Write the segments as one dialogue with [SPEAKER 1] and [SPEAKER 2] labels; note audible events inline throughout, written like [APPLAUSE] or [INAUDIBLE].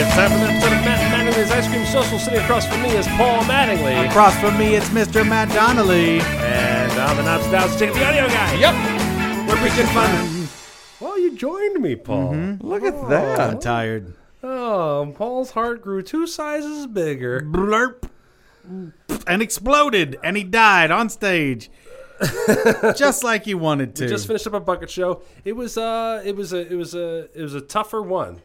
[SPEAKER 1] It's time for the episode of Matt Mattingly's Ice Cream Social. Sitting across from me is Paul Mattingly.
[SPEAKER 2] Across from me, it's Mr. Matt Donnelly.
[SPEAKER 1] And I'm the Knobs Down Stick, the audio guy. Yep. We're preaching fun. Mm-hmm. Well, you joined me, Paul.
[SPEAKER 3] Look at
[SPEAKER 2] I'm
[SPEAKER 3] that.
[SPEAKER 2] tired.
[SPEAKER 1] Oh, Paul's heart grew two sizes bigger.
[SPEAKER 2] Blurp. And exploded, and he died on [LAUGHS] stage. Just like you wanted to.
[SPEAKER 1] Just finished up a bucket show. It was uh it was a it was a it was a tougher one.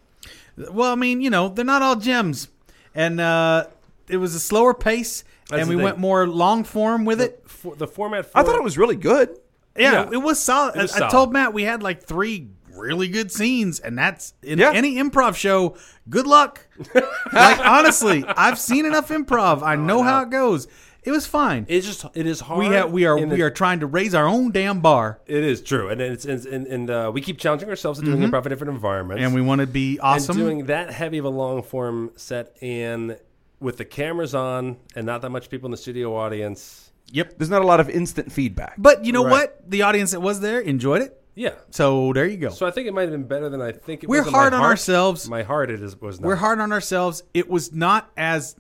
[SPEAKER 2] well, I mean, you know, they're not all gems. And uh, it was a slower pace,
[SPEAKER 1] That's
[SPEAKER 2] and
[SPEAKER 1] the
[SPEAKER 2] we
[SPEAKER 1] thing.
[SPEAKER 2] went more long form with it.
[SPEAKER 1] For, the format for
[SPEAKER 3] I thought it was really good.
[SPEAKER 2] Yeah,
[SPEAKER 1] Yeah.
[SPEAKER 2] it was solid.
[SPEAKER 1] It was
[SPEAKER 2] I, I
[SPEAKER 1] solid.
[SPEAKER 2] told Matt we had like three really good scenes, and that's in
[SPEAKER 3] Yeah.
[SPEAKER 2] any improv show. Good [LAUGHS] luck. like honestly, I've seen enough improv. I know how it goes. It was fine.
[SPEAKER 1] it's just it is hard.
[SPEAKER 2] we have we are
[SPEAKER 1] in the-
[SPEAKER 2] we are trying to raise our own damn bar,
[SPEAKER 1] It is true, and it's and and, and uh, we keep challenging ourselves to doing improv in different environments.
[SPEAKER 2] and we want to be awesome.
[SPEAKER 1] And doing that heavy of a long form set in with the cameras on and not that much people in the studio audience.
[SPEAKER 2] yep.
[SPEAKER 3] There's not a lot of instant feedback.
[SPEAKER 2] But you know
[SPEAKER 1] Right.
[SPEAKER 2] what? The audience that was there enjoyed it.
[SPEAKER 1] Yeah.
[SPEAKER 2] So there you go.
[SPEAKER 1] So I think it might have been better than I think it
[SPEAKER 2] We're
[SPEAKER 1] was. in my
[SPEAKER 2] hard on
[SPEAKER 1] heart.
[SPEAKER 2] ourselves.
[SPEAKER 1] My heart it is was not.
[SPEAKER 2] We're hard on ourselves. It was not as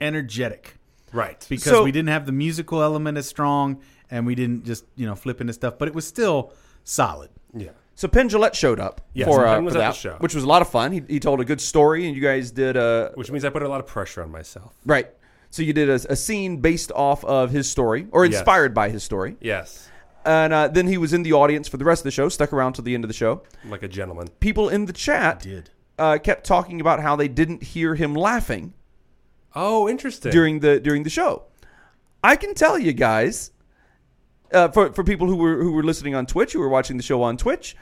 [SPEAKER 2] energetic.
[SPEAKER 1] Right.
[SPEAKER 2] because
[SPEAKER 3] So-
[SPEAKER 2] we didn't have the musical element as strong and we didn't just you know flip into stuff but it was still solid
[SPEAKER 1] Yeah.
[SPEAKER 3] So Penn Gillette showed up
[SPEAKER 1] Yes,
[SPEAKER 3] for, uh,
[SPEAKER 1] Penn was
[SPEAKER 3] for
[SPEAKER 1] at the
[SPEAKER 3] that,
[SPEAKER 1] show.
[SPEAKER 3] which was a lot of fun. He, he told a good story, and you guys did a
[SPEAKER 1] Which means I put a lot of pressure on myself.
[SPEAKER 3] right. So you did a, a scene based off of his story, or
[SPEAKER 1] Yes.
[SPEAKER 3] inspired by his story,
[SPEAKER 1] Yes.
[SPEAKER 3] and uh, then he was in the audience for the rest of the show, stuck around till the end of the show.
[SPEAKER 1] Like a gentleman.
[SPEAKER 3] People in the chat
[SPEAKER 2] did
[SPEAKER 3] uh, kept talking about how they didn't hear him laughing
[SPEAKER 1] Oh, interesting.
[SPEAKER 3] during the during the show. I can tell you guys, uh, for for people who were who were listening on Twitch, who were watching the show on Twitch,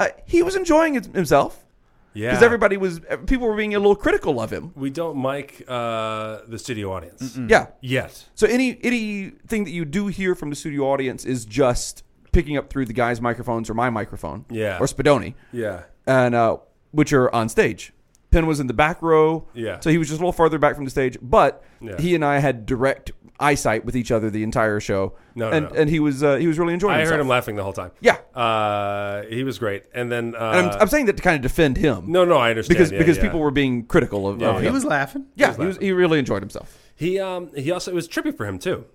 [SPEAKER 3] uh, he was enjoying it himself
[SPEAKER 1] yeah. Mm-hmm.
[SPEAKER 3] because everybody was uh, people were being a little critical of him.
[SPEAKER 1] we don't mic uh, the studio audience
[SPEAKER 3] Yeah.
[SPEAKER 1] yet.
[SPEAKER 3] So any anything that you do hear from the studio audience is just picking up through the guys' microphones or my microphone,
[SPEAKER 1] Yeah.
[SPEAKER 3] or Spadoni,
[SPEAKER 1] Yeah.
[SPEAKER 3] and uh, which are on stage. Penn was in the back row,
[SPEAKER 1] Yeah.
[SPEAKER 3] So he was just a little farther back from the stage, but
[SPEAKER 1] Yeah.
[SPEAKER 3] he and I had direct eyesight with each other the entire show.
[SPEAKER 1] No, no,
[SPEAKER 3] and
[SPEAKER 1] no.
[SPEAKER 3] and he was uh, he was really enjoying.
[SPEAKER 1] I
[SPEAKER 3] himself.
[SPEAKER 1] heard him laughing the whole time.
[SPEAKER 3] Yeah.
[SPEAKER 1] Uh, he was great. And then. Uh,
[SPEAKER 3] And I'm, I'm saying that to kind of defend him,
[SPEAKER 1] no, no, I understand.
[SPEAKER 3] because
[SPEAKER 1] Yeah,
[SPEAKER 3] because
[SPEAKER 1] yeah.
[SPEAKER 3] people were being critical of, of
[SPEAKER 1] yeah.
[SPEAKER 3] him.
[SPEAKER 2] he was laughing
[SPEAKER 3] yeah, he, was, he really enjoyed himself,
[SPEAKER 1] He um he also it was trippy for him too,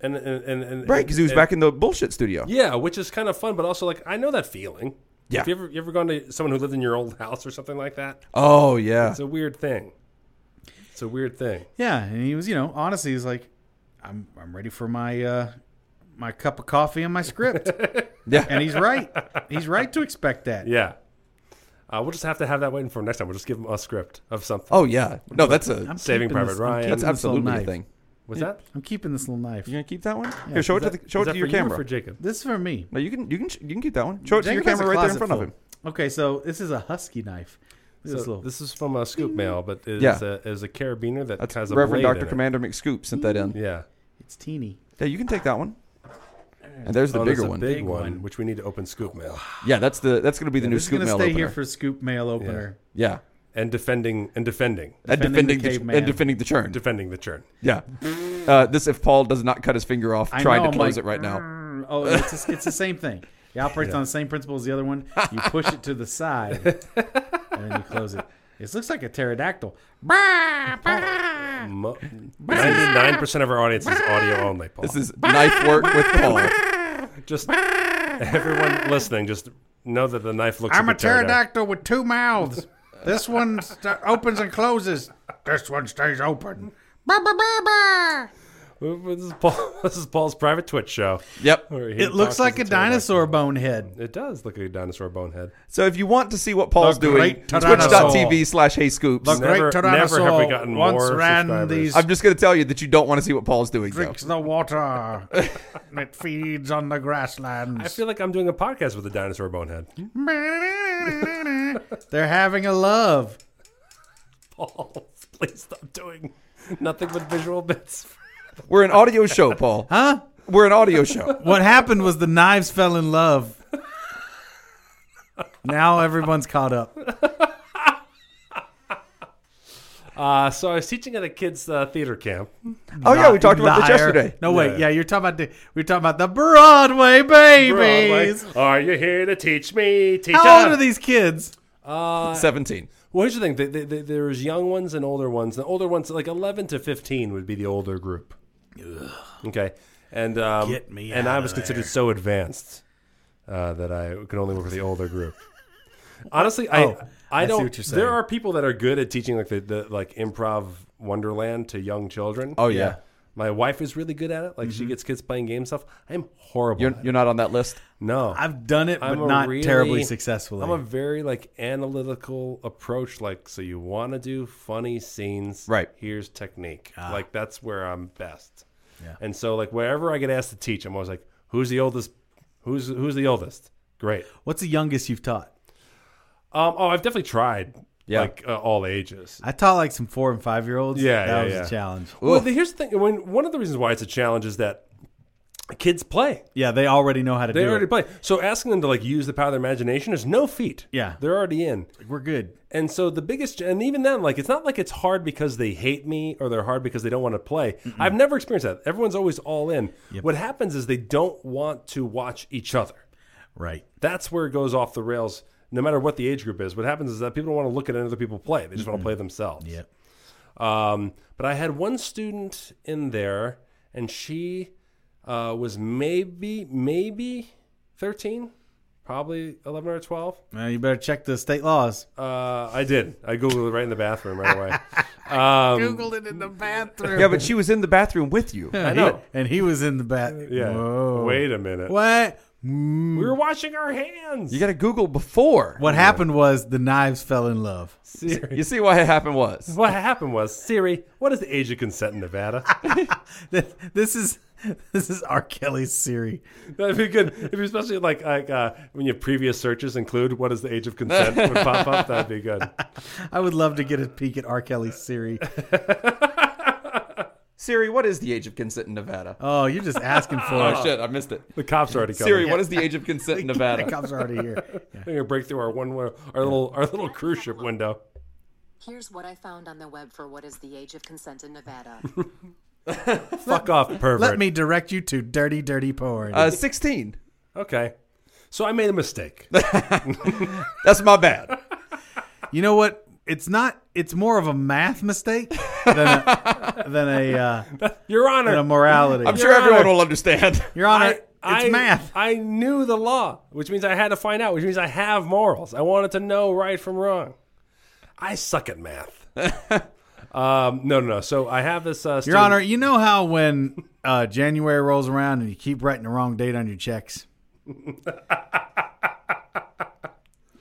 [SPEAKER 1] and and and, and
[SPEAKER 3] right? Because he was
[SPEAKER 1] and-
[SPEAKER 3] back in the bullshit studio.
[SPEAKER 1] Yeah, which is kind of fun, but also like I know that feeling.
[SPEAKER 3] Yeah.
[SPEAKER 1] If you ever you ever gone to someone who lived in your old [LAUGHS] house or something like that,
[SPEAKER 3] Oh yeah,
[SPEAKER 1] it's a weird thing. It's a weird thing.
[SPEAKER 2] yeah and he was you know honestly he's like i'm i'm ready for my uh my cup of coffee and my script
[SPEAKER 3] yeah.
[SPEAKER 2] and he's right he's right to expect that
[SPEAKER 1] Yeah. Uh, we'll just have to have that waiting for next time. We'll just give them a script of something.
[SPEAKER 3] Oh yeah, no, that's a
[SPEAKER 2] I'm
[SPEAKER 1] Saving
[SPEAKER 2] keeping
[SPEAKER 1] Private
[SPEAKER 2] I'm
[SPEAKER 1] Ryan.
[SPEAKER 2] keeping
[SPEAKER 3] that's
[SPEAKER 2] this little
[SPEAKER 3] absolutely a
[SPEAKER 2] knife.
[SPEAKER 3] thing.
[SPEAKER 1] Was that?
[SPEAKER 2] i'm keeping this little knife
[SPEAKER 3] You gonna keep that one? Here, show it to the, show
[SPEAKER 1] Is
[SPEAKER 3] it
[SPEAKER 1] that
[SPEAKER 3] to your
[SPEAKER 1] for you or
[SPEAKER 3] camera.
[SPEAKER 1] for Jacob.
[SPEAKER 2] this is for me
[SPEAKER 3] no, you can you can you can keep that one. Show it to your
[SPEAKER 2] Jacob has
[SPEAKER 3] camera
[SPEAKER 2] a
[SPEAKER 3] right there in
[SPEAKER 2] closet
[SPEAKER 3] front of him.
[SPEAKER 2] full. okay so this is a husky knife Look
[SPEAKER 1] So
[SPEAKER 2] at this little
[SPEAKER 1] this is from a scoop mail, but it's
[SPEAKER 3] Yeah.
[SPEAKER 1] a, is a carabiner that
[SPEAKER 3] That's
[SPEAKER 1] has a
[SPEAKER 3] Reverend
[SPEAKER 1] blade
[SPEAKER 3] Doctor
[SPEAKER 1] in it.
[SPEAKER 3] Commander McScoop sent that
[SPEAKER 2] Mm-hmm.
[SPEAKER 3] in. Yeah.
[SPEAKER 1] Yeah.
[SPEAKER 2] it's teeny
[SPEAKER 3] you can take that one. And there's the
[SPEAKER 1] Oh, there's
[SPEAKER 3] bigger
[SPEAKER 1] a
[SPEAKER 3] one.
[SPEAKER 1] Big,
[SPEAKER 2] Big
[SPEAKER 1] one,
[SPEAKER 2] one.
[SPEAKER 1] which we need to open scoop mail.
[SPEAKER 3] yeah, that's the that's gonna be the new
[SPEAKER 2] this is
[SPEAKER 3] scoop
[SPEAKER 2] gonna
[SPEAKER 3] mail
[SPEAKER 2] stay
[SPEAKER 3] opener.
[SPEAKER 2] here for scoop mail opener
[SPEAKER 3] yeah,
[SPEAKER 1] And defending and defending.
[SPEAKER 3] and defending
[SPEAKER 2] Defending the
[SPEAKER 3] the,
[SPEAKER 2] caveman.
[SPEAKER 3] and defending the churn.
[SPEAKER 1] Defending the churn.
[SPEAKER 3] yeah, uh, this if Paul does not cut his finger off
[SPEAKER 2] I
[SPEAKER 3] trying
[SPEAKER 2] know,
[SPEAKER 3] to
[SPEAKER 2] I'm
[SPEAKER 3] close
[SPEAKER 2] like,
[SPEAKER 3] it right now.
[SPEAKER 2] "Grr." Oh, it's, it's the
[SPEAKER 3] [LAUGHS]
[SPEAKER 2] same thing. It operates on the same principle as the other one. You push it to the side,
[SPEAKER 3] [LAUGHS]
[SPEAKER 2] and then you close it. It looks like a pterodactyl. [LAUGHS]
[SPEAKER 1] Ninety-nine percent of our audience is audio only. Paul.
[SPEAKER 3] This is knife work
[SPEAKER 2] [LAUGHS]
[SPEAKER 3] with Paul.
[SPEAKER 1] just everyone listening, just know that the knife looks.
[SPEAKER 2] I'm a
[SPEAKER 1] like pterodactyl.
[SPEAKER 2] pterodactyl with two mouths. This one st- opens and closes. This one stays open. Ba, ba, ba, ba.
[SPEAKER 1] This is, Paul, [LAUGHS] this is Paul's private Twitch show.
[SPEAKER 3] Yep.
[SPEAKER 1] where he
[SPEAKER 2] It looks
[SPEAKER 1] talks
[SPEAKER 2] like a
[SPEAKER 1] as pterodactyl.
[SPEAKER 2] dinosaur bone head.
[SPEAKER 1] It does look like a dinosaur bonehead.
[SPEAKER 3] So if you want to see what Paul's
[SPEAKER 2] The
[SPEAKER 3] doing,
[SPEAKER 2] great tyrannosaur.
[SPEAKER 3] twitch.tv slash hey scoops.
[SPEAKER 2] The
[SPEAKER 1] Never-
[SPEAKER 2] great
[SPEAKER 1] never have we
[SPEAKER 2] tyrannosaur
[SPEAKER 1] gotten
[SPEAKER 2] once
[SPEAKER 1] more
[SPEAKER 2] ran
[SPEAKER 1] subscribers.
[SPEAKER 2] these
[SPEAKER 3] I'm just gonna tell you that you don't want to see what Paul's doing though.
[SPEAKER 2] drinks the water. and it feeds on the grasslands.
[SPEAKER 1] I feel like I'm doing a podcast with a dinosaur bonehead.
[SPEAKER 2] Hmm? They're having a love.
[SPEAKER 1] [LAUGHS] Paul, please stop doing nothing but visual bits.
[SPEAKER 3] We're an audio show, Paul.
[SPEAKER 2] [LAUGHS] Huh?
[SPEAKER 3] We're an audio show.
[SPEAKER 2] What happened was the knives fell in love. Now everyone's caught up.
[SPEAKER 1] Uh, so I was teaching at a kids' uh, theater camp.
[SPEAKER 3] Oh yeah, we talked about this
[SPEAKER 2] Liar.
[SPEAKER 3] yesterday.
[SPEAKER 2] No wait,
[SPEAKER 1] Yeah.
[SPEAKER 2] yeah, you're talking about the we were talking about the Broadway babies.
[SPEAKER 1] Broadway, Are you here to teach me? Teach
[SPEAKER 2] How old
[SPEAKER 1] us.
[SPEAKER 2] are these kids?
[SPEAKER 3] Seventeen.
[SPEAKER 1] Well, here's the thing: they, they, they, there's young ones and older ones. The older ones, like 11 to 15, would be the older group. Okay, and um,
[SPEAKER 2] Get me
[SPEAKER 1] and
[SPEAKER 2] out
[SPEAKER 1] I
[SPEAKER 2] of
[SPEAKER 1] was considered so advanced uh, that I could only work with the older
[SPEAKER 2] [LAUGHS]
[SPEAKER 1] group. Honestly, I
[SPEAKER 2] Oh,
[SPEAKER 1] I,
[SPEAKER 2] I see
[SPEAKER 1] don't.
[SPEAKER 2] what you're saying.
[SPEAKER 1] there are people that are good at teaching like the, the like improv Wonderland to young children.
[SPEAKER 3] Oh yeah.
[SPEAKER 1] My wife is really good at it. Like
[SPEAKER 2] Mm-hmm.
[SPEAKER 1] she gets kids playing game stuff. I'm horrible.
[SPEAKER 3] You're
[SPEAKER 1] at it.
[SPEAKER 3] you're not on that list.
[SPEAKER 1] no,
[SPEAKER 2] I've done it, but
[SPEAKER 1] a
[SPEAKER 2] not
[SPEAKER 1] really-
[SPEAKER 2] terribly successfully.
[SPEAKER 1] I'm a very like analytical approach. Like, so you want to do funny scenes,
[SPEAKER 3] Right.
[SPEAKER 1] Here's technique. Like that's where I'm best.
[SPEAKER 2] Ah. Yeah.
[SPEAKER 1] And so like wherever I get asked to teach, I'm always like, who's the oldest? Who's who's the oldest? Great.
[SPEAKER 2] What's the youngest you've taught?
[SPEAKER 1] Um. Oh, I've definitely tried.
[SPEAKER 3] Yeah.
[SPEAKER 1] Like uh, all ages.
[SPEAKER 2] I taught like some four and five year olds.
[SPEAKER 1] Yeah,
[SPEAKER 2] that
[SPEAKER 1] yeah,
[SPEAKER 2] was
[SPEAKER 1] yeah.
[SPEAKER 2] a challenge.
[SPEAKER 1] Well, the, here's the thing. When one of the reasons why it's a challenge is that kids play.
[SPEAKER 2] Yeah, they already know how to
[SPEAKER 1] They
[SPEAKER 2] do
[SPEAKER 1] already
[SPEAKER 2] it.
[SPEAKER 1] play. So asking them to like use the power of their imagination is no feat.
[SPEAKER 2] Yeah.
[SPEAKER 1] They're already in.
[SPEAKER 2] We're good.
[SPEAKER 1] And so the biggest, and even then, like it's not like it's hard because they hate me or they're hard because they don't want to play. I've never experienced that. Everyone's always all in. What happens is they don't want to watch each other.
[SPEAKER 2] Right.
[SPEAKER 1] That's where it goes off the rails. No matter what the age group is, what happens is that people don't want to look at other people play. They just want to play themselves.
[SPEAKER 2] Yep.
[SPEAKER 1] Um, but I had one student in there, and she uh, was maybe maybe thirteen, probably eleven or twelve.
[SPEAKER 2] Well, you better check the state laws.
[SPEAKER 1] Uh, I did. I googled it right in the bathroom right away.
[SPEAKER 2] Googled it in the bathroom.
[SPEAKER 3] Yeah, but she was in the bathroom with you.
[SPEAKER 1] I know.
[SPEAKER 2] and he was in the bathroom.
[SPEAKER 1] Yeah.
[SPEAKER 2] Whoa.
[SPEAKER 1] Wait a minute.
[SPEAKER 2] What? Mm.
[SPEAKER 1] We were washing our hands.
[SPEAKER 3] You got to Google before.
[SPEAKER 2] What happened was the knives fell in love.
[SPEAKER 1] Siri.
[SPEAKER 3] You see why it happened was.
[SPEAKER 1] What happened was Siri. What is the age of consent in
[SPEAKER 2] [LAUGHS]
[SPEAKER 1] Nevada?
[SPEAKER 2] Th- this is this is R. Kelly's Siri.
[SPEAKER 1] That'd be good. If you- especially like like uh, when your previous searches include what is the age of consent would pop up. That'd be good.
[SPEAKER 2] I would love to get a peek at R. Kelly's Siri.
[SPEAKER 3] Siri, what is the age of consent in Nevada?
[SPEAKER 2] Oh, you're just asking for
[SPEAKER 3] Oh
[SPEAKER 2] it.
[SPEAKER 3] shit, I missed it.
[SPEAKER 1] The cops are already coming.
[SPEAKER 3] Siri, what is the age of consent in
[SPEAKER 2] [LAUGHS] The
[SPEAKER 3] Nevada?
[SPEAKER 2] cops are already
[SPEAKER 3] [LAUGHS]
[SPEAKER 2] here.
[SPEAKER 1] They're gonna break through our one wi- our little our little cruise ship window.
[SPEAKER 4] Here's what I found on the web for what is the age of consent in Nevada.
[SPEAKER 1] Fuck off, pervert.
[SPEAKER 2] Let me direct you to dirty, dirty porn.
[SPEAKER 3] Uh, 16.
[SPEAKER 1] Okay. So I made a
[SPEAKER 2] [LAUGHS]
[SPEAKER 1] mistake.
[SPEAKER 3] That's my bad.
[SPEAKER 2] you know what? It's not. It's more of a math mistake than a,
[SPEAKER 3] [LAUGHS]
[SPEAKER 2] than a uh,
[SPEAKER 1] Your
[SPEAKER 2] than a
[SPEAKER 1] Honor.
[SPEAKER 2] morality.
[SPEAKER 3] I'm sure everyone will understand.
[SPEAKER 2] Your Honor,
[SPEAKER 1] I-
[SPEAKER 2] it's
[SPEAKER 1] I-
[SPEAKER 2] math.
[SPEAKER 1] I knew the law, which means I had to find out, which means I have morals. I wanted to know right from wrong. I suck at
[SPEAKER 2] [LAUGHS]
[SPEAKER 1] math. um, no, no, no. So I have this. Uh,
[SPEAKER 2] Your
[SPEAKER 1] student-
[SPEAKER 2] Honor, you know how when uh, January rolls around and you keep writing the wrong date on
[SPEAKER 3] [LAUGHS]
[SPEAKER 2] your checks?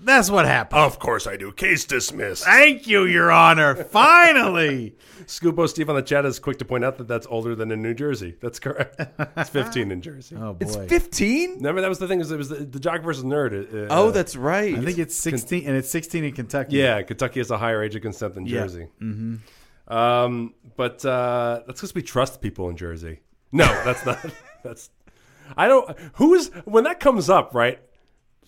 [SPEAKER 2] That's what happened.
[SPEAKER 1] Of course I do. Case dismissed.
[SPEAKER 2] Thank you, Your Honor. Finally.
[SPEAKER 1] Scupo Steve on the chat is quick to point out that that's older than in New Jersey. That's
[SPEAKER 2] [LAUGHS]
[SPEAKER 1] correct. It's 15 in Jersey.
[SPEAKER 2] Oh,
[SPEAKER 3] [LAUGHS] It's
[SPEAKER 2] boy.
[SPEAKER 3] 15?
[SPEAKER 1] Remember, that was the thing. Is it was the, the jock versus nerd. uh,
[SPEAKER 3] Oh,
[SPEAKER 1] uh,
[SPEAKER 3] that's right.
[SPEAKER 2] I think it's 16, and it's 16 in Kentucky.
[SPEAKER 1] Yeah, Kentucky has a higher age of consent than
[SPEAKER 2] Yeah. Mm-hmm.
[SPEAKER 1] Jersey. Um, but uh, that's because we trust people in Jersey. No, that's not. [LAUGHS] That's I don't. Who's when that comes up, right?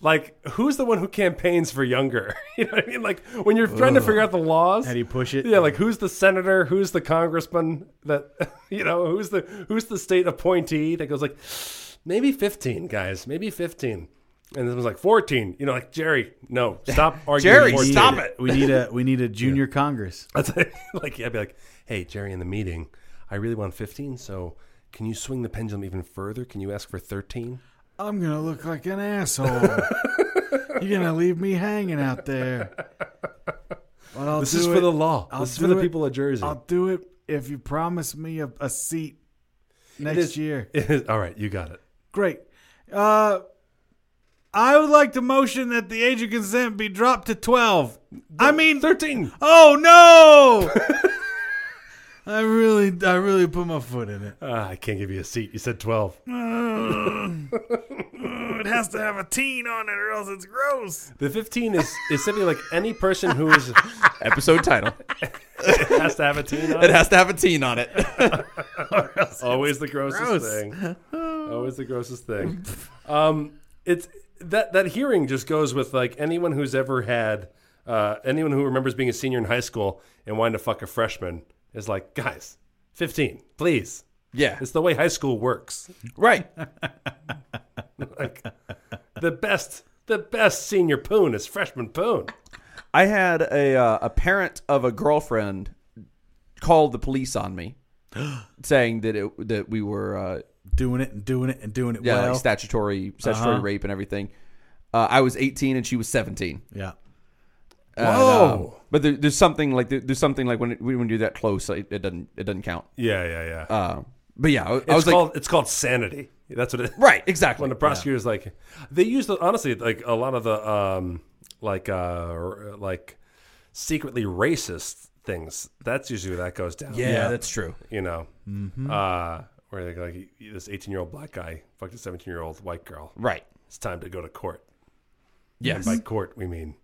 [SPEAKER 1] Like, who's the one who campaigns for younger? [LAUGHS] You know what I mean? Like, when you're trying to figure out the laws,
[SPEAKER 2] How do you push it?
[SPEAKER 1] Yeah, like who's the senator? Who's the congressman? That [LAUGHS] you know, who's the who's the state appointee that goes like, maybe fifteen guys, maybe fifteen, and then it was like fourteen. You know, like Jerry, no,
[SPEAKER 2] [LAUGHS]
[SPEAKER 1] stop arguing.
[SPEAKER 3] Jerry,
[SPEAKER 1] 14.
[SPEAKER 3] stop it.
[SPEAKER 2] We need a we need a [LAUGHS] junior Congress.
[SPEAKER 1] [LAUGHS] That's like, like I'd be like, hey, Jerry, in the meeting, I really want 15, so can you swing the pendulum even further? Can you ask for 13?
[SPEAKER 2] I'm gonna look like an [LAUGHS] asshole. You're gonna leave me hanging out there. But I'll
[SPEAKER 1] This
[SPEAKER 2] do
[SPEAKER 1] is for
[SPEAKER 2] it-
[SPEAKER 1] the law.
[SPEAKER 2] I'll
[SPEAKER 1] this is for the
[SPEAKER 2] do it.
[SPEAKER 1] people of Jersey.
[SPEAKER 2] I'll do it if you promise me a, a seat next
[SPEAKER 1] is-
[SPEAKER 2] year.
[SPEAKER 1] [LAUGHS] All right, you got it.
[SPEAKER 2] Great. Uh, I would like to motion that the age of consent be dropped to 12. I mean,
[SPEAKER 1] 13.
[SPEAKER 2] oh no! [LAUGHS] I really, I really put my foot in it.
[SPEAKER 1] Ah, I can't give you a seat. You said 12.
[SPEAKER 2] It has to have a teen on it, or else it's gross.
[SPEAKER 1] The 15 is, is simply like any person who is, [LAUGHS]
[SPEAKER 3] Episode title.
[SPEAKER 1] has
[SPEAKER 2] [LAUGHS]
[SPEAKER 1] to have a teen on
[SPEAKER 3] It [LAUGHS]
[SPEAKER 1] it.
[SPEAKER 3] has to have a teen on it.
[SPEAKER 1] Always the grossest
[SPEAKER 2] gross.
[SPEAKER 1] thing. Always the grossest thing. um, it's that that hearing just goes with like anyone who's ever had uh, anyone who remembers being a senior in high school and wanting to fuck a freshman is like, guys, fifteen, please.
[SPEAKER 3] Yeah.
[SPEAKER 1] It's the way high school works.
[SPEAKER 3] Right.
[SPEAKER 1] Like the best, the best senior poon is freshman poon.
[SPEAKER 3] I had a uh, a parent of a girlfriend call the police on me, saying that it that we were uh,
[SPEAKER 2] Doing it and doing it and doing it
[SPEAKER 3] yeah
[SPEAKER 2] well.
[SPEAKER 3] like statutory statutory rape and everything. Uh, I was 18 and she was 17.
[SPEAKER 2] yeah.
[SPEAKER 3] And, uh,
[SPEAKER 1] Whoa.
[SPEAKER 3] but there, there's something like there, there's something like when it, when you're that close, it, it doesn't it doesn't count.
[SPEAKER 1] Yeah, yeah, yeah.
[SPEAKER 3] Uh, but yeah, I, I
[SPEAKER 1] it's
[SPEAKER 3] was
[SPEAKER 1] called it's called sanity. That's what it
[SPEAKER 3] like right exactly.
[SPEAKER 1] when the prosecutor's like they use the honestly like a lot of the um like uh r- like secretly racist things that's usually where that goes down
[SPEAKER 3] yeah, that's true.
[SPEAKER 1] you know uh where they go like this 18 year old black guy fucked a 17 year old white girl
[SPEAKER 3] Right.
[SPEAKER 1] it's time to go to court
[SPEAKER 3] Yes.
[SPEAKER 1] by court we mean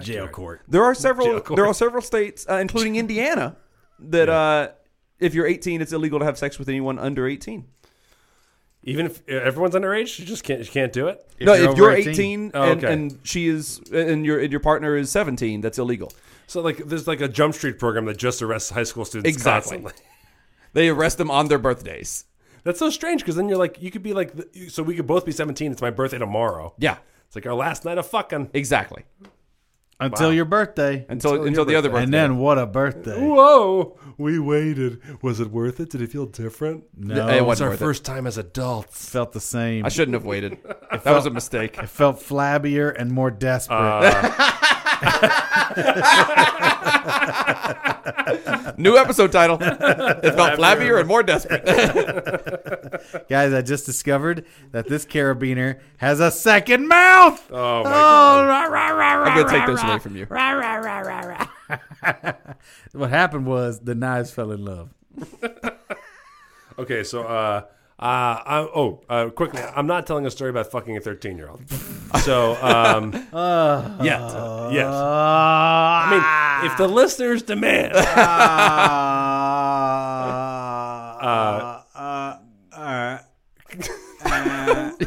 [SPEAKER 2] Jail court.
[SPEAKER 3] There are several.
[SPEAKER 1] Jail court.
[SPEAKER 3] There are several states, uh, including Indiana, that uh, if you're 18, it's illegal to have sex with anyone under 18.
[SPEAKER 1] even if everyone's underage you just can't you can't do it
[SPEAKER 3] no,
[SPEAKER 2] you're
[SPEAKER 3] if you're
[SPEAKER 2] over
[SPEAKER 3] 18,
[SPEAKER 2] 18.
[SPEAKER 1] Oh,
[SPEAKER 3] and,
[SPEAKER 1] okay.
[SPEAKER 3] and she is, and your and your partner is 17, that's illegal.
[SPEAKER 1] so like there's like a jump street program that just arrests high school students
[SPEAKER 3] Exactly.
[SPEAKER 1] constantly.
[SPEAKER 3] They arrest them on their birthdays.
[SPEAKER 1] That's so strange because then you're like, you could be like, th- so we could both be 17. It's my birthday tomorrow.
[SPEAKER 3] Yeah,
[SPEAKER 1] It's like our last night of fucking.
[SPEAKER 3] exactly.
[SPEAKER 2] Until your birthday.
[SPEAKER 3] Until until, the other birthday.
[SPEAKER 2] And then what a birthday.
[SPEAKER 1] Whoa, we waited. Was it worth it? Did it feel different?
[SPEAKER 2] No,
[SPEAKER 3] It
[SPEAKER 1] It was
[SPEAKER 3] wasn't
[SPEAKER 1] our
[SPEAKER 3] worth
[SPEAKER 1] first time as adults.
[SPEAKER 2] felt the same.
[SPEAKER 3] it. I shouldn't have waited. that was a mistake.
[SPEAKER 2] I felt flabbier and more desperate.
[SPEAKER 3] Uh. New episode title. It felt flabbier and more desperate.
[SPEAKER 2] [LAUGHS] Guys, I just discovered that this carabiner has a second mouth.
[SPEAKER 1] Oh my
[SPEAKER 2] Oh, rah, rah, rah, rah,
[SPEAKER 3] I'm gonna take
[SPEAKER 2] rah,
[SPEAKER 3] those
[SPEAKER 2] rah.
[SPEAKER 3] away from you.
[SPEAKER 2] Rah, rah, rah, rah, rah. [LAUGHS] what happened was the knives fell in love.
[SPEAKER 1] Okay, so uh, uh, I, oh, uh, quickly, I'm not telling a story about fucking a 13 year old. So um, yet,
[SPEAKER 2] Uh,
[SPEAKER 1] yes.
[SPEAKER 2] Ah.
[SPEAKER 1] I mean, if the listeners demand,
[SPEAKER 2] uh,
[SPEAKER 1] [LAUGHS]
[SPEAKER 2] Ah. uh, all right.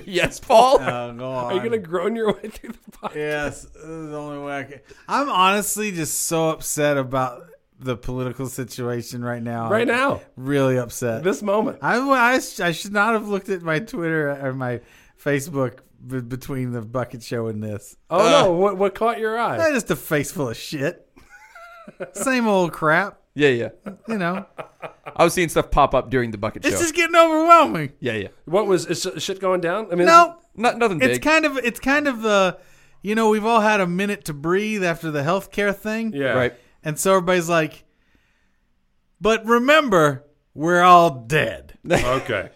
[SPEAKER 3] [LAUGHS] yes, Paul.
[SPEAKER 2] Oh, go on.
[SPEAKER 1] are you gonna groan your way through the podcast?
[SPEAKER 2] Yes, this is the only way I can. I'm honestly just so upset about the political situation right now.
[SPEAKER 1] Right now,
[SPEAKER 2] really upset.
[SPEAKER 1] this moment.
[SPEAKER 2] I, I, sh- I should not have looked at my Twitter or my Facebook b- between the bucket show and this.
[SPEAKER 1] Oh no, what what caught your eye?
[SPEAKER 2] That is a face full of shit. [LAUGHS] Same old crap,
[SPEAKER 3] yeah, yeah.
[SPEAKER 2] you know.
[SPEAKER 3] I was seeing stuff pop up during the bucket show.
[SPEAKER 2] It's just getting overwhelming.
[SPEAKER 3] yeah, yeah.
[SPEAKER 1] What was is shit going down? I mean,
[SPEAKER 2] No,
[SPEAKER 3] Not nothing big.
[SPEAKER 2] it's kind of it's kind of uh, you know, we've all had a minute to breathe after the healthcare thing.
[SPEAKER 1] yeah,
[SPEAKER 3] right.
[SPEAKER 2] And so everybody's like, but remember, we're all dead.
[SPEAKER 1] Okay.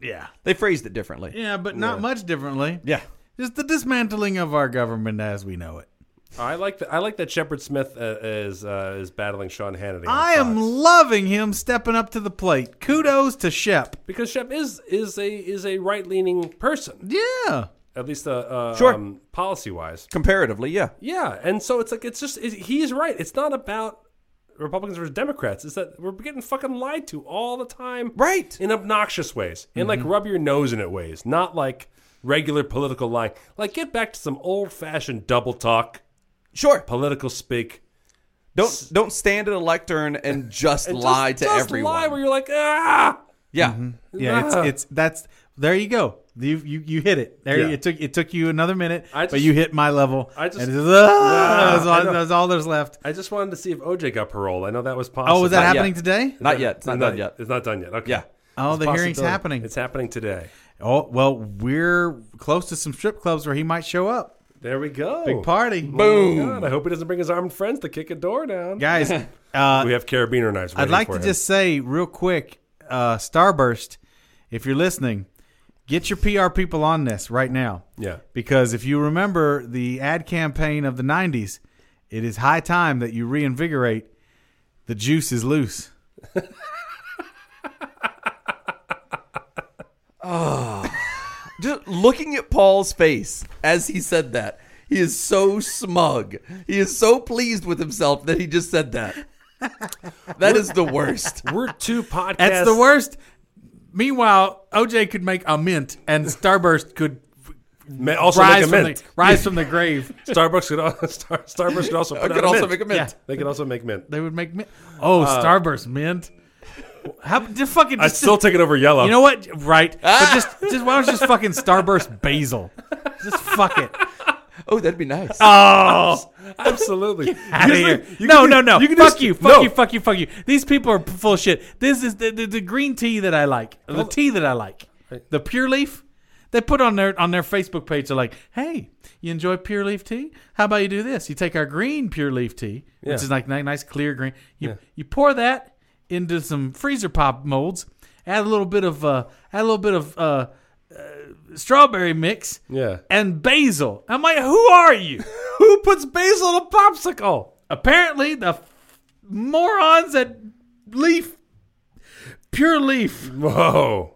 [SPEAKER 2] Yeah.
[SPEAKER 3] They phrased it differently.
[SPEAKER 2] Yeah, but not much differently.
[SPEAKER 3] Yeah.
[SPEAKER 2] Just the dismantling of our government as we know it.
[SPEAKER 1] I like that. I like that Shepard Smith uh, is uh, is battling Sean Hannity. on
[SPEAKER 2] I am
[SPEAKER 1] Fox.
[SPEAKER 2] loving him stepping up to the plate. Kudos to Shep.
[SPEAKER 1] because Shep is is a is a right leaning person,
[SPEAKER 2] Yeah.
[SPEAKER 1] at least uh, uh,
[SPEAKER 3] Sure.
[SPEAKER 1] um, policy wise.
[SPEAKER 3] Comparatively, yeah.
[SPEAKER 1] Yeah, and so it's like it's just it, he's right. It's not about Republicans versus Democrats. It's that we're getting fucking lied to all the time,
[SPEAKER 3] Right. Mm-hmm.
[SPEAKER 1] In obnoxious ways, in like rub your nose in it ways, not like regular political lying. Like get back to some old fashioned double talk,
[SPEAKER 3] Sure.
[SPEAKER 1] political speak.
[SPEAKER 3] Don't don't stand at a lectern and just
[SPEAKER 1] And
[SPEAKER 3] lie
[SPEAKER 1] just,
[SPEAKER 3] to
[SPEAKER 1] just
[SPEAKER 3] everyone.
[SPEAKER 1] Lie where you're like ah.
[SPEAKER 3] yeah.
[SPEAKER 2] Yeah, it's
[SPEAKER 1] Ah.
[SPEAKER 2] it's that's there you go. You you, you hit it. There
[SPEAKER 1] Yeah.
[SPEAKER 2] you, it took it took you another minute,
[SPEAKER 1] I
[SPEAKER 2] but
[SPEAKER 1] just-
[SPEAKER 2] you hit my level.
[SPEAKER 1] I just-
[SPEAKER 2] and it's just, ah,
[SPEAKER 1] Ah,
[SPEAKER 2] that's, all,
[SPEAKER 1] I know.
[SPEAKER 2] that's all there's left.
[SPEAKER 1] I just wanted to see if OJ got paroled. I know that was possible.
[SPEAKER 2] Oh, is that
[SPEAKER 3] yet.
[SPEAKER 2] happening today?
[SPEAKER 3] Not yet. It's not done yet.
[SPEAKER 1] It's not done yet. Okay.
[SPEAKER 3] Yeah.
[SPEAKER 2] Oh,
[SPEAKER 1] It's
[SPEAKER 2] the
[SPEAKER 1] a
[SPEAKER 2] hearing's
[SPEAKER 1] possibility.
[SPEAKER 2] happening.
[SPEAKER 1] It's happening today.
[SPEAKER 2] Oh well, we're close to some strip clubs where he might show up.
[SPEAKER 1] There we go.
[SPEAKER 2] Big party,
[SPEAKER 1] Boom. God, I hope he doesn't bring his armed friends to kick a door down.
[SPEAKER 2] guys.
[SPEAKER 1] [LAUGHS]
[SPEAKER 2] Uh,
[SPEAKER 1] we have carabiner knives.
[SPEAKER 2] I'd
[SPEAKER 1] waiting
[SPEAKER 2] like
[SPEAKER 1] for
[SPEAKER 2] to
[SPEAKER 1] him.
[SPEAKER 2] just say real quick, uh, Starburst, if you're listening, get your PR people on this right now.
[SPEAKER 1] Yeah.
[SPEAKER 2] Because if you remember the ad campaign of the '90s, it is high time that you reinvigorate. The juice is loose.
[SPEAKER 3] Just looking at Paul's face as he said that, he is so smug. He is so pleased with himself that he just said that. That is the worst.
[SPEAKER 2] [LAUGHS]
[SPEAKER 1] We're two podcasts.
[SPEAKER 2] That's the worst Meanwhile, OJ could make a mint, and
[SPEAKER 1] [LAUGHS]
[SPEAKER 2] Starburst could
[SPEAKER 1] May also
[SPEAKER 2] rise,
[SPEAKER 1] make a
[SPEAKER 2] from
[SPEAKER 1] mint.
[SPEAKER 2] the, [LAUGHS] rise
[SPEAKER 1] [LAUGHS]
[SPEAKER 2] from the grave.
[SPEAKER 1] Starbucks could al- [LAUGHS] Star, Starburst could
[SPEAKER 2] [LAUGHS]
[SPEAKER 1] also
[SPEAKER 3] I
[SPEAKER 1] put
[SPEAKER 3] could
[SPEAKER 1] out
[SPEAKER 3] also
[SPEAKER 1] mint.
[SPEAKER 3] make a mint.
[SPEAKER 1] They could also make mint.
[SPEAKER 2] They would make mint. Oh, Starburst mint. How just fucking?
[SPEAKER 1] I
[SPEAKER 2] Just,
[SPEAKER 1] still take it over yellow.
[SPEAKER 2] you know what? Right. But just, just why don't you just fucking Starburst basil? Just fuck it.
[SPEAKER 3] Oh, that'd be nice.
[SPEAKER 2] Oh,
[SPEAKER 1] [LAUGHS]
[SPEAKER 2] [LAUGHS]
[SPEAKER 1] Absolutely.
[SPEAKER 2] out of
[SPEAKER 1] Usually-
[SPEAKER 2] here.
[SPEAKER 1] you
[SPEAKER 2] No,
[SPEAKER 1] can
[SPEAKER 2] no,
[SPEAKER 1] just-
[SPEAKER 2] no.
[SPEAKER 1] you can
[SPEAKER 2] Fuck
[SPEAKER 1] just-
[SPEAKER 2] you. Fuck
[SPEAKER 1] no.
[SPEAKER 2] you. Fuck you. Fuck you. These people are full of shit. This is the, the, the green tea that I like. The tea that I like. The pure leaf. They put on their on their Facebook page. They're like, "Hey, you enjoy pure leaf tea? How about you do this? You take our green pure leaf tea,
[SPEAKER 1] Yeah.
[SPEAKER 2] which is like ni- nice clear green. You you pour that into some freezer pop molds. Add a little bit of uh, add a little bit of uh, uh, strawberry mix.
[SPEAKER 1] Yeah.
[SPEAKER 2] and basil. I'm like, who are you?
[SPEAKER 1] Who puts basil in a popsicle?
[SPEAKER 2] apparently the f- morons at Leaf, Pure Leaf, [LAUGHS]
[SPEAKER 1] Whoa.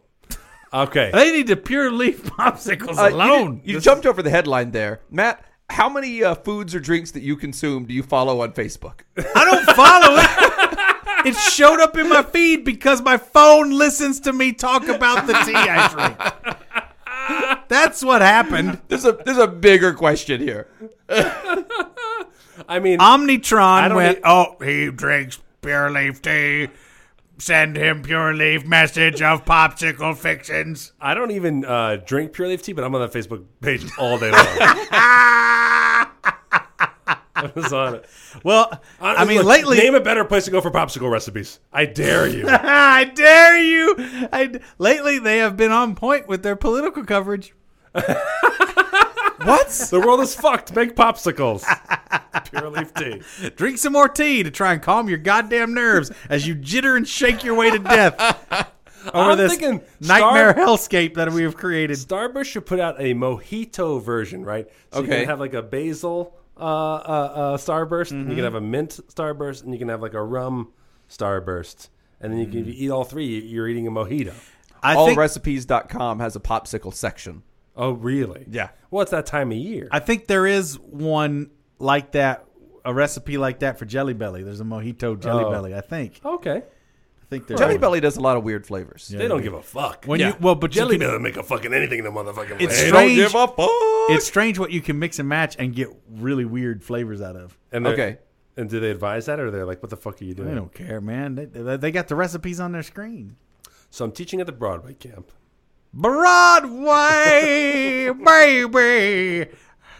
[SPEAKER 1] Okay.
[SPEAKER 2] they need to Pure Leaf [LAUGHS] popsicles
[SPEAKER 3] Uh, you
[SPEAKER 2] alone.
[SPEAKER 3] did- You, jumped over the headline there, Matt. How many uh, foods or drinks that you consume do you follow on Facebook?
[SPEAKER 2] I don't follow it. It [LAUGHS] showed up in my feed because my phone listens to me talk about the tea I drink. That's what happened.
[SPEAKER 3] There's a there's a bigger question here.
[SPEAKER 1] I mean, I
[SPEAKER 2] Omnitron
[SPEAKER 1] don't
[SPEAKER 2] went,
[SPEAKER 1] e-
[SPEAKER 2] oh, he drinks Pure Leaf tea. Send him Pure Leaf message of popsicle fictions.
[SPEAKER 1] I don't even uh, drink Pure Leaf tea, but I'm on that Facebook page all day
[SPEAKER 2] [LAUGHS]
[SPEAKER 1] long. I was on it.
[SPEAKER 2] Well, I mean,
[SPEAKER 1] Look,
[SPEAKER 2] lately.
[SPEAKER 1] name a better place to go for popsicle recipes. I dare you.
[SPEAKER 2] Ah, I dare you. I, lately, they have been on point with their political coverage.
[SPEAKER 3] What?
[SPEAKER 1] the world is fucked. Make
[SPEAKER 2] [LAUGHS]
[SPEAKER 1] popsicles. Pure Leaf tea.
[SPEAKER 2] Drink some more tea to try and calm your goddamn nerves as you jitter and shake your way
[SPEAKER 1] [LAUGHS]
[SPEAKER 2] to death over
[SPEAKER 1] I'm
[SPEAKER 2] this
[SPEAKER 1] thinking
[SPEAKER 2] nightmare
[SPEAKER 1] Star-
[SPEAKER 2] hellscape that we have created.
[SPEAKER 1] Starburst should put out a mojito version, right? So you
[SPEAKER 3] Okay.
[SPEAKER 1] can have like a basil uh, uh, uh, Starburst, and
[SPEAKER 2] Mm-hmm.
[SPEAKER 1] you can have a mint Starburst, and you can have like a rum Starburst. And then you can if
[SPEAKER 2] Mm.
[SPEAKER 1] you eat all three, you- you're eating a mojito.
[SPEAKER 2] I think,
[SPEAKER 3] Allrecipes.com has a popsicle section.
[SPEAKER 1] Oh, really?
[SPEAKER 3] Yeah.
[SPEAKER 1] Well, it's that time of year.
[SPEAKER 2] I think there is one like that, a recipe like that for Jelly Belly. There's a mojito Jelly
[SPEAKER 1] Oh.
[SPEAKER 2] Belly. I think.
[SPEAKER 1] okay.
[SPEAKER 2] I think there's
[SPEAKER 3] Jelly
[SPEAKER 2] one.
[SPEAKER 3] Belly does a lot of weird flavors.
[SPEAKER 1] They don't give a fuck.
[SPEAKER 2] When you well, but you
[SPEAKER 1] Jelly
[SPEAKER 2] can-
[SPEAKER 1] doesn't make a fucking anything in the motherfucking
[SPEAKER 2] It's
[SPEAKER 1] way.
[SPEAKER 2] straight- Strange.
[SPEAKER 3] a fuck.
[SPEAKER 2] it's strange what you can mix and match and get really weird flavors out of.
[SPEAKER 1] And they're-
[SPEAKER 3] Okay.
[SPEAKER 1] And do they advise that, or they're like, "What the fuck are you
[SPEAKER 2] They
[SPEAKER 1] doing?"
[SPEAKER 2] don't care, man. They- They, they got the recipes on their screen.
[SPEAKER 1] So I'm teaching at the Broadway camp.
[SPEAKER 2] Broadway, baby.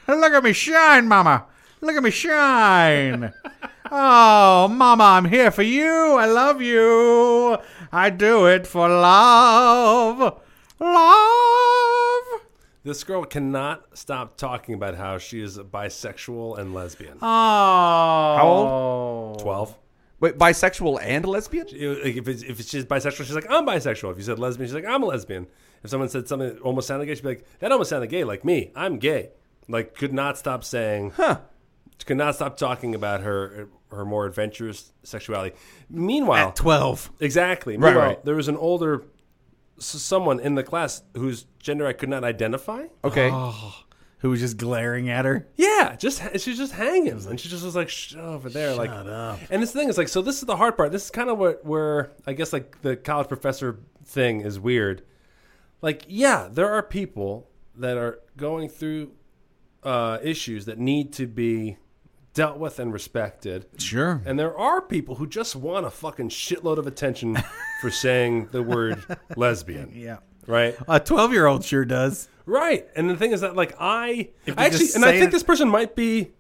[SPEAKER 2] Look at me shine, mama. Look at me shine. Oh, mama, I'm here for you. I love you. I do it for love. Love.
[SPEAKER 1] This girl cannot stop talking about how she is bisexual and lesbian.
[SPEAKER 2] Oh. How
[SPEAKER 1] Twelve.
[SPEAKER 3] Wait, bisexual and lesbian?
[SPEAKER 1] it- like, if it's, if she's bisexual, she's like I'm bisexual. If you said lesbian, she's like I'm a lesbian. If someone said something that almost sounded gay, she'd be like that almost sounded gay, like me. I'm gay. Like could not stop saying, huh? Could not stop talking about her her more adventurous sexuality. Meanwhile,
[SPEAKER 2] 12.
[SPEAKER 1] exactly.
[SPEAKER 3] Right,
[SPEAKER 1] Meanwhile,
[SPEAKER 3] right.
[SPEAKER 1] There was an older s- someone in the class whose gender I could not identify.
[SPEAKER 3] Okay.
[SPEAKER 2] Who was just glaring at her.
[SPEAKER 1] Yeah, just she's just hanging, and she just was like Shh, over there, like. And this thing is like, so this is the hard part. This is kind of what where I guess like the college professor thing is weird. Like, yeah, there are people that are going through uh, issues that need to be dealt with and respected,
[SPEAKER 2] Sure.
[SPEAKER 1] and there are people who just want a fucking shitload of attention for saying the word lesbian.
[SPEAKER 2] Yeah.
[SPEAKER 1] Right.
[SPEAKER 2] A 12 year old sure does.
[SPEAKER 1] Right. And the thing is that like I
[SPEAKER 2] you
[SPEAKER 1] actually
[SPEAKER 2] just
[SPEAKER 1] and I
[SPEAKER 2] say
[SPEAKER 1] think
[SPEAKER 2] it-
[SPEAKER 1] this person might be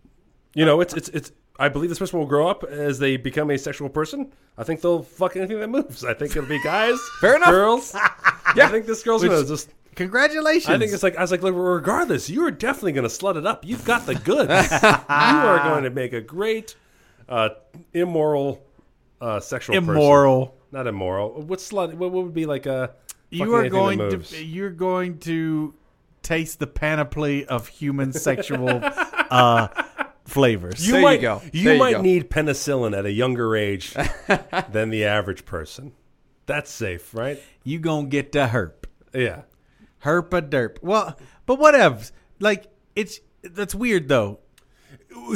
[SPEAKER 1] you know, it's it's it's I believe this person will grow up as they become a sexual person. I think they'll fuck anything that moves. I think it'll be
[SPEAKER 2] [LAUGHS]
[SPEAKER 1] guys,
[SPEAKER 3] Fair enough.
[SPEAKER 1] girls. I think this girl's gonna just
[SPEAKER 2] Congratulations.
[SPEAKER 1] I think it's like I was like, look, regardless, you are definitely gonna slut it up. You've got the goods.
[SPEAKER 2] [LAUGHS]
[SPEAKER 1] you are going to make a great uh immoral uh sexual person.
[SPEAKER 2] immoral.
[SPEAKER 1] Not immoral. What slut what, what would be like a
[SPEAKER 2] you are going to you're going to taste the panoply of human sexual uh, flavors.
[SPEAKER 1] You
[SPEAKER 3] There you
[SPEAKER 1] might,
[SPEAKER 3] go.
[SPEAKER 1] you
[SPEAKER 3] There you
[SPEAKER 1] might
[SPEAKER 3] go.
[SPEAKER 1] need penicillin at a younger [LAUGHS] age than the average person. That's safe, right?
[SPEAKER 2] You gonna get the herp,
[SPEAKER 1] Yeah.
[SPEAKER 2] herp a derp. Well, but whatevs. Like it's that's weird though.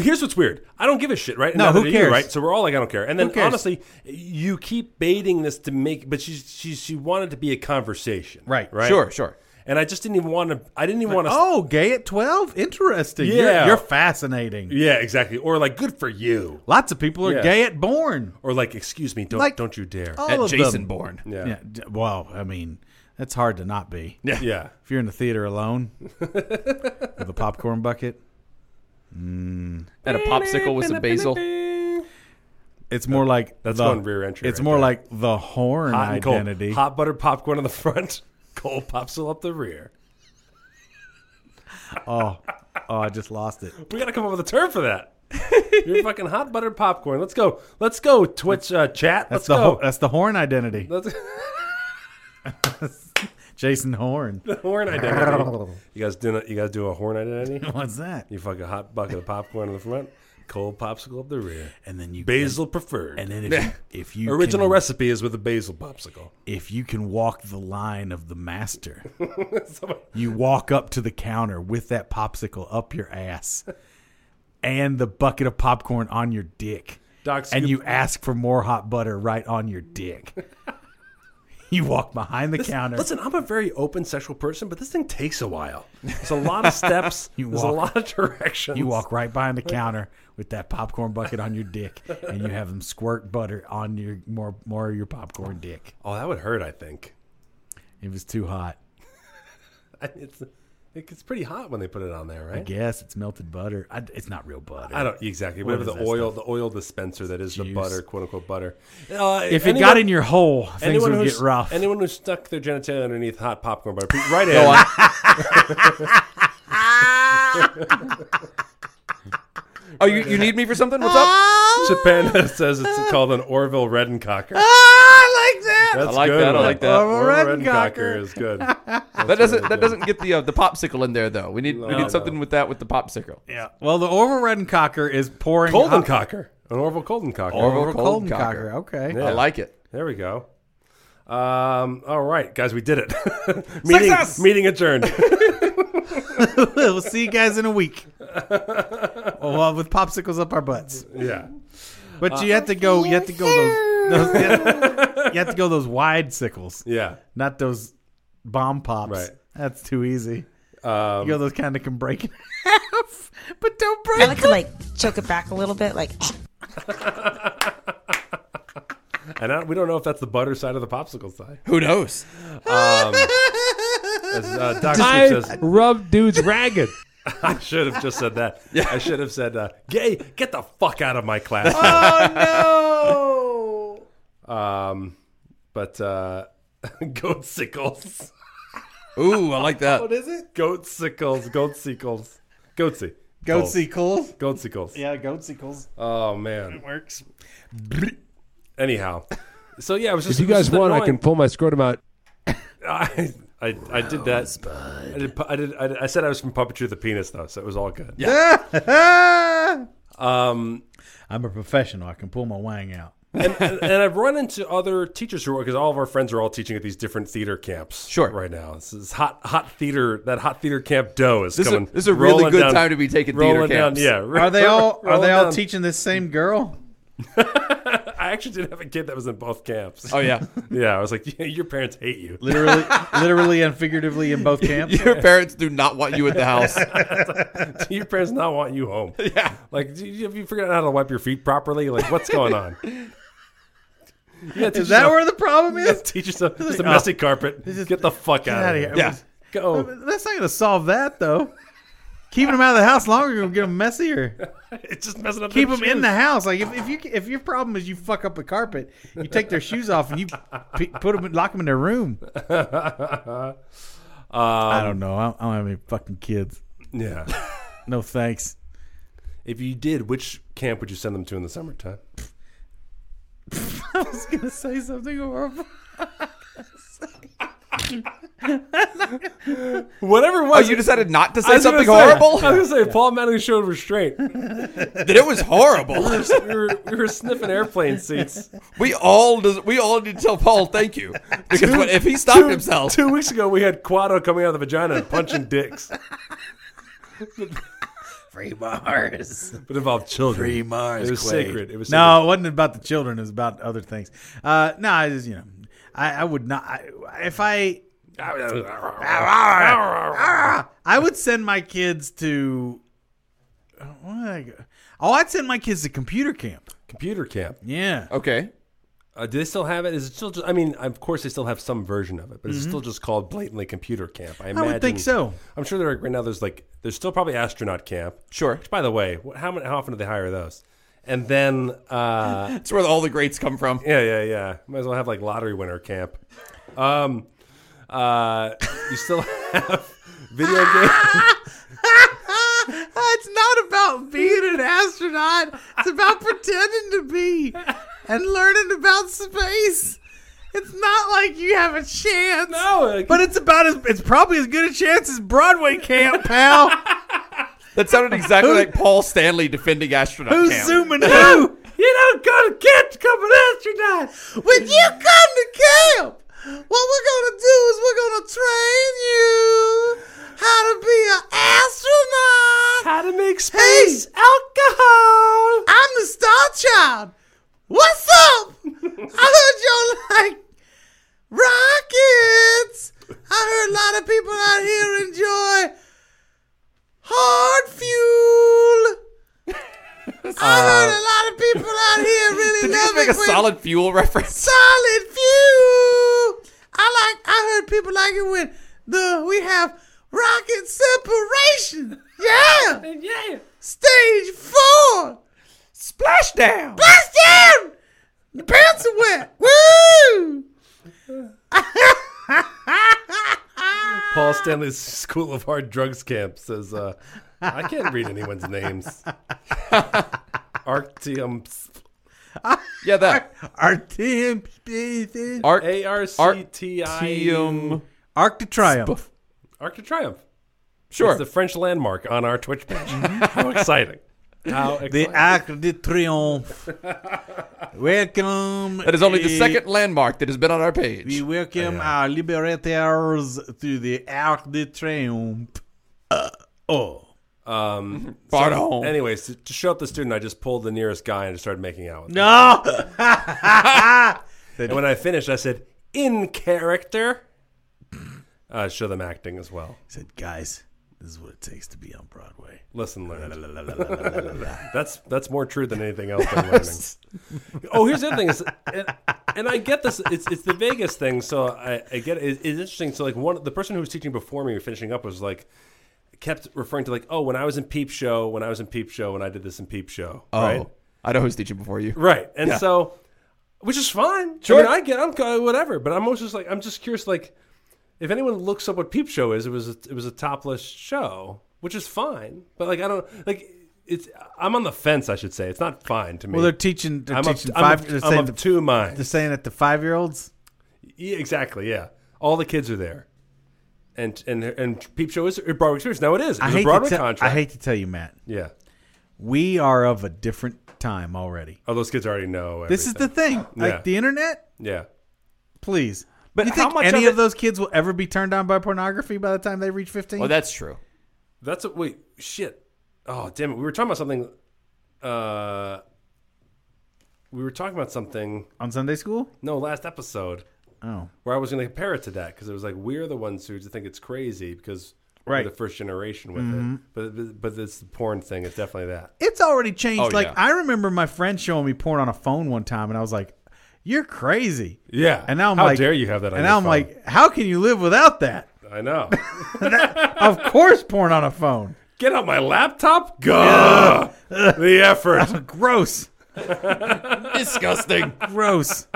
[SPEAKER 1] Here's what's weird. I don't give a shit, right?
[SPEAKER 2] No,
[SPEAKER 1] Neither
[SPEAKER 2] who
[SPEAKER 1] do
[SPEAKER 2] cares?
[SPEAKER 1] right? So we're all like, I don't care. And then
[SPEAKER 2] Who cares?
[SPEAKER 1] honestly, you keep baiting this to make, but she she she wanted to be a conversation,
[SPEAKER 2] Right.
[SPEAKER 1] Right.
[SPEAKER 3] Sure, sure.
[SPEAKER 1] And I just didn't even want to. I didn't even want to.
[SPEAKER 2] Oh, gay at 12? Interesting. You're-
[SPEAKER 1] Yeah.
[SPEAKER 2] You're, fascinating.
[SPEAKER 1] Yeah, exactly. Or like, good for you.
[SPEAKER 2] Lots of people are
[SPEAKER 1] Yeah.
[SPEAKER 2] gay at born.
[SPEAKER 1] Or like, oh. excuse me, don't
[SPEAKER 2] Like-
[SPEAKER 1] don't you dare.
[SPEAKER 2] All
[SPEAKER 3] At
[SPEAKER 2] of
[SPEAKER 3] Jason
[SPEAKER 2] them.
[SPEAKER 3] Bourne.
[SPEAKER 1] yeah.
[SPEAKER 2] Yeah. d- Well, I mean, that's hard to not be.
[SPEAKER 1] yeah,
[SPEAKER 2] If you're in the theater alone with a popcorn bucket,
[SPEAKER 3] And a popsicle with some basil.
[SPEAKER 2] it's more like
[SPEAKER 1] That's
[SPEAKER 2] the,
[SPEAKER 1] going rear entry
[SPEAKER 2] It's
[SPEAKER 1] right
[SPEAKER 2] more
[SPEAKER 1] there.
[SPEAKER 2] like the horn
[SPEAKER 1] Hot and
[SPEAKER 2] identity.
[SPEAKER 1] cold. Hot buttered popcorn on the front. [LAUGHS] Cold popsicle up the rear.
[SPEAKER 2] Oh, I just
[SPEAKER 1] [LAUGHS]
[SPEAKER 2] lost it.
[SPEAKER 1] We gotta come up with a term for that. You're fucking hot buttered popcorn. Let's go. Let's go. Twitch uh, chat. Let's
[SPEAKER 2] That's the
[SPEAKER 1] go.
[SPEAKER 2] ho- that's the
[SPEAKER 1] [LAUGHS]
[SPEAKER 2] horn identity.
[SPEAKER 1] That's
[SPEAKER 2] Jason
[SPEAKER 1] [LAUGHS]
[SPEAKER 2] Horn.
[SPEAKER 1] horn identity. You guys do not, you guys do a horn
[SPEAKER 2] [LAUGHS]
[SPEAKER 1] identity.
[SPEAKER 2] What's that?
[SPEAKER 1] You fucking hot bucket of popcorn in the front, cold popsicle up the rear.
[SPEAKER 2] And then you
[SPEAKER 1] Basil preferred.
[SPEAKER 2] And then
[SPEAKER 1] [LAUGHS]
[SPEAKER 2] if you, if you
[SPEAKER 1] original
[SPEAKER 2] can,
[SPEAKER 1] recipe is with a basil popsicle.
[SPEAKER 2] if you can walk the line of the master,
[SPEAKER 1] [LAUGHS] Somebody-
[SPEAKER 2] you walk up to the counter with that popsicle up your ass and the bucket of popcorn on your dick.
[SPEAKER 1] Doc
[SPEAKER 2] and
[SPEAKER 1] Scoop-
[SPEAKER 2] you ask for more hot butter right on your
[SPEAKER 1] [LAUGHS]
[SPEAKER 2] dick. you walk behind the counter.
[SPEAKER 1] Listen, I'm a very open sexual person, but this thing takes a while. There's a
[SPEAKER 2] [LAUGHS]
[SPEAKER 1] lot of steps.
[SPEAKER 2] You
[SPEAKER 1] there's a lot
[SPEAKER 2] walk-
[SPEAKER 1] of directions.
[SPEAKER 2] You walk right behind the counter with that popcorn bucket on your dick, and you have them squirt butter on your more more of your popcorn dick.
[SPEAKER 1] Oh, that would hurt. I think [LAUGHS]
[SPEAKER 2] It was too hot.
[SPEAKER 1] I- it's it's pretty hot when they put it on there,
[SPEAKER 2] I
[SPEAKER 1] right?
[SPEAKER 2] guess it's melted butter. I, it's not real butter.
[SPEAKER 1] I don't exactly whatever
[SPEAKER 2] is
[SPEAKER 1] the
[SPEAKER 2] that
[SPEAKER 1] oil the oil dispenser that is the
[SPEAKER 2] Juice.
[SPEAKER 1] butter quote unquote butter. Uh,
[SPEAKER 2] if it got in your hole, things would get rough.
[SPEAKER 1] Anyone who stuck their genitalia underneath hot popcorn butter, put right [LAUGHS] in.
[SPEAKER 3] [LAUGHS] Oh, you, you need me for something? What's up?
[SPEAKER 1] Oh, Japan says it's called an Orville
[SPEAKER 2] [LAUGHS]
[SPEAKER 1] Redencocker.
[SPEAKER 2] I like that.
[SPEAKER 1] That's
[SPEAKER 3] I like
[SPEAKER 1] good.
[SPEAKER 3] that, I
[SPEAKER 1] one.
[SPEAKER 3] like that.
[SPEAKER 2] Orville
[SPEAKER 1] Orville Redencocker.
[SPEAKER 2] Redencocker.
[SPEAKER 1] is
[SPEAKER 2] [LAUGHS]
[SPEAKER 1] good.
[SPEAKER 3] That doesn't that doesn't get the uh, the popsicle in there though. We need we
[SPEAKER 1] No,
[SPEAKER 3] need something with that with the popsicle.
[SPEAKER 2] Yeah. Well, the Orville Redencocker is pouring hot-
[SPEAKER 1] Coldencocker, an Orville Coldencocker.
[SPEAKER 3] Orville
[SPEAKER 2] Orville
[SPEAKER 3] Coldencocker.
[SPEAKER 2] Coldencocker. Okay.
[SPEAKER 3] I like it.
[SPEAKER 1] There we go. Um, all right, guys, we did it. [LAUGHS] meeting, meeting adjourned.
[SPEAKER 2] [LAUGHS]
[SPEAKER 1] [LAUGHS]
[SPEAKER 2] we'll see you guys in a week. well, with popsicles up our butts.
[SPEAKER 1] yeah.
[SPEAKER 2] But
[SPEAKER 1] Uh,
[SPEAKER 2] you have to go. You have to go those. those you, have, you have to go those wide sickles,
[SPEAKER 1] Yeah.
[SPEAKER 2] not those bomb pops.
[SPEAKER 1] Right.
[SPEAKER 2] That's too easy.
[SPEAKER 1] Um,
[SPEAKER 2] You go those kind that can break [LAUGHS] in half, but don't break.
[SPEAKER 5] I like to like choke it back a little bit, like
[SPEAKER 1] and I, we don't know if that's the butter side or the popsicle side.
[SPEAKER 3] Who knows?
[SPEAKER 1] As, uh, Doc
[SPEAKER 6] [LAUGHS] I
[SPEAKER 1] Scoop says,
[SPEAKER 6] rub dudes ragged.
[SPEAKER 1] [LAUGHS] I should have just said that. I should have said, uh, "Gay, get the fuck out of my class."
[SPEAKER 3] Oh
[SPEAKER 1] [LAUGHS] Um, but uh, [LAUGHS] goat sickles,
[SPEAKER 3] no! Ooh, I like that.
[SPEAKER 2] Is it
[SPEAKER 1] goat sickles, goat sickles, goatsy,
[SPEAKER 2] goat sickles?
[SPEAKER 1] goat sickles.
[SPEAKER 2] Yeah, goat sickles.
[SPEAKER 1] Oh man,
[SPEAKER 2] Works.
[SPEAKER 1] Anyhow, so yeah, I was just.
[SPEAKER 6] If you
[SPEAKER 1] it was
[SPEAKER 6] guys
[SPEAKER 1] just
[SPEAKER 6] want, I can
[SPEAKER 1] annoying.
[SPEAKER 6] pull my scrotum out.
[SPEAKER 1] [LAUGHS] I, I, I did that. I did, pu- I did. I did. I said I was from puppetry of the penis though, so it was all good. Yeah. Um,
[SPEAKER 2] I'm a professional. I can pull my wang out.
[SPEAKER 1] and, and, and I've run into other teachers who are because all of our friends are all teaching at these different theater camps.
[SPEAKER 3] Sure.
[SPEAKER 1] Right now, this is hot, hot theater. That hot theater camp dough is
[SPEAKER 3] This is-
[SPEAKER 1] coming.
[SPEAKER 3] this is a really
[SPEAKER 1] rolling
[SPEAKER 3] good
[SPEAKER 1] down-
[SPEAKER 3] time to be taking theater
[SPEAKER 1] rolling down-
[SPEAKER 3] camps.
[SPEAKER 1] yeah.
[SPEAKER 2] Are they all? Are
[SPEAKER 1] rolling
[SPEAKER 2] they all
[SPEAKER 1] down.
[SPEAKER 2] teaching this same girl?
[SPEAKER 1] [LAUGHS] I actually did have a kid that was in both camps.
[SPEAKER 3] Oh yeah,
[SPEAKER 1] [LAUGHS]
[SPEAKER 3] [LAUGHS]
[SPEAKER 1] Yeah, I was like, yeah, your parents hate you. [LAUGHS]
[SPEAKER 2] Literally, literally and figuratively in [LAUGHS] both camps.
[SPEAKER 3] your parents do not want you at the house.
[SPEAKER 1] your parents not want
[SPEAKER 3] [LAUGHS]
[SPEAKER 1] you home. [LAUGHS] Yeah. Like, do you, have you figured out how to wipe your feet properly? Like, what's
[SPEAKER 3] [LAUGHS]
[SPEAKER 1] going on? Yeah,
[SPEAKER 2] Is that where the problem is? [LAUGHS]
[SPEAKER 1] teach yourself? It's a messy carpet. Get the fuck out,
[SPEAKER 2] outta
[SPEAKER 1] of
[SPEAKER 2] here.
[SPEAKER 1] here.
[SPEAKER 3] Yeah.
[SPEAKER 2] [LAUGHS]
[SPEAKER 1] Go.
[SPEAKER 2] That's not going to solve that, though. Keeping them out of the house longer is going to get them messier.
[SPEAKER 1] It's just messing up.
[SPEAKER 2] Keep
[SPEAKER 1] their
[SPEAKER 2] them in
[SPEAKER 1] shoes.
[SPEAKER 2] the house. Like if, if you if your problem is you fuck up the carpet, you take their shoes off and you p- put them lock them in
[SPEAKER 1] [LAUGHS]
[SPEAKER 2] their room.
[SPEAKER 1] Um,
[SPEAKER 2] I don't know. I don't, I don't have any fucking kids.
[SPEAKER 1] Yeah.
[SPEAKER 2] No thanks. [LAUGHS]
[SPEAKER 1] If you did, which camp would you send them to in the summertime?
[SPEAKER 2] I was going to say something horrible.
[SPEAKER 1] Whatever it
[SPEAKER 3] Oh,
[SPEAKER 1] was.
[SPEAKER 3] you decided not to
[SPEAKER 1] I
[SPEAKER 3] say
[SPEAKER 1] was gonna
[SPEAKER 3] something
[SPEAKER 1] say-
[SPEAKER 3] horrible.
[SPEAKER 1] [LAUGHS] I was gonna say Paul Mattingly showed restraint. we,
[SPEAKER 3] That it was
[SPEAKER 1] [LAUGHS]
[SPEAKER 3] horrible.
[SPEAKER 1] were, we were sniffing airplane [LAUGHS] seats.
[SPEAKER 3] We all des- we all need to tell Paul thank you because what, if he stopped himself,
[SPEAKER 1] Two weeks ago, we had Quado coming out of the vagina and punching dicks.
[SPEAKER 7] Free Mars.
[SPEAKER 1] But it involved children.
[SPEAKER 7] Free Mars
[SPEAKER 1] It was
[SPEAKER 7] Quaid.
[SPEAKER 1] sacred. It was
[SPEAKER 2] No, it wasn't about the children. It was about other things. Uh, no, I just, you know, I, I would not. I, if I, ah, I would send my kids to. uh, what did I go- Oh, I'd send my kids to computer camp.
[SPEAKER 1] [LAUGHS] computer camp.
[SPEAKER 2] Yeah.
[SPEAKER 3] Okay.
[SPEAKER 1] Uh, do they still have it? Is it still just? I mean, of course they still have some version of it, but it's still just called blatantly computer camp. I,
[SPEAKER 2] I
[SPEAKER 1] imagine,
[SPEAKER 2] would think so.
[SPEAKER 1] I'm sure there are, right now. There's like there's still probably astronaut camp.
[SPEAKER 3] Sure.
[SPEAKER 1] Which, by the way, wh- how many, how often do they hire those? And then uh,
[SPEAKER 3] That's where all the greats come from.
[SPEAKER 1] Yeah, yeah, yeah. Might as well have like lottery winner camp. Um, uh, you still [LAUGHS] have
[SPEAKER 2] [LAUGHS]
[SPEAKER 1] video game.
[SPEAKER 2] it's not about being an astronaut. It's about pretending to be and learning about space. It's not like you have a chance.
[SPEAKER 1] No, like-
[SPEAKER 2] But it's about as it's probably as good a chance as Broadway camp, pal.
[SPEAKER 3] That sounded exactly like Paul Stanley defending astronaut
[SPEAKER 2] Who's
[SPEAKER 3] camp.
[SPEAKER 2] [LAUGHS] zooming who?
[SPEAKER 1] you don't go to camp to become an astronaut.
[SPEAKER 2] When you come to camp, what we're gonna do is we're gonna train you how to be an astronaut.
[SPEAKER 1] How to make
[SPEAKER 2] Hey,
[SPEAKER 1] space alcohol.
[SPEAKER 2] I'm the star child. What's up? I heard y'all like rockets. I heard a lot of people out here enjoy hard fuel. I heard a lot of people out here really
[SPEAKER 3] Did you
[SPEAKER 2] love
[SPEAKER 3] just make
[SPEAKER 2] it
[SPEAKER 3] a
[SPEAKER 2] when-
[SPEAKER 3] solid fuel reference? [LAUGHS]
[SPEAKER 2] solid fuel. I like. I heard people like it when the we have rocket separation. Yeah,
[SPEAKER 1] Yeah.
[SPEAKER 2] stage four.
[SPEAKER 3] Splashdown!
[SPEAKER 2] Bust down. The pants are wet. Woo!
[SPEAKER 1] Paul Stanley's School of Hard Drugs camp says, uh, "I can't read anyone's
[SPEAKER 2] [LAUGHS]
[SPEAKER 1] names." Arctium
[SPEAKER 3] Yeah, that.
[SPEAKER 2] Our team species.
[SPEAKER 3] Arc.
[SPEAKER 1] A R C T I
[SPEAKER 3] Arctium.
[SPEAKER 2] Arc to triumph.
[SPEAKER 1] Arctic Triumph.
[SPEAKER 3] Sure.
[SPEAKER 1] It's the French landmark on our Twitch page. [LAUGHS] How exciting! How
[SPEAKER 2] The
[SPEAKER 1] exciting!
[SPEAKER 2] Arc de Triomphe. Welcome. eh,
[SPEAKER 3] that is only the second landmark that has been on our page.
[SPEAKER 2] We welcome our liberators to the Arc de Triomphe. oh.
[SPEAKER 1] um,
[SPEAKER 3] Pardon.
[SPEAKER 1] anyways, to, to show up the student, I just pulled the nearest guy and just started making out with him.
[SPEAKER 2] No!
[SPEAKER 1] And when I finished, I said, "In character." [CLEARS THROAT] Uh, show them acting as well.
[SPEAKER 2] said, guys, this is what it takes to be on Broadway.
[SPEAKER 1] Listen, learn. that's that's more true than anything else I'm learning. oh, here's the other thing is, and, and I get this. It's it's the Vegas thing, so I, I get it. It's interesting. So like one, the person who was teaching before me, finishing up, was like kept referring to like, oh, when I was in Peep Show, when I was in Peep Show, when I did this in Peep Show,
[SPEAKER 3] Oh,
[SPEAKER 1] right?
[SPEAKER 3] I know who's teaching before you.
[SPEAKER 1] Right. And so, which is fine. Sure. I, mean, I get, I'm co- whatever. But I'm almost just like, I'm just curious, like, if anyone looks up what Peep Show is, it was a, it was a topless show, which is fine. But like, I don't like. It's I'm on the fence. I should say it's not fine to me.
[SPEAKER 2] Well, they're teaching. They're
[SPEAKER 1] I'm of-
[SPEAKER 2] teaching
[SPEAKER 1] I'm
[SPEAKER 2] five.
[SPEAKER 1] of-
[SPEAKER 2] they're,
[SPEAKER 1] I'm
[SPEAKER 2] saying
[SPEAKER 1] of
[SPEAKER 2] the,
[SPEAKER 1] two minds.
[SPEAKER 2] they're saying it to five year olds.
[SPEAKER 1] Yeah, exactly. Yeah. All the kids are there. And and and Peep Show is a Broadway experience. Now it is. It
[SPEAKER 2] I
[SPEAKER 1] was a
[SPEAKER 2] hate.
[SPEAKER 1] Broadway
[SPEAKER 2] To tell-
[SPEAKER 1] contract.
[SPEAKER 2] I hate to tell you, Matt.
[SPEAKER 1] Yeah.
[SPEAKER 2] We are of a different time already.
[SPEAKER 1] Oh, those kids already know.
[SPEAKER 2] This is the thing.
[SPEAKER 1] Yeah.
[SPEAKER 2] Like the internet.
[SPEAKER 1] yeah.
[SPEAKER 2] Please.
[SPEAKER 3] But
[SPEAKER 2] you think
[SPEAKER 3] how much
[SPEAKER 2] any
[SPEAKER 3] of
[SPEAKER 2] of,
[SPEAKER 3] it-
[SPEAKER 2] those kids will ever be turned on by pornography by the time they reach fifteen?
[SPEAKER 3] Well, Oh, that's true.
[SPEAKER 1] That's a wait. Shit. Oh damn it. We were talking about something. Uh, we were talking about something.
[SPEAKER 2] on Sunday school?
[SPEAKER 1] No, last episode
[SPEAKER 2] Oh,
[SPEAKER 1] where I was going to compare it to that because it was like we're the ones who think it's crazy because
[SPEAKER 2] Right. Mm-hmm.
[SPEAKER 1] we're the first generation with it. But but this porn thing is definitely that.
[SPEAKER 2] it's already changed.
[SPEAKER 3] Oh,
[SPEAKER 2] like
[SPEAKER 3] yeah.
[SPEAKER 2] I remember my friend showing me porn on a phone one time, and I was like, "You're crazy."
[SPEAKER 1] Yeah.
[SPEAKER 2] And now I'm
[SPEAKER 1] how
[SPEAKER 2] like,
[SPEAKER 1] dare you have that? On
[SPEAKER 2] And
[SPEAKER 1] your
[SPEAKER 2] now I'm
[SPEAKER 1] phone?
[SPEAKER 2] like, how can you live without that?
[SPEAKER 1] I know. [LAUGHS]
[SPEAKER 2] [LAUGHS] Of course, porn on a phone.
[SPEAKER 1] Get on my laptop. Gah. the effort.
[SPEAKER 2] Gross.
[SPEAKER 3] Disgusting.
[SPEAKER 2] Gross.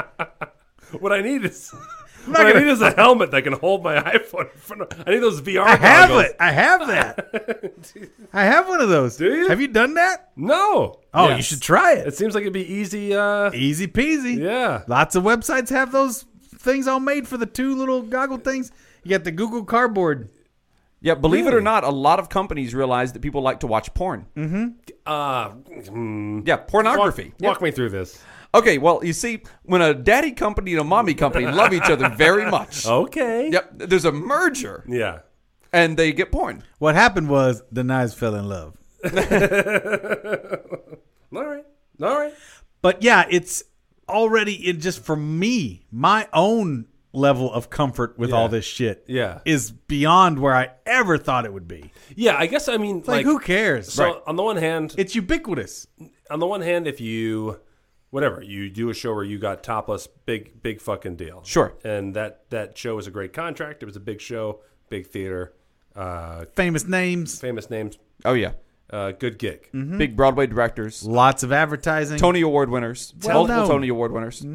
[SPEAKER 1] what I need
[SPEAKER 2] [LAUGHS]
[SPEAKER 1] is.
[SPEAKER 2] not
[SPEAKER 1] What I
[SPEAKER 2] gonna-
[SPEAKER 1] need is a helmet that can hold my [LAUGHS] iPhone in front of. I need those VR.
[SPEAKER 2] [LAUGHS] I have
[SPEAKER 1] goggles.
[SPEAKER 2] it. I have that.
[SPEAKER 1] [LAUGHS]
[SPEAKER 2] I have one of those. Do
[SPEAKER 1] you?
[SPEAKER 2] Have you done that?
[SPEAKER 1] No.
[SPEAKER 2] Oh,
[SPEAKER 1] Yeah.
[SPEAKER 2] you should try it.
[SPEAKER 1] It seems like it'd be easy. Uh,
[SPEAKER 2] Easy peasy.
[SPEAKER 1] yeah.
[SPEAKER 2] Lots of websites have those things all made for the two little goggle things. You got the Google Cardboard.
[SPEAKER 3] [LAUGHS] Yeah, believe it or not, a lot of companies realize that people like to watch porn.
[SPEAKER 1] Mm-hmm. Uh,
[SPEAKER 3] Yeah, pornography.
[SPEAKER 1] Walk, walk me through this.
[SPEAKER 3] Okay, well, you see, when a daddy company and a mommy [LAUGHS] company love each other very much,
[SPEAKER 1] Okay.
[SPEAKER 3] yep, there's a merger
[SPEAKER 1] Yeah.
[SPEAKER 3] and they get porn.
[SPEAKER 2] What happened was the knives fell in love.
[SPEAKER 1] All right. All right.
[SPEAKER 2] But yeah, it's already it just for me, my own level of comfort with all this shit
[SPEAKER 1] Yeah.
[SPEAKER 2] is beyond where I ever thought it would be.
[SPEAKER 1] Yeah, I guess I mean
[SPEAKER 2] Like, who cares?
[SPEAKER 1] So on the one hand,
[SPEAKER 2] It's ubiquitous.
[SPEAKER 1] on the one hand, if you whatever you do a show where you got topless, big big fucking deal.
[SPEAKER 3] Sure.
[SPEAKER 1] And that that show was a great contract. It was a big show, big theater, uh,
[SPEAKER 2] Famous names,
[SPEAKER 1] famous names,
[SPEAKER 3] Oh yeah,
[SPEAKER 1] uh, good gig.
[SPEAKER 3] Mm-hmm. big Broadway directors,
[SPEAKER 2] lots of advertising.
[SPEAKER 3] Tony Award winners,
[SPEAKER 2] Well
[SPEAKER 3] multiple
[SPEAKER 2] known.
[SPEAKER 3] Tony Award winners.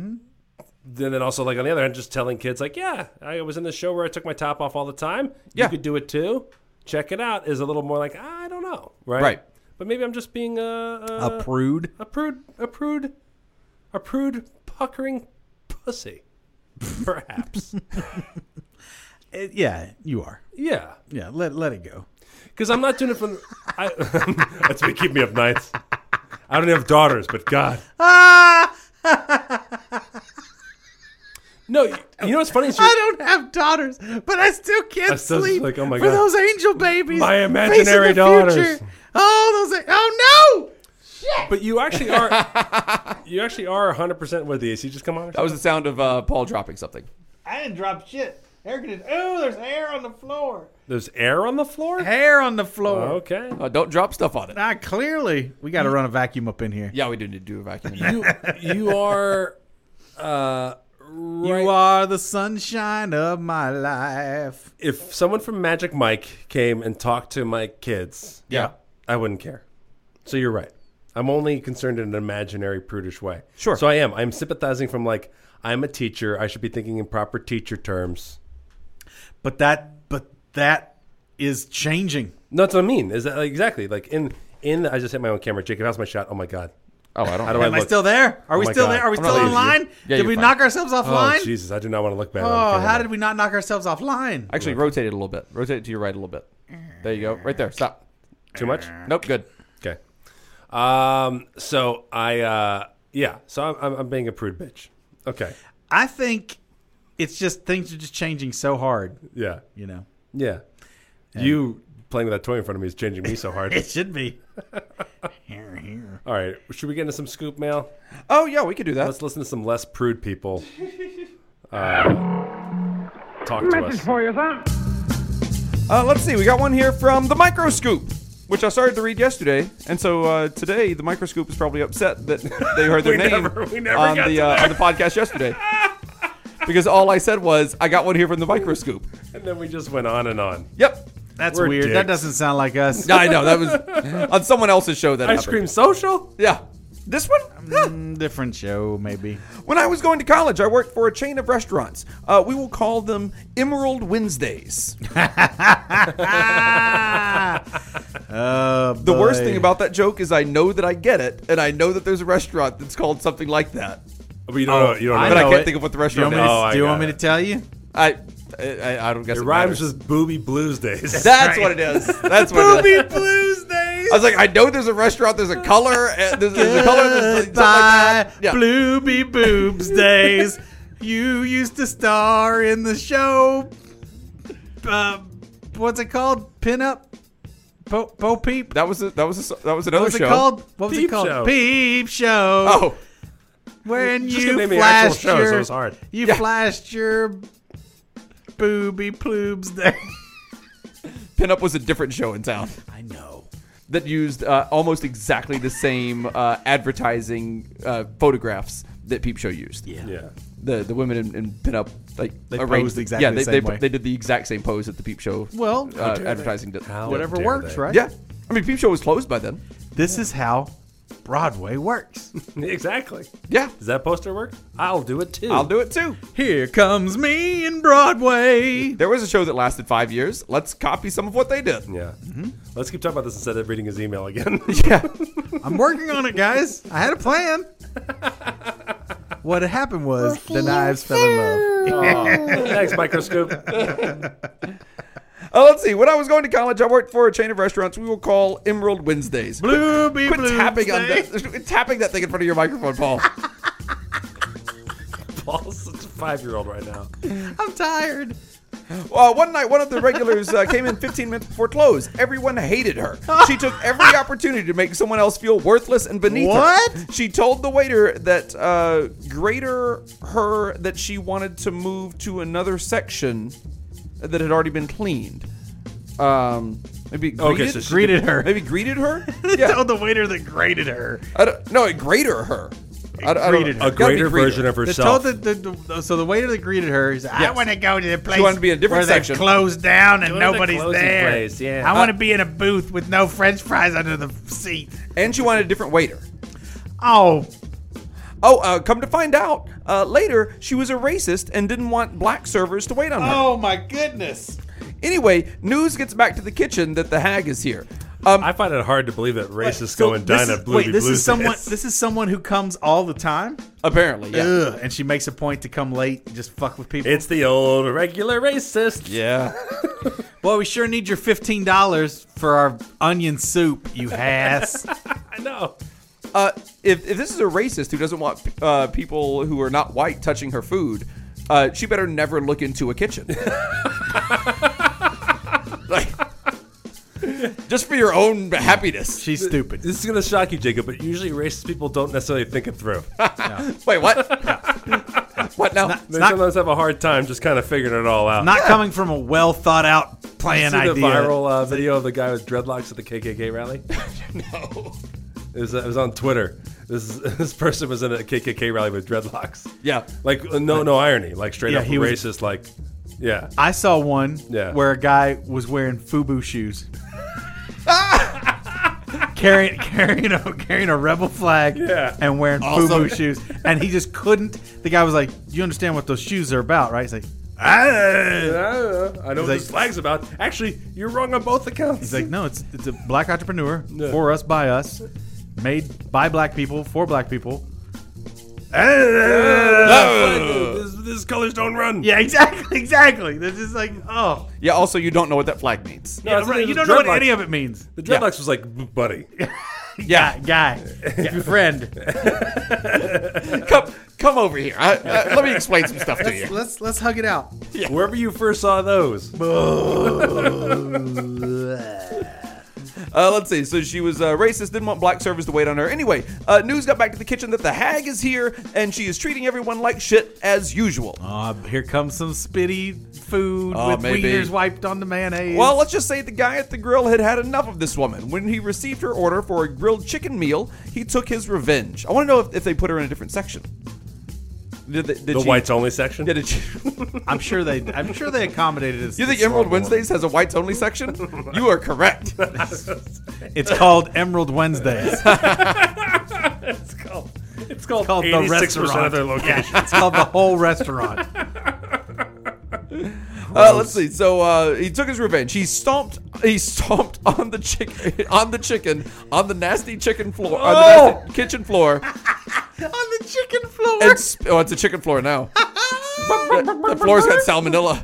[SPEAKER 1] Then then also like on the other hand, just telling kids like, yeah, I was in the show where I took my top off all the time.
[SPEAKER 3] Yeah.
[SPEAKER 1] You could do it too. Check it out is a little more like I don't know, right?
[SPEAKER 3] Right.
[SPEAKER 1] But maybe I'm just being uh, uh,
[SPEAKER 2] a prude.
[SPEAKER 1] a prude, a prude, a prude puckering pussy, perhaps.
[SPEAKER 2] Uh, yeah, you are.
[SPEAKER 1] yeah,
[SPEAKER 2] Yeah, let let it go.
[SPEAKER 1] because I'm not doing it from. I, [LAUGHS] that's what keep me up nights. I don't have daughters, but God,
[SPEAKER 2] Ah,
[SPEAKER 1] no. You, you know what's funny? Is
[SPEAKER 2] I
[SPEAKER 1] you,
[SPEAKER 2] don't have daughters, but I still can't
[SPEAKER 1] I still
[SPEAKER 2] sleep
[SPEAKER 1] like, oh my
[SPEAKER 2] for
[SPEAKER 1] God.
[SPEAKER 2] those angel babies.
[SPEAKER 1] My
[SPEAKER 2] facing the
[SPEAKER 1] imaginary daughters.
[SPEAKER 2] future. Oh, those. Oh no!
[SPEAKER 1] but you actually are. You actually are 100 percent with these. You just come on. or
[SPEAKER 3] That was the sound of uh, Paul dropping something.
[SPEAKER 2] I didn't drop shit. Air conditioning. Oh, there's hair on the floor.
[SPEAKER 1] something? There's air on the floor.
[SPEAKER 2] Hair on the floor.
[SPEAKER 1] Oh, Okay.
[SPEAKER 3] Uh, don't drop stuff on it.
[SPEAKER 2] Ah, clearly we got to run a vacuum up in here.
[SPEAKER 3] Yeah, we do need to do a [LAUGHS] vacuum.
[SPEAKER 1] You you are. Uh,
[SPEAKER 2] You are the sunshine of my life.
[SPEAKER 1] if someone from Magic Mike came and talked to my kids,
[SPEAKER 3] Yeah.
[SPEAKER 1] I wouldn't care. So you're right. I'm only concerned in an imaginary prudish way.
[SPEAKER 3] Sure.
[SPEAKER 1] So I am. I'm sympathizing from like I'm a teacher. I should be thinking in proper teacher terms.
[SPEAKER 2] But that, but that is changing.
[SPEAKER 1] No, that's what I mean. Is that like, exactly like in in? I just hit my own camera. Jacob, how's my shot? Oh my god.
[SPEAKER 3] Oh, I don't.
[SPEAKER 1] How do
[SPEAKER 3] know.
[SPEAKER 1] I
[SPEAKER 2] Am
[SPEAKER 1] look?
[SPEAKER 2] I still there? Are we
[SPEAKER 1] oh my
[SPEAKER 2] still
[SPEAKER 1] God.
[SPEAKER 2] there? Are we
[SPEAKER 1] I'm
[SPEAKER 2] still
[SPEAKER 1] not
[SPEAKER 2] online?
[SPEAKER 1] losing you.
[SPEAKER 3] Yeah,
[SPEAKER 2] Did
[SPEAKER 3] you're
[SPEAKER 2] we
[SPEAKER 3] fine.
[SPEAKER 2] knock ourselves offline?
[SPEAKER 1] Oh Jesus! I do not want to look bad.
[SPEAKER 2] oh, how did we not knock ourselves offline?
[SPEAKER 3] Actually, rotate it a little bit. Rotate it to your right a little bit. There you go. Right there. Stop.
[SPEAKER 1] too
[SPEAKER 2] [LAUGHS]
[SPEAKER 1] much?
[SPEAKER 3] Nope. Good.
[SPEAKER 1] Okay. Um. So I. uh Yeah. So I'm I'm, I'm being a prude bitch. Okay.
[SPEAKER 2] I think it's just things are just changing so hard.
[SPEAKER 1] Yeah.
[SPEAKER 2] You know,
[SPEAKER 1] Yeah. you playing with that toy in front of me is changing me so [LAUGHS] hard.
[SPEAKER 2] it should be. [LAUGHS] here, here.
[SPEAKER 1] All right. Should we get into some scoop mail?
[SPEAKER 3] Oh yeah, we could do that.
[SPEAKER 1] Let's listen to some less prude people. [LAUGHS] Uh, talk to us.
[SPEAKER 3] Uh, let's see. We got one here from the Microscoop, which I started to read yesterday, and so uh, today the Microscoop is probably upset that [LAUGHS] they heard their
[SPEAKER 1] We
[SPEAKER 3] name
[SPEAKER 1] never- we never
[SPEAKER 3] on
[SPEAKER 1] got
[SPEAKER 3] the
[SPEAKER 1] to
[SPEAKER 3] uh, on the podcast
[SPEAKER 1] [LAUGHS]
[SPEAKER 3] yesterday. Because all I said was, I got one here from the Microscoop.
[SPEAKER 1] And then we just went on and on.
[SPEAKER 3] Yep.
[SPEAKER 2] That's
[SPEAKER 1] We're
[SPEAKER 2] weird.
[SPEAKER 1] dicks.
[SPEAKER 2] That doesn't sound like us.
[SPEAKER 3] I know that was [LAUGHS] on someone else's show that
[SPEAKER 1] Ice
[SPEAKER 3] happened.
[SPEAKER 1] cream social?
[SPEAKER 3] Yeah. This one? Huh.
[SPEAKER 2] Mm, Different show, maybe.
[SPEAKER 3] When I was going to college, I worked for a chain of restaurants. Uh, we will call them Emerald Wednesdays.
[SPEAKER 2] Uh,
[SPEAKER 3] The worst thing about that joke is I know that I get it, and I know that there's a restaurant that's called something like that.
[SPEAKER 1] But you don't Oh, know. You don't
[SPEAKER 2] I
[SPEAKER 3] But I,
[SPEAKER 2] know
[SPEAKER 3] can't
[SPEAKER 2] it.
[SPEAKER 3] think of what the
[SPEAKER 2] do you
[SPEAKER 3] restaurant
[SPEAKER 2] want
[SPEAKER 3] is.
[SPEAKER 2] me to,
[SPEAKER 1] Oh, I
[SPEAKER 2] do you want
[SPEAKER 1] got
[SPEAKER 2] me to
[SPEAKER 1] it.
[SPEAKER 2] tell you?
[SPEAKER 3] I, I, I don't guess it,
[SPEAKER 1] It rhymes
[SPEAKER 3] matters.
[SPEAKER 1] with booby blues [LAUGHS] days.
[SPEAKER 3] That's what it
[SPEAKER 2] [LAUGHS]
[SPEAKER 3] is. That's what it is.
[SPEAKER 2] Booby Blues Days.
[SPEAKER 3] I was like, I know there's a restaurant, there's a color, uh, there's, there's a color, there's something like
[SPEAKER 2] Goodbye,
[SPEAKER 3] that. Yeah.
[SPEAKER 2] Blooby Boobs Days. You used to star in the show. Uh, what's it called? Pin up? Po, po Peep?
[SPEAKER 3] That was a, that was a, that was another
[SPEAKER 2] What was
[SPEAKER 3] show.
[SPEAKER 2] it called? What was
[SPEAKER 1] Peep
[SPEAKER 2] it called?
[SPEAKER 1] Show.
[SPEAKER 2] Peep Show.
[SPEAKER 3] Oh,
[SPEAKER 2] when
[SPEAKER 1] Just
[SPEAKER 2] you
[SPEAKER 1] gonna name me actual
[SPEAKER 2] flashed
[SPEAKER 1] shows, so
[SPEAKER 2] your,
[SPEAKER 1] it's hard.
[SPEAKER 2] you
[SPEAKER 3] Yeah.
[SPEAKER 2] flashed your booby ploobs there.
[SPEAKER 3] Pinup was a different show in town
[SPEAKER 2] I know.
[SPEAKER 3] that used uh, almost exactly the same uh, advertising uh, photographs that Peep Show used. Yeah.
[SPEAKER 1] yeah.
[SPEAKER 3] The the women in, in Pinup like
[SPEAKER 2] They
[SPEAKER 3] arranged-
[SPEAKER 2] posed exactly
[SPEAKER 3] yeah,
[SPEAKER 2] the
[SPEAKER 3] they,
[SPEAKER 2] same
[SPEAKER 3] they,
[SPEAKER 2] way.
[SPEAKER 3] they did the exact same pose that the Peep Show
[SPEAKER 2] Well,
[SPEAKER 3] uh, advertising did.
[SPEAKER 1] How
[SPEAKER 2] whatever
[SPEAKER 1] dare
[SPEAKER 2] works,
[SPEAKER 1] they.
[SPEAKER 2] right?
[SPEAKER 3] Yeah. I mean, Peep Show was closed by then.
[SPEAKER 2] This is how Broadway works.
[SPEAKER 1] [LAUGHS] Exactly.
[SPEAKER 3] Yeah.
[SPEAKER 1] Does that poster work? I'll do it too.
[SPEAKER 3] I'll do it too.
[SPEAKER 2] Here comes me in Broadway.
[SPEAKER 3] There was a show that lasted five years. Let's copy some of what they did.
[SPEAKER 1] Yeah. Let's keep talking about this instead of reading his email [LAUGHS] again.
[SPEAKER 3] Yeah.
[SPEAKER 2] I'm working on it, guys. I had a plan. What happened was the knives fell in love.
[SPEAKER 1] Thanks, [LAUGHS] microscope.
[SPEAKER 3] Uh, let's see. When I was going to college, I worked for a chain of restaurants we will call Emerald Wednesdays.
[SPEAKER 2] Blue be
[SPEAKER 3] Quit
[SPEAKER 2] blue.
[SPEAKER 3] tapping on
[SPEAKER 2] day. [LAUGHS]
[SPEAKER 3] that, quit [LAUGHS] tapping that thing in front of your microphone, Paul.
[SPEAKER 1] Paul's such a five-year-old right now.
[SPEAKER 2] I'm tired.
[SPEAKER 3] Uh, one night, one of the regulars uh, came in 15 minutes before close. Everyone hated her. She took every opportunity to make someone else feel worthless and beneath her.
[SPEAKER 8] What?
[SPEAKER 3] She told the waiter that uh, greater her that she wanted to move to another section that had already been cleaned. Um, maybe
[SPEAKER 1] Okay,
[SPEAKER 3] greeted,
[SPEAKER 1] so she-
[SPEAKER 2] Greeted her.
[SPEAKER 3] maybe greeted
[SPEAKER 2] [LAUGHS]
[SPEAKER 3] her. Yeah,
[SPEAKER 2] Told the waiter that graded her.
[SPEAKER 3] I don't, no, it greater her. I, don't- I don't-
[SPEAKER 2] Greeted her.
[SPEAKER 1] A
[SPEAKER 3] Gotta be
[SPEAKER 1] greater
[SPEAKER 3] greeter.
[SPEAKER 1] version of
[SPEAKER 2] They
[SPEAKER 1] herself.
[SPEAKER 2] told the, the, the- so the waiter that greeted her, he's like, I
[SPEAKER 3] Yes.
[SPEAKER 2] want to go to the place
[SPEAKER 3] wanted to be in a different
[SPEAKER 2] where they've
[SPEAKER 3] section.
[SPEAKER 2] closed down and
[SPEAKER 1] Go to the
[SPEAKER 2] nobody's
[SPEAKER 1] closing
[SPEAKER 2] there.
[SPEAKER 1] place, yeah.
[SPEAKER 2] I want to be in a booth with no French fries under the seat.
[SPEAKER 3] And she wanted a different waiter.
[SPEAKER 2] Oh,
[SPEAKER 3] Oh, uh, come to find out, uh, later she was a racist and didn't want black servers to wait on her.
[SPEAKER 2] oh my goodness.
[SPEAKER 3] Anyway, news gets back to the kitchen that the hag is here. Um,
[SPEAKER 1] I find it hard to believe that racists go and
[SPEAKER 2] this
[SPEAKER 1] dine
[SPEAKER 2] is-
[SPEAKER 1] at Blue
[SPEAKER 2] wait, this is someone. This is someone who comes all the time.
[SPEAKER 3] apparently, yeah.
[SPEAKER 2] Ugh, and she makes a point to come late and just fuck with people.
[SPEAKER 1] It's the old regular racist.
[SPEAKER 2] [LAUGHS]
[SPEAKER 3] Yeah.
[SPEAKER 2] Well, we sure need your fifteen dollars for our onion soup, [LAUGHS] you ass.
[SPEAKER 1] I know.
[SPEAKER 3] Uh, if, if this is a racist who doesn't want uh, people who are not white touching her food, uh, she better never look into a
[SPEAKER 2] [LAUGHS]
[SPEAKER 3] kitchen. like, just for your own happiness.
[SPEAKER 2] She's stupid.
[SPEAKER 1] This is going to shock you, Jacob, but usually racist people don't necessarily think it through.
[SPEAKER 3] Wait, what? [LAUGHS] what now?
[SPEAKER 1] They
[SPEAKER 2] not-
[SPEAKER 1] sometimes have a hard time just kind of figuring it all out.
[SPEAKER 2] Not coming from a well thought out
[SPEAKER 1] Oh, See
[SPEAKER 2] plan
[SPEAKER 1] the
[SPEAKER 2] idea.
[SPEAKER 1] viral uh, video of the guy with dreadlocks at the KKK rally? no. It was, uh, it was on Twitter. This [LAUGHS] this person was in a KKK rally with dreadlocks.
[SPEAKER 3] Yeah.
[SPEAKER 1] Like uh, no no irony, like straight
[SPEAKER 2] Yeah,
[SPEAKER 1] up
[SPEAKER 2] he was-
[SPEAKER 1] racist. like yeah,
[SPEAKER 2] I saw one
[SPEAKER 1] Yeah.
[SPEAKER 2] where a guy was wearing FUBU shoes. [LAUGHS] carrying carrying a carrying a rebel flag
[SPEAKER 1] Yeah.
[SPEAKER 2] and wearing
[SPEAKER 3] Awesome.
[SPEAKER 2] FUBU shoes. And he just couldn't the guy was like, You understand what those shoes are about, right? He's like, "Ah."
[SPEAKER 1] I know, I know what
[SPEAKER 2] like-
[SPEAKER 1] this flag's about. Actually, you're wrong on both accounts.
[SPEAKER 2] He's like, No, it's it's a black entrepreneur for us by us. Made by black people for black people.
[SPEAKER 1] this, this colors don't run.
[SPEAKER 2] Yeah, exactly, [LAUGHS] exactly. This is like, oh,
[SPEAKER 3] Yeah, also, you don't know what that flag means.
[SPEAKER 1] No, it's-
[SPEAKER 2] right,
[SPEAKER 1] it's
[SPEAKER 2] you don't know what
[SPEAKER 1] dreadlocks.
[SPEAKER 2] any of it means.
[SPEAKER 1] The dreadlocks was like, "B- buddy,
[SPEAKER 2] Yeah, guy,
[SPEAKER 1] [LAUGHS]
[SPEAKER 2] guy friend.
[SPEAKER 3] Come, come over here. I, I, let me explain some stuff to you.
[SPEAKER 2] let's let's hug it out.
[SPEAKER 1] wherever you first saw those,
[SPEAKER 3] Uh, let's see. So she was uh, racist, didn't want black servers to wait on her. Anyway, uh, news got back to the kitchen that the hag is here and she is treating everyone like shit as usual.
[SPEAKER 2] Uh, here comes some spitty food
[SPEAKER 3] Oh,
[SPEAKER 2] with
[SPEAKER 3] maybe.
[SPEAKER 2] wieners wiped on the mayonnaise.
[SPEAKER 3] Well, let's just say the guy at the grill had had enough of this woman. When he received her order for a grilled chicken meal, he took his revenge. I want to know if, if they put her in a different section. Did, they, did
[SPEAKER 1] the
[SPEAKER 3] she-
[SPEAKER 1] whites only section.
[SPEAKER 3] Yeah, did [LAUGHS] she-
[SPEAKER 2] I'm sure they I'm sure they accommodated us.
[SPEAKER 3] [LAUGHS] you think Emerald Wednesdays has a whites only section? You are correct.
[SPEAKER 2] It's called Emerald Wednesdays.
[SPEAKER 1] it's called. It's called,
[SPEAKER 2] called the
[SPEAKER 1] 86%
[SPEAKER 2] restaurant.
[SPEAKER 1] of their locations.
[SPEAKER 2] it's called the whole restaurant.
[SPEAKER 3] Uh,
[SPEAKER 2] Um,
[SPEAKER 3] let's see. So uh, he took his revenge. He stomped. He stomped [LAUGHS] on the chicken, on the chicken, on the nasty chicken floor, on the nasty kitchen floor,
[SPEAKER 2] [LAUGHS] on the chicken floor.
[SPEAKER 3] and sp- oh, it's a chicken floor now. the, the floor's got salmonella.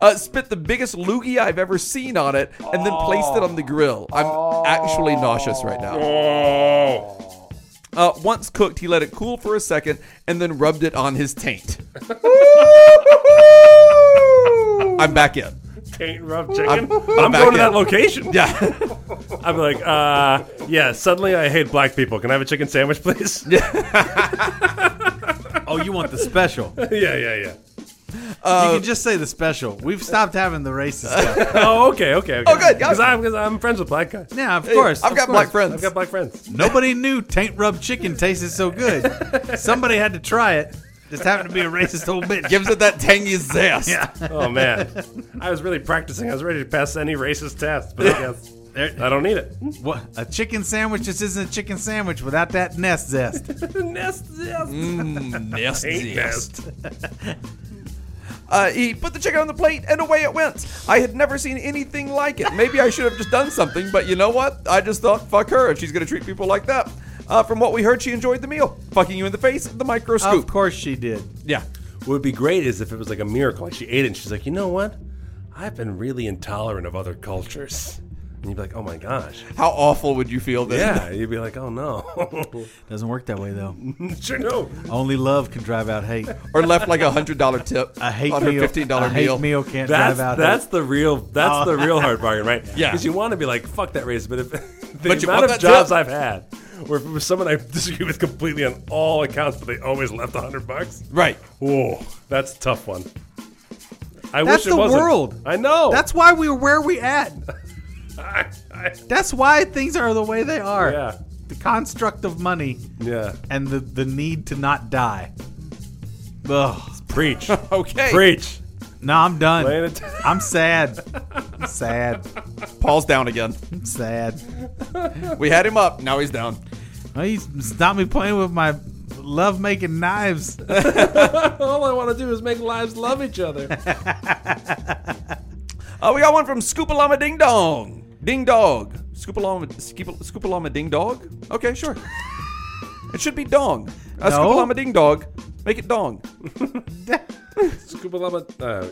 [SPEAKER 3] Uh, spit the biggest loogie I've ever seen on it, and then placed it on the grill. I'm actually nauseous right now.
[SPEAKER 1] Oh,
[SPEAKER 3] Uh, once cooked, he let it cool for a second, and then rubbed it on his taint. I'm back in.
[SPEAKER 1] taint rub chicken. I'm,
[SPEAKER 3] back
[SPEAKER 1] going to
[SPEAKER 3] in.
[SPEAKER 1] that location.
[SPEAKER 3] Yeah.
[SPEAKER 1] I'm like, uh, yeah. Suddenly, I hate black people. Can I have a chicken sandwich, please? Yeah,
[SPEAKER 2] oh, you want the special? You
[SPEAKER 1] [LAUGHS] yeah, yeah. yeah.
[SPEAKER 3] Uh,
[SPEAKER 2] can just say the special. We've stopped having the racist
[SPEAKER 3] [LAUGHS]
[SPEAKER 2] stuff.
[SPEAKER 1] Oh, okay, okay. okay.
[SPEAKER 3] Oh, good,
[SPEAKER 1] Because
[SPEAKER 3] good.
[SPEAKER 1] I'm, 'cause I'm friends with black guys.
[SPEAKER 2] Yeah, of course.
[SPEAKER 3] I've
[SPEAKER 2] of
[SPEAKER 3] got
[SPEAKER 2] course.
[SPEAKER 3] black friends.
[SPEAKER 1] I've got black friends.
[SPEAKER 2] Nobody knew taint rub chicken tasted
[SPEAKER 3] [LAUGHS]
[SPEAKER 2] so good. Somebody had to try it. Just happened to be a racist old bitch.
[SPEAKER 3] Gives it that
[SPEAKER 2] [LAUGHS]
[SPEAKER 3] tangy zest.
[SPEAKER 2] Yeah.
[SPEAKER 1] Oh man, [LAUGHS] I was really practicing. I was ready to pass any racist test, but I guess I don't need it.
[SPEAKER 2] What a chicken sandwich just isn't a chicken sandwich without that nest zest.
[SPEAKER 1] Nest, nest.
[SPEAKER 3] Nasty.
[SPEAKER 1] nest.
[SPEAKER 3] Uh, he put the chicken on the plate and away it went. I had never seen anything like it. Maybe I should have just done something, but you know what? I just thought, fuck her if she's going to treat people like that. Uh, from what we heard, she enjoyed the meal. Fucking you in the face, the micro
[SPEAKER 2] Of
[SPEAKER 3] scoop.
[SPEAKER 2] course she did.
[SPEAKER 3] yeah.
[SPEAKER 1] What would be great is if it was like a miracle. Like she ate it and she's like, you know what? I've been really intolerant of other cultures. And you'd be like, oh my gosh.
[SPEAKER 3] How awful would you feel then?
[SPEAKER 1] Yeah. [LAUGHS] You'd be like, oh no.
[SPEAKER 2] Doesn't work that way though.
[SPEAKER 1] sure, no.
[SPEAKER 2] Only love can drive out hate.
[SPEAKER 3] Or left like a hundred dollar tip
[SPEAKER 2] [LAUGHS] A hate
[SPEAKER 3] on
[SPEAKER 2] meal.
[SPEAKER 3] her fifteen dollar
[SPEAKER 2] a hate
[SPEAKER 3] meal.
[SPEAKER 2] meal, can't
[SPEAKER 1] That's
[SPEAKER 2] drive out
[SPEAKER 1] that's
[SPEAKER 2] hate.
[SPEAKER 1] the real that's the real hard bargain, right?
[SPEAKER 3] Yeah.
[SPEAKER 1] Because you want to be like, fuck that race, but if [LAUGHS] the
[SPEAKER 3] But you
[SPEAKER 1] amount
[SPEAKER 3] want
[SPEAKER 1] of
[SPEAKER 3] that
[SPEAKER 1] jobs
[SPEAKER 3] tip.
[SPEAKER 1] I've had where if it was someone I [LAUGHS] disagree with completely on all accounts, but they always left a hundred bucks.
[SPEAKER 3] Right.
[SPEAKER 1] Whoa, that's a tough one. I
[SPEAKER 2] That's
[SPEAKER 1] wish it
[SPEAKER 2] the
[SPEAKER 1] wasn't.
[SPEAKER 2] world.
[SPEAKER 1] I know.
[SPEAKER 2] That's why we're where we at.
[SPEAKER 1] [LAUGHS] I, I,
[SPEAKER 2] That's why things are the way they are.
[SPEAKER 1] yeah,
[SPEAKER 2] The construct of money
[SPEAKER 1] yeah.
[SPEAKER 2] and the, the need to not die. Ugh.
[SPEAKER 1] Preach,
[SPEAKER 3] Okay.
[SPEAKER 1] preach.
[SPEAKER 2] No, I'm
[SPEAKER 1] Laying
[SPEAKER 2] done.
[SPEAKER 1] it down.
[SPEAKER 2] I'm sad. I'm sad.
[SPEAKER 3] Paul's down again.
[SPEAKER 2] I'm sad.
[SPEAKER 3] We had him up. Now he's down.
[SPEAKER 2] Why you stop me playing with my love making knives?
[SPEAKER 1] All I want to do is make lives love each
[SPEAKER 2] [LAUGHS]
[SPEAKER 1] other.
[SPEAKER 3] Uh, we got one from Scoopalama Ding Dong. Ding Dog. Scoopalama, Scoop- Scoopalama Ding Dog? Okay, sure. It should be Dong. Uh,
[SPEAKER 2] No.
[SPEAKER 3] Scoopalama Ding Dog. Make it Dong.
[SPEAKER 1] Scuba Lama. Uh,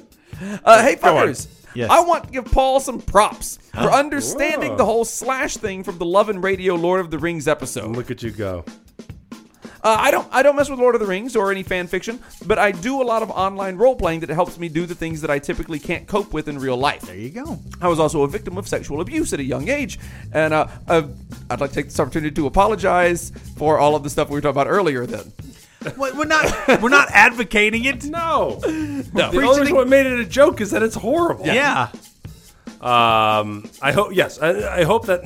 [SPEAKER 3] Uh, hey,
[SPEAKER 1] Go on.
[SPEAKER 3] fuckers.
[SPEAKER 2] Yes.
[SPEAKER 3] I want to give Paul some props for understanding
[SPEAKER 1] Whoa.
[SPEAKER 3] the whole slash thing from the Love and Radio Lord of the Rings episode.
[SPEAKER 1] look at you go.
[SPEAKER 3] Uh, I don't I don't mess with Lord of the Rings or any fan fiction, but I do a lot of online role playing that helps me do the things that I typically can't cope with in real life.
[SPEAKER 2] There you go.
[SPEAKER 3] I was also a victim of sexual abuse at a young age, and uh, uh, I'd like to take this opportunity to apologize for all of the stuff we were talking about earlier. Then,
[SPEAKER 2] Wait, we're not we're not advocating [LAUGHS] it.
[SPEAKER 1] No,
[SPEAKER 3] no,
[SPEAKER 1] the only reason what made it a joke is that it's horrible.
[SPEAKER 2] Yeah.
[SPEAKER 1] Um, I hope yes. I, I hope that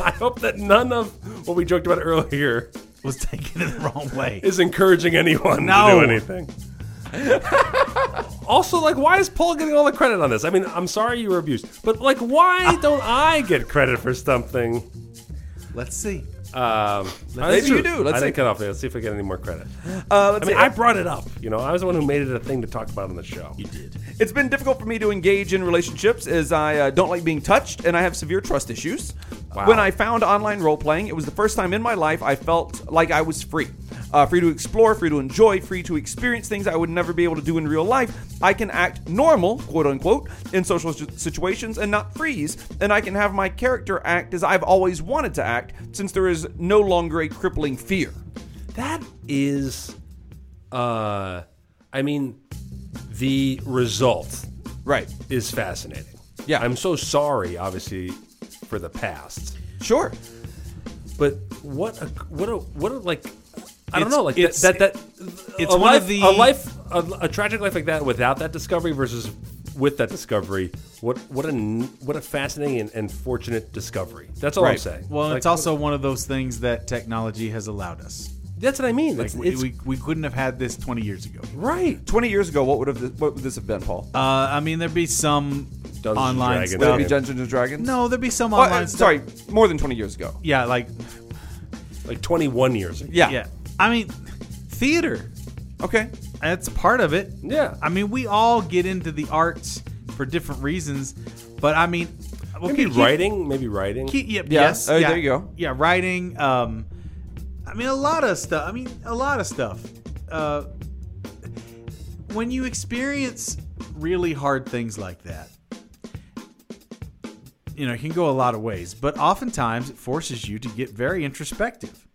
[SPEAKER 1] [LAUGHS] I hope that none of what we joked about earlier
[SPEAKER 2] Was taken in the wrong way.
[SPEAKER 1] is encouraging anyone
[SPEAKER 2] No.
[SPEAKER 1] to do anything. [LAUGHS] also, like, why is Paul getting all the credit on this? I mean, I'm sorry you were abused, but like, [LAUGHS] why don't I get credit for something?
[SPEAKER 2] Let's see.
[SPEAKER 1] Um,
[SPEAKER 3] Maybe you do. Let's
[SPEAKER 1] I
[SPEAKER 3] see.
[SPEAKER 1] didn't cut off there. Let's see if I get any more credit.
[SPEAKER 3] Uh, let's
[SPEAKER 1] I mean,
[SPEAKER 3] see.
[SPEAKER 1] I brought it up. You know, I was the one who made it a thing to talk about on the show.
[SPEAKER 3] It's been difficult for me to engage in relationships as I uh, don't like being touched and I have severe trust issues.
[SPEAKER 1] Wow.
[SPEAKER 3] When I found online role playing, it was the first time in my life I felt like I was free. Uh, free to explore, free to enjoy, free to experience things I would never be able to do in real life. I can act normal, quote unquote, in social s- situations and not freeze, and I can have my character act as I've always wanted to act since there is no longer a crippling fear.
[SPEAKER 1] That is, uh, I mean, the result
[SPEAKER 3] Right.
[SPEAKER 1] is fascinating.
[SPEAKER 3] Yeah.
[SPEAKER 1] I'm so sorry, obviously, for the past.
[SPEAKER 3] Sure.
[SPEAKER 1] But what a what a what a like I don't
[SPEAKER 2] It's-
[SPEAKER 1] know like that
[SPEAKER 2] it's-
[SPEAKER 1] that, that
[SPEAKER 2] it's
[SPEAKER 1] a
[SPEAKER 2] one
[SPEAKER 1] life
[SPEAKER 2] of the-
[SPEAKER 1] a life a, a tragic life like that without that discovery versus with that discovery. What what a n- what a fascinating and, and fortunate discovery. That's all I'm
[SPEAKER 3] Right.
[SPEAKER 1] saying.
[SPEAKER 2] Well,
[SPEAKER 1] Like,
[SPEAKER 2] it's also one of those things that technology has allowed us.
[SPEAKER 1] that's what I mean.
[SPEAKER 2] Like
[SPEAKER 1] it's,
[SPEAKER 2] we,
[SPEAKER 1] it's-
[SPEAKER 2] we, we couldn't have had this 20 years ago.
[SPEAKER 1] right.
[SPEAKER 3] 20 years ago, what would have this, what would this have been, Paul?
[SPEAKER 2] Uh, I mean, there'd be some
[SPEAKER 1] and
[SPEAKER 2] online
[SPEAKER 1] Dragons.
[SPEAKER 3] Would it
[SPEAKER 1] Okay.
[SPEAKER 3] be
[SPEAKER 2] stuff.
[SPEAKER 3] Dungeons and Dragons?
[SPEAKER 2] No, there'd be some
[SPEAKER 3] Oh, uh,
[SPEAKER 2] online stuff.
[SPEAKER 3] sorry, more than 20 years ago.
[SPEAKER 2] Yeah, like
[SPEAKER 1] Like 21 years ago.
[SPEAKER 3] Yeah.
[SPEAKER 2] yeah. I mean, theater.
[SPEAKER 3] Okay.
[SPEAKER 2] That's part of it.
[SPEAKER 1] Yeah.
[SPEAKER 2] I mean, we all get into the arts for different reasons, but I mean, well,
[SPEAKER 1] Maybe
[SPEAKER 2] keep- keep-
[SPEAKER 1] writing. Maybe writing.
[SPEAKER 2] keep- yep,
[SPEAKER 3] Yeah.
[SPEAKER 2] Yes.
[SPEAKER 3] Oh,
[SPEAKER 2] yeah.
[SPEAKER 3] there you go.
[SPEAKER 2] Yeah, writing. Um, I mean, a lot of stuff. I mean, a lot of stuff. Uh, when you experience really hard things like that, you know, it can go a lot of ways, but oftentimes it forces you to get very introspective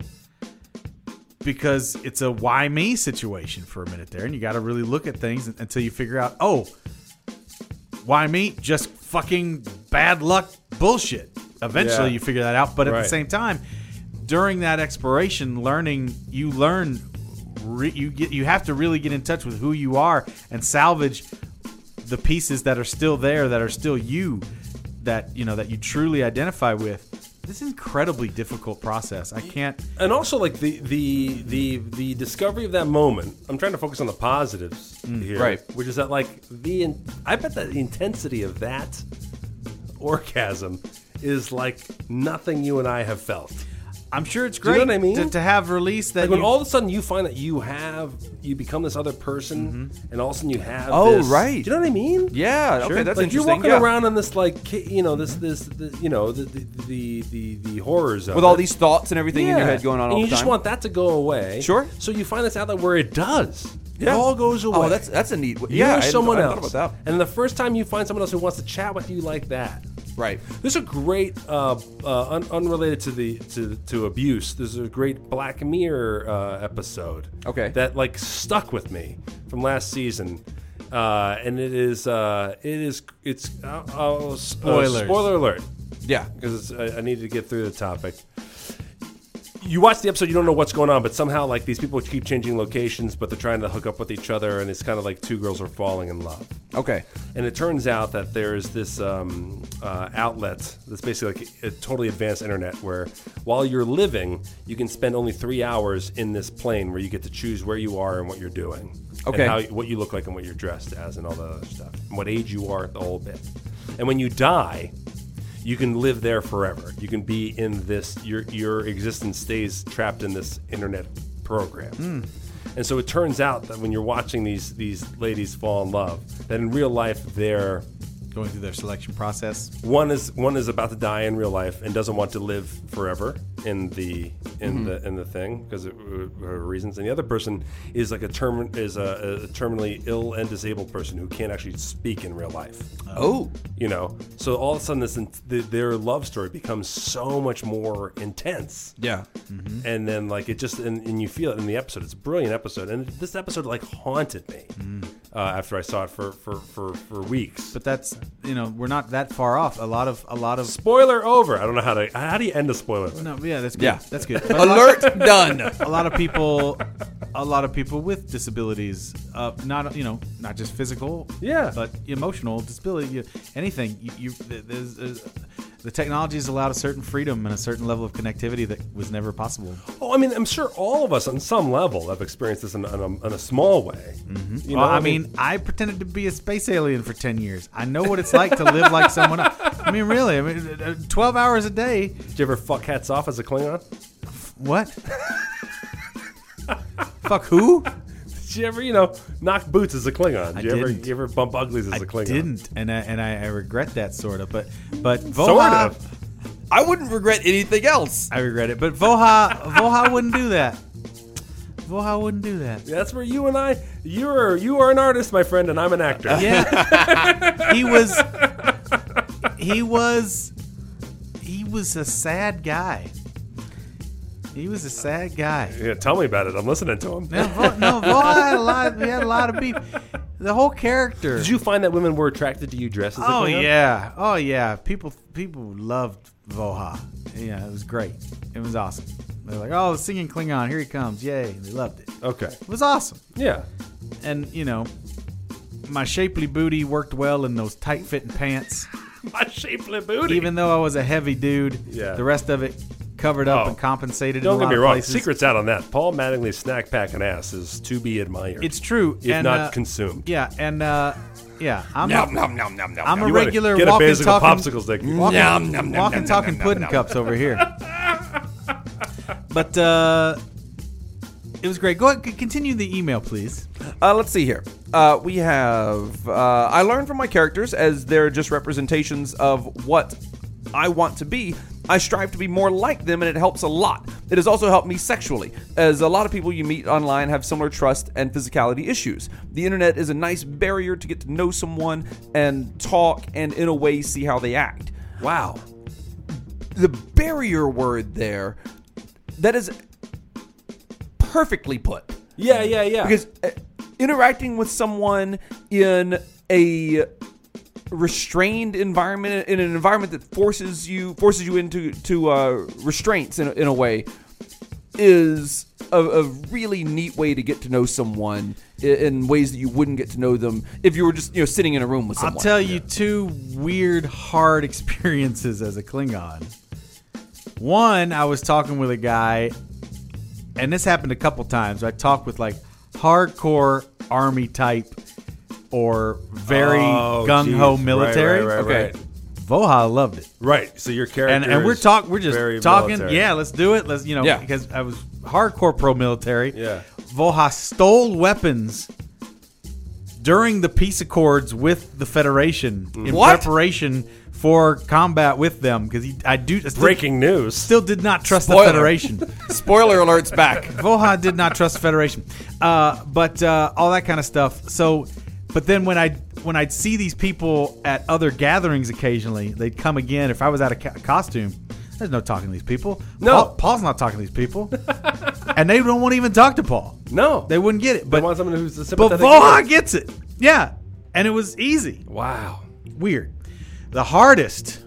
[SPEAKER 2] because it's a why me situation for a minute there, and you got to really look at things until you figure out, oh, why me? Just fucking bad luck bullshit. Eventually,
[SPEAKER 1] Yeah.
[SPEAKER 2] you figure that out, but at
[SPEAKER 1] Right.
[SPEAKER 2] the same time, during that exploration, learning, you learn, re- you get, you have to really get in touch with who you are and salvage the pieces that are still there, that are still you, that you know that you truly identify with. This is an incredibly difficult process. I can't.
[SPEAKER 1] and also like the the the the discovery of that moment i'm trying to focus on the positives here
[SPEAKER 3] Mm, Right.
[SPEAKER 1] which is that like the in, i bet that the intensity of that orgasm is like nothing you and i have felt
[SPEAKER 3] Uh,
[SPEAKER 2] I'm sure it's
[SPEAKER 1] you
[SPEAKER 2] great
[SPEAKER 1] know what I mean?
[SPEAKER 2] to, to have release that.
[SPEAKER 1] like when
[SPEAKER 2] you-
[SPEAKER 1] all of a sudden you find that you have you become this other person and all of a sudden you have
[SPEAKER 3] Oh,
[SPEAKER 1] this-
[SPEAKER 3] right.
[SPEAKER 1] do you know what i mean
[SPEAKER 3] Yeah. Okay, that's
[SPEAKER 1] like you're
[SPEAKER 3] interesting.
[SPEAKER 1] walking
[SPEAKER 3] yeah.
[SPEAKER 1] around in this like ki- you know this this, this you know the the the the, the horrors of
[SPEAKER 3] with all
[SPEAKER 1] it.
[SPEAKER 3] these thoughts and everything in your
[SPEAKER 1] Yeah.
[SPEAKER 3] head going on
[SPEAKER 1] and
[SPEAKER 3] all
[SPEAKER 1] you
[SPEAKER 3] the
[SPEAKER 1] just
[SPEAKER 3] time.
[SPEAKER 1] want that to go away.
[SPEAKER 3] Sure.
[SPEAKER 1] So you find this outlet where it does.
[SPEAKER 3] Yeah.
[SPEAKER 1] It all goes away.
[SPEAKER 3] Oh, that's that's a neat.
[SPEAKER 1] You're
[SPEAKER 3] yeah, I hadn't-
[SPEAKER 1] someone
[SPEAKER 3] I hadn't
[SPEAKER 1] else.
[SPEAKER 3] thought about that.
[SPEAKER 1] And the first time you find someone else who wants to chat with you like that,
[SPEAKER 3] Right.
[SPEAKER 1] There's a great, uh, uh, un- unrelated to the to to abuse. There's a great Black Mirror uh, episode.
[SPEAKER 3] Okay.
[SPEAKER 1] That like stuck with me from last season, uh, and it is uh, it is it's uh, uh,
[SPEAKER 2] Spoilers.
[SPEAKER 1] spoiler alert
[SPEAKER 3] Yeah.
[SPEAKER 1] because I, I needed to get through the topic. You watch the episode, you don't know what's going on, but somehow like these people keep changing locations, but they're trying to hook up with each other, and it's kind of like two girls are falling in love.
[SPEAKER 3] Okay.
[SPEAKER 1] And it turns out that there's this um, uh, outlet that's basically like a totally advanced internet where while you're living, you can spend only three hours in this plane where you get to choose where you are and what you're doing.
[SPEAKER 3] Okay.
[SPEAKER 1] And how, what you look like and what you're dressed as and all that other stuff. And what age you are, the whole bit. And when you die, you can live there forever. You can be in this, your, your existence stays trapped in this internet program. And so it turns out that when you're watching these these ladies fall in love, that in real life they're
[SPEAKER 2] Going through their selection process.
[SPEAKER 1] one is one is about to die in real life and doesn't want to live forever in the in the in the thing because of uh, her reasons, and the other person is like a term is a, a terminally ill and disabled person who can't actually speak in real life.
[SPEAKER 3] Oh.
[SPEAKER 1] You know, so all of a sudden, this th- their love story becomes so much more intense
[SPEAKER 3] Yeah.
[SPEAKER 2] Mm-hmm.
[SPEAKER 1] and then like it just and, and you feel it in the episode it's a brilliant episode and this episode like haunted me
[SPEAKER 2] Mm.
[SPEAKER 1] uh, after i saw it for for for, for weeks
[SPEAKER 2] But that's you know we're not that far off. A lot of a lot of
[SPEAKER 1] spoiler over i don't know how to how do you end a spoiler
[SPEAKER 2] no yeah that's good.
[SPEAKER 3] Yeah.
[SPEAKER 2] that's good. But a lot-
[SPEAKER 3] [LAUGHS] Alert done.
[SPEAKER 2] a lot of people a lot of people with disabilities uh, not you know not just physical
[SPEAKER 1] Yeah.
[SPEAKER 2] but emotional disability you, anything you, you there's, there's, the technology has allowed a certain freedom and a certain level of connectivity that was never possible
[SPEAKER 1] oh i mean i'm sure all of us on some level have experienced this in, in, a, in a small way you
[SPEAKER 2] Mm-hmm. well, I
[SPEAKER 1] what
[SPEAKER 2] mean, I pretended to be a space alien for 10 years. I know what it's like to live like someone else. I mean, really, I mean, uh, 12 hours a day.
[SPEAKER 1] did you ever fuck hats off as a klingon
[SPEAKER 2] What? Fuck who?
[SPEAKER 1] did you ever you know knock boots as a klingon did
[SPEAKER 2] I
[SPEAKER 1] you ever
[SPEAKER 2] didn't.
[SPEAKER 1] you ever bump uglies as
[SPEAKER 2] I
[SPEAKER 1] a klingon
[SPEAKER 2] didn't, and I, and I, I regret that sort of. But but Voha,
[SPEAKER 1] sort of
[SPEAKER 3] I wouldn't regret anything else.
[SPEAKER 2] I regret it. But Voha Voha wouldn't do that. Voha wouldn't do that.
[SPEAKER 1] that's where you and i you're you are an artist my friend and i'm an actor [LAUGHS]
[SPEAKER 2] Yeah. he was he was he was a sad guy. He was a sad guy.
[SPEAKER 1] yeah tell me about it i'm listening to him
[SPEAKER 2] No, Vo- no Voha had a lot he had a lot of beef. The whole character.
[SPEAKER 1] Did you find that women were attracted to you dressed as a
[SPEAKER 2] oh
[SPEAKER 1] clown?
[SPEAKER 2] yeah. Oh yeah. People people loved Voha. Yeah, it was great. It was awesome. They're like, "Oh, the singing Klingon, here he comes. Yay." They loved it.
[SPEAKER 1] Okay.
[SPEAKER 2] It was awesome.
[SPEAKER 1] Yeah.
[SPEAKER 2] and you know my shapely booty worked well in those tight fitting pants
[SPEAKER 1] [LAUGHS] My shapely booty.
[SPEAKER 2] even though i was a heavy dude
[SPEAKER 1] Yeah.
[SPEAKER 2] the rest of it covered up
[SPEAKER 1] Oh.
[SPEAKER 2] and compensated
[SPEAKER 1] Don't
[SPEAKER 2] in a
[SPEAKER 1] get
[SPEAKER 2] lot
[SPEAKER 1] me
[SPEAKER 2] of
[SPEAKER 1] wrong.
[SPEAKER 2] places.
[SPEAKER 1] Secrets out on that. Paul Mattingly's snack pack and ass is to be admired.
[SPEAKER 2] it's true
[SPEAKER 1] if
[SPEAKER 2] and,
[SPEAKER 1] not
[SPEAKER 2] uh,
[SPEAKER 1] consumed.
[SPEAKER 2] yeah and uh yeah i'm a,
[SPEAKER 3] nom nom nom nom.
[SPEAKER 2] I'm a
[SPEAKER 3] nom.
[SPEAKER 1] You wanna
[SPEAKER 2] regular
[SPEAKER 1] get a
[SPEAKER 2] walking,
[SPEAKER 1] basic
[SPEAKER 2] talking-
[SPEAKER 1] popsicles dick.
[SPEAKER 2] walking,
[SPEAKER 3] Nom, nom, nom,
[SPEAKER 2] walking
[SPEAKER 3] nom,
[SPEAKER 2] talking
[SPEAKER 3] nom, nom,
[SPEAKER 2] pudding
[SPEAKER 3] nom.
[SPEAKER 2] cups over
[SPEAKER 3] [LAUGHS]
[SPEAKER 2] here but uh it was great go ahead c- continue the email please
[SPEAKER 3] Uh, let's see here. Uh, we have. Uh, I learned from my characters as they're just representations of what I want to be. I strive to be more like them, and it helps a lot. It has also helped me sexually, as a lot of people you meet online have similar trust and physicality issues. The internet is a nice barrier to get to know someone and talk, and in a way, see how they act. Wow. The barrier word there, that is perfectly put
[SPEAKER 1] yeah, yeah, yeah.
[SPEAKER 3] because uh, interacting with someone in a restrained environment in an environment that forces you forces you into to uh, restraints in a, in a way is a, a really neat way to get to know someone i- in ways that you wouldn't get to know them if you were just you know sitting in a room with someone.
[SPEAKER 2] I'll tell you two weird, hard [LAUGHS] experiences as a Klingon. One, I was talking with a guy, and this happened a couple times. I talked with like hardcore army type or very
[SPEAKER 1] Oh,
[SPEAKER 2] gung ho
[SPEAKER 1] geez. Right,
[SPEAKER 2] military.
[SPEAKER 1] Right, right,
[SPEAKER 3] Okay.
[SPEAKER 1] right.
[SPEAKER 2] Voha loved it,
[SPEAKER 1] Right. So your character
[SPEAKER 2] and and we're
[SPEAKER 1] is
[SPEAKER 2] talk we're just
[SPEAKER 1] very
[SPEAKER 2] talking.
[SPEAKER 1] military.
[SPEAKER 2] Yeah, let's do it. Let's you know
[SPEAKER 3] Yeah.
[SPEAKER 2] because I was hardcore pro military.
[SPEAKER 1] Yeah.
[SPEAKER 2] Voha stole weapons during the peace accords with the Federation in
[SPEAKER 3] What?
[SPEAKER 2] preparation for combat with them because I do I still,
[SPEAKER 1] Breaking news.
[SPEAKER 2] still did not trust
[SPEAKER 3] Spoiler.
[SPEAKER 2] the Federation.
[SPEAKER 1] [LAUGHS]
[SPEAKER 3] Spoiler alerts back.
[SPEAKER 2] Voha did not trust the Federation, uh, but uh, all that kind of stuff. So, But then when I when I'd see these people at other gatherings occasionally, they'd come again. If I was out of ca- costume, there's no talking to these people.
[SPEAKER 1] No.
[SPEAKER 2] Paul- Paul's not talking to these people, and they don't want to even talk to Paul.
[SPEAKER 1] No,
[SPEAKER 2] They wouldn't get it.
[SPEAKER 1] They
[SPEAKER 2] But
[SPEAKER 1] want someone who's a
[SPEAKER 2] but
[SPEAKER 1] sympathetic.
[SPEAKER 2] Voha gets it. Yeah, and it was easy.
[SPEAKER 1] wow.
[SPEAKER 2] Weird. The hardest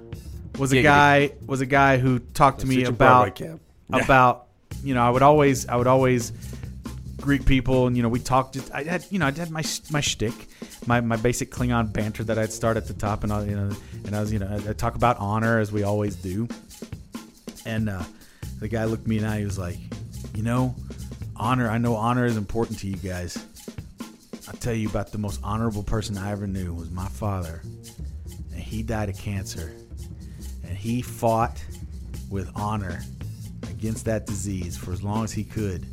[SPEAKER 2] was a
[SPEAKER 1] Giggity.
[SPEAKER 2] guy was a guy who talked to me
[SPEAKER 1] Such a Broadway
[SPEAKER 2] about
[SPEAKER 1] camp.
[SPEAKER 2] [LAUGHS] about you know I would always I would always greet people and you know we talked just I had you know I had my my shtick my, my basic Klingon banter that I'd start at the top and I you know and I was you know I, I talk about honor as we always do and uh, the guy looked me in the eye he was like you know honor I know honor is important to you guys I'll tell you about the most honorable person I ever knew was my father and he died of cancer and he fought with honor against that disease for as long as he could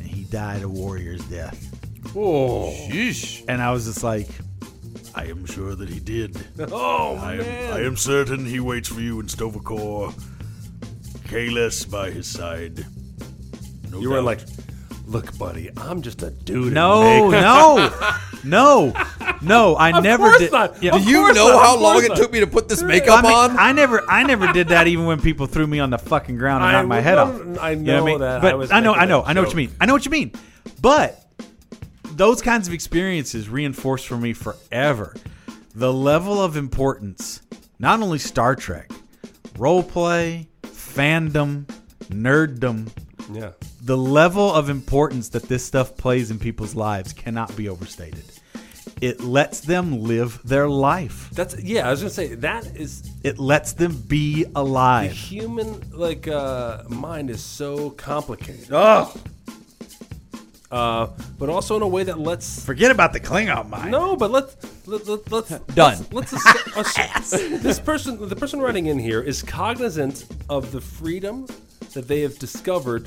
[SPEAKER 2] and he died a warrior's death
[SPEAKER 1] Oh,
[SPEAKER 2] and i was just like i am sure that he did
[SPEAKER 1] oh
[SPEAKER 9] I
[SPEAKER 1] man.
[SPEAKER 9] am, I am certain he waits for you in Stovacor. Kalis by his side. No
[SPEAKER 1] You were
[SPEAKER 9] doubt.
[SPEAKER 1] like, look, buddy, I'm just a dude. in
[SPEAKER 2] [LAUGHS] no
[SPEAKER 1] makeup."
[SPEAKER 2] no no no i never
[SPEAKER 1] course
[SPEAKER 2] did
[SPEAKER 1] not.
[SPEAKER 2] Yeah.
[SPEAKER 1] Of
[SPEAKER 3] Do you
[SPEAKER 1] course
[SPEAKER 3] know
[SPEAKER 1] not,
[SPEAKER 3] how
[SPEAKER 1] of
[SPEAKER 3] long
[SPEAKER 1] course
[SPEAKER 3] it
[SPEAKER 1] not.
[SPEAKER 3] took me to put this makeup
[SPEAKER 2] I, mean,
[SPEAKER 3] on?
[SPEAKER 2] I never, I never did that. Even when people threw me on the fucking ground and
[SPEAKER 1] I
[SPEAKER 2] knocked my head off,
[SPEAKER 1] know- I
[SPEAKER 2] You
[SPEAKER 1] know
[SPEAKER 2] what I mean?
[SPEAKER 1] that.
[SPEAKER 2] But
[SPEAKER 1] I was
[SPEAKER 2] know,
[SPEAKER 1] making
[SPEAKER 2] I know,
[SPEAKER 1] that
[SPEAKER 2] I know what
[SPEAKER 1] joke.
[SPEAKER 2] you mean. I know what you mean. But those kinds of experiences reinforced for me forever the level of importance, not only Star Trek, role play, fandom, nerddom,
[SPEAKER 1] Yeah.
[SPEAKER 2] the level of importance that this stuff plays in people's lives cannot be overstated. It lets them live their life.
[SPEAKER 1] That's yeah. I was gonna say that is
[SPEAKER 2] It lets them be alive.
[SPEAKER 1] the human like uh, mind is so complicated.
[SPEAKER 2] Oh,
[SPEAKER 1] Uh, but also in a way that lets
[SPEAKER 2] forget about the Klingon mind.
[SPEAKER 1] No, but let's let, let, let's
[SPEAKER 2] [LAUGHS] Done.
[SPEAKER 1] Let's, let's
[SPEAKER 2] [LAUGHS]
[SPEAKER 1] ass- ass- this person, the person writing in here, is cognizant of the freedom that they have discovered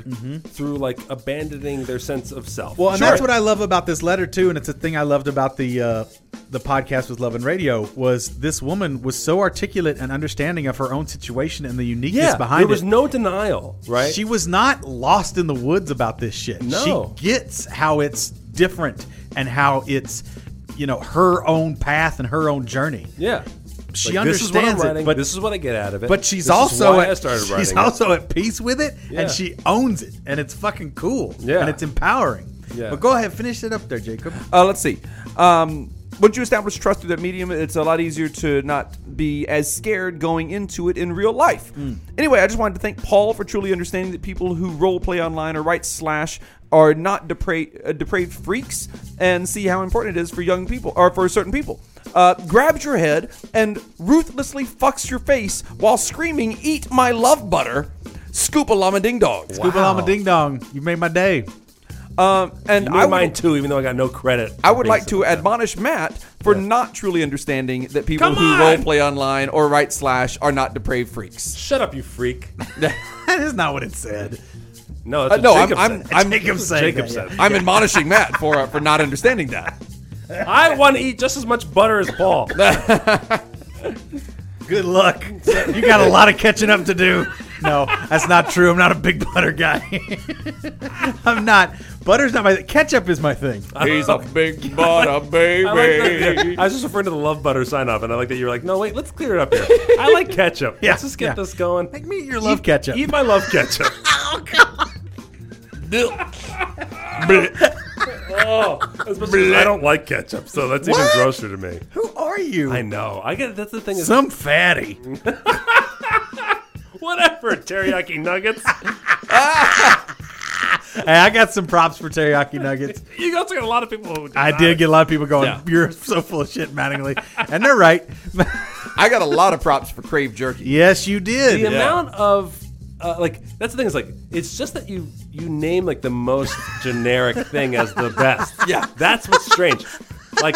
[SPEAKER 1] through like abandoning their sense of self.
[SPEAKER 2] Mm-hmm. Well, and that's what I love about this letter too, and it's a thing I loved about the uh, the podcast with Love and Radio was this woman was so articulate and understanding of her own situation and the uniqueness
[SPEAKER 1] yeah,
[SPEAKER 2] behind
[SPEAKER 1] there was
[SPEAKER 2] it.
[SPEAKER 1] no denial, right?
[SPEAKER 2] She was not lost in the woods about this shit.
[SPEAKER 1] No.
[SPEAKER 2] She gets how it's different and how it's you know her own path and her own journey.
[SPEAKER 1] yeah,
[SPEAKER 2] She
[SPEAKER 1] Like, this is what I'm
[SPEAKER 2] understands
[SPEAKER 1] writing,
[SPEAKER 2] it, but
[SPEAKER 1] this is what I get out of it.
[SPEAKER 2] but she's
[SPEAKER 1] This is
[SPEAKER 2] also
[SPEAKER 1] why
[SPEAKER 2] at,
[SPEAKER 1] I started writing.
[SPEAKER 2] she's
[SPEAKER 1] it.
[SPEAKER 2] also at peace with it
[SPEAKER 1] Yeah.
[SPEAKER 2] and she owns it and it's fucking cool
[SPEAKER 1] Yeah.
[SPEAKER 2] and it's empowering
[SPEAKER 1] Yeah. Oh,
[SPEAKER 2] but go ahead finish it up there jacob
[SPEAKER 3] Uh, let's see. Um, once you establish trust through that medium, it's a lot easier to not be as scared going into it in real life. Anyway, I just wanted to thank Paul for truly understanding that people who role play online or write slash are not depra- uh, depraved freaks, and see how important it is for young people or for certain people. Uh, grabs your head and ruthlessly fucks your face while screaming, "Eat my love butter!" Scoop a llama ding dong.
[SPEAKER 2] Scoop a Llama Ding Dong, you made my day. [LAUGHS]
[SPEAKER 3] Um, and
[SPEAKER 1] You made
[SPEAKER 3] I would,
[SPEAKER 1] mine too, even though I got no credit.
[SPEAKER 3] I would
[SPEAKER 1] for
[SPEAKER 3] like
[SPEAKER 1] being
[SPEAKER 3] to admonish Matt for not truly understanding that people
[SPEAKER 1] Come
[SPEAKER 3] who
[SPEAKER 1] on!
[SPEAKER 3] role play online or write slash are not depraved freaks.
[SPEAKER 1] so- Shut up,
[SPEAKER 3] [LAUGHS]
[SPEAKER 1] you freak!
[SPEAKER 2] That is not what it said.
[SPEAKER 1] No,
[SPEAKER 3] Uh, [LAUGHS]
[SPEAKER 1] that's
[SPEAKER 3] no,
[SPEAKER 1] what
[SPEAKER 3] I'm
[SPEAKER 1] Jacob
[SPEAKER 3] I'm,
[SPEAKER 1] said.
[SPEAKER 3] I'm,
[SPEAKER 1] [LAUGHS]
[SPEAKER 2] Jacob said.
[SPEAKER 1] Jacob
[SPEAKER 2] that, yeah.
[SPEAKER 1] said.
[SPEAKER 3] I'm admonishing Matt for uh, for not understanding that.
[SPEAKER 1] I want to eat just as much butter
[SPEAKER 3] [LAUGHS]
[SPEAKER 1] as Paul. [LAUGHS]
[SPEAKER 2] Good luck. You got a lot of catching up to do. No, that's not true. I'm not a big butter guy. [LAUGHS] I'm not. Butter's not my thing. Ketchup is my thing.
[SPEAKER 3] He's a [LAUGHS] big butter
[SPEAKER 1] I, like that-
[SPEAKER 3] baby.
[SPEAKER 1] I was just referring to the love butter sign off, and I like that you were like, no, wait, let's clear it
[SPEAKER 3] [LAUGHS]
[SPEAKER 1] up here. I like ketchup.
[SPEAKER 2] Yeah,
[SPEAKER 1] let's just get
[SPEAKER 2] yeah.
[SPEAKER 1] this going.
[SPEAKER 2] Make me eat your love ketchup.
[SPEAKER 1] [LAUGHS] Eat my love
[SPEAKER 3] [LAUGHS]
[SPEAKER 1] ketchup.
[SPEAKER 3] Oh,
[SPEAKER 1] [LAUGHS] Oh, Especially 'cause I don't like ketchup, so that's even grosser to me.
[SPEAKER 2] Who are you?
[SPEAKER 1] I know. I get that's the thing is
[SPEAKER 2] Some fatty.
[SPEAKER 1] [LAUGHS] whatever teriyaki nuggets.
[SPEAKER 2] hey, I got some props for teriyaki nuggets.
[SPEAKER 1] You also got a lot of people. Who
[SPEAKER 2] I did get a lot of people going,
[SPEAKER 1] Yeah.
[SPEAKER 2] "You're so full of shit, Mattingly," and they're right.
[SPEAKER 3] I got a lot of props for Crave Jerky.
[SPEAKER 2] [LAUGHS] yes, you did.
[SPEAKER 1] the amount of uh, like that's the thing is like it's just that you you name like the most generic thing as the [LAUGHS] best.
[SPEAKER 3] Yeah.
[SPEAKER 1] that's what's strange. Like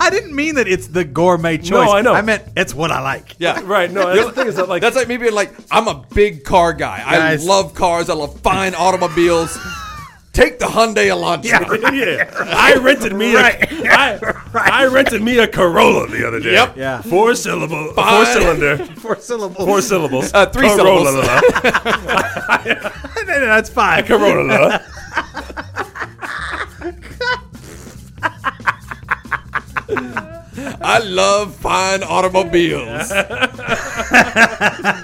[SPEAKER 2] I didn't mean that it's the gourmet choice.
[SPEAKER 1] I know.
[SPEAKER 2] I meant it's what I like.
[SPEAKER 3] Yeah,
[SPEAKER 1] right, no, that's the thing is that like
[SPEAKER 3] That's like me being like, I'm a big car guy. I
[SPEAKER 2] Guys.
[SPEAKER 3] love cars. I love fine automobiles. Take the Hyundai Elantra.
[SPEAKER 1] yeah. I rented me a, [LAUGHS] I, I rented me a Corolla the other day.
[SPEAKER 3] Yep.
[SPEAKER 2] [LAUGHS] [LAUGHS] Yeah.
[SPEAKER 1] Four
[SPEAKER 9] Uh,
[SPEAKER 1] syllable, four
[SPEAKER 3] Fine.
[SPEAKER 1] cylinder,
[SPEAKER 2] Four syllables.
[SPEAKER 1] four syllables.
[SPEAKER 3] Uh, three
[SPEAKER 1] Corolla.
[SPEAKER 2] [LAUGHS] No, no, that's fine.
[SPEAKER 1] Corolla.
[SPEAKER 3] I love fine automobiles.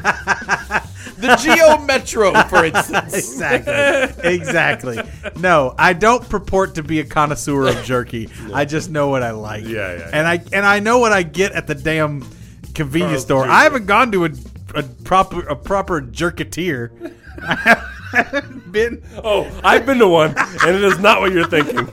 [SPEAKER 3] the Geo Metro, for instance.
[SPEAKER 1] [LAUGHS]
[SPEAKER 2] Exactly. Exactly. No, I don't purport to be a connoisseur of jerky. [LAUGHS] I just know what I like.
[SPEAKER 1] Yeah, yeah,
[SPEAKER 2] And I and I know what I get at the damn convenience
[SPEAKER 1] Carl's
[SPEAKER 2] store.
[SPEAKER 1] Jr.
[SPEAKER 2] I haven't gone to a, a proper a proper jerketeer. [LAUGHS] I haven't been
[SPEAKER 1] Oh, I've been to one, and it is not what you're thinking.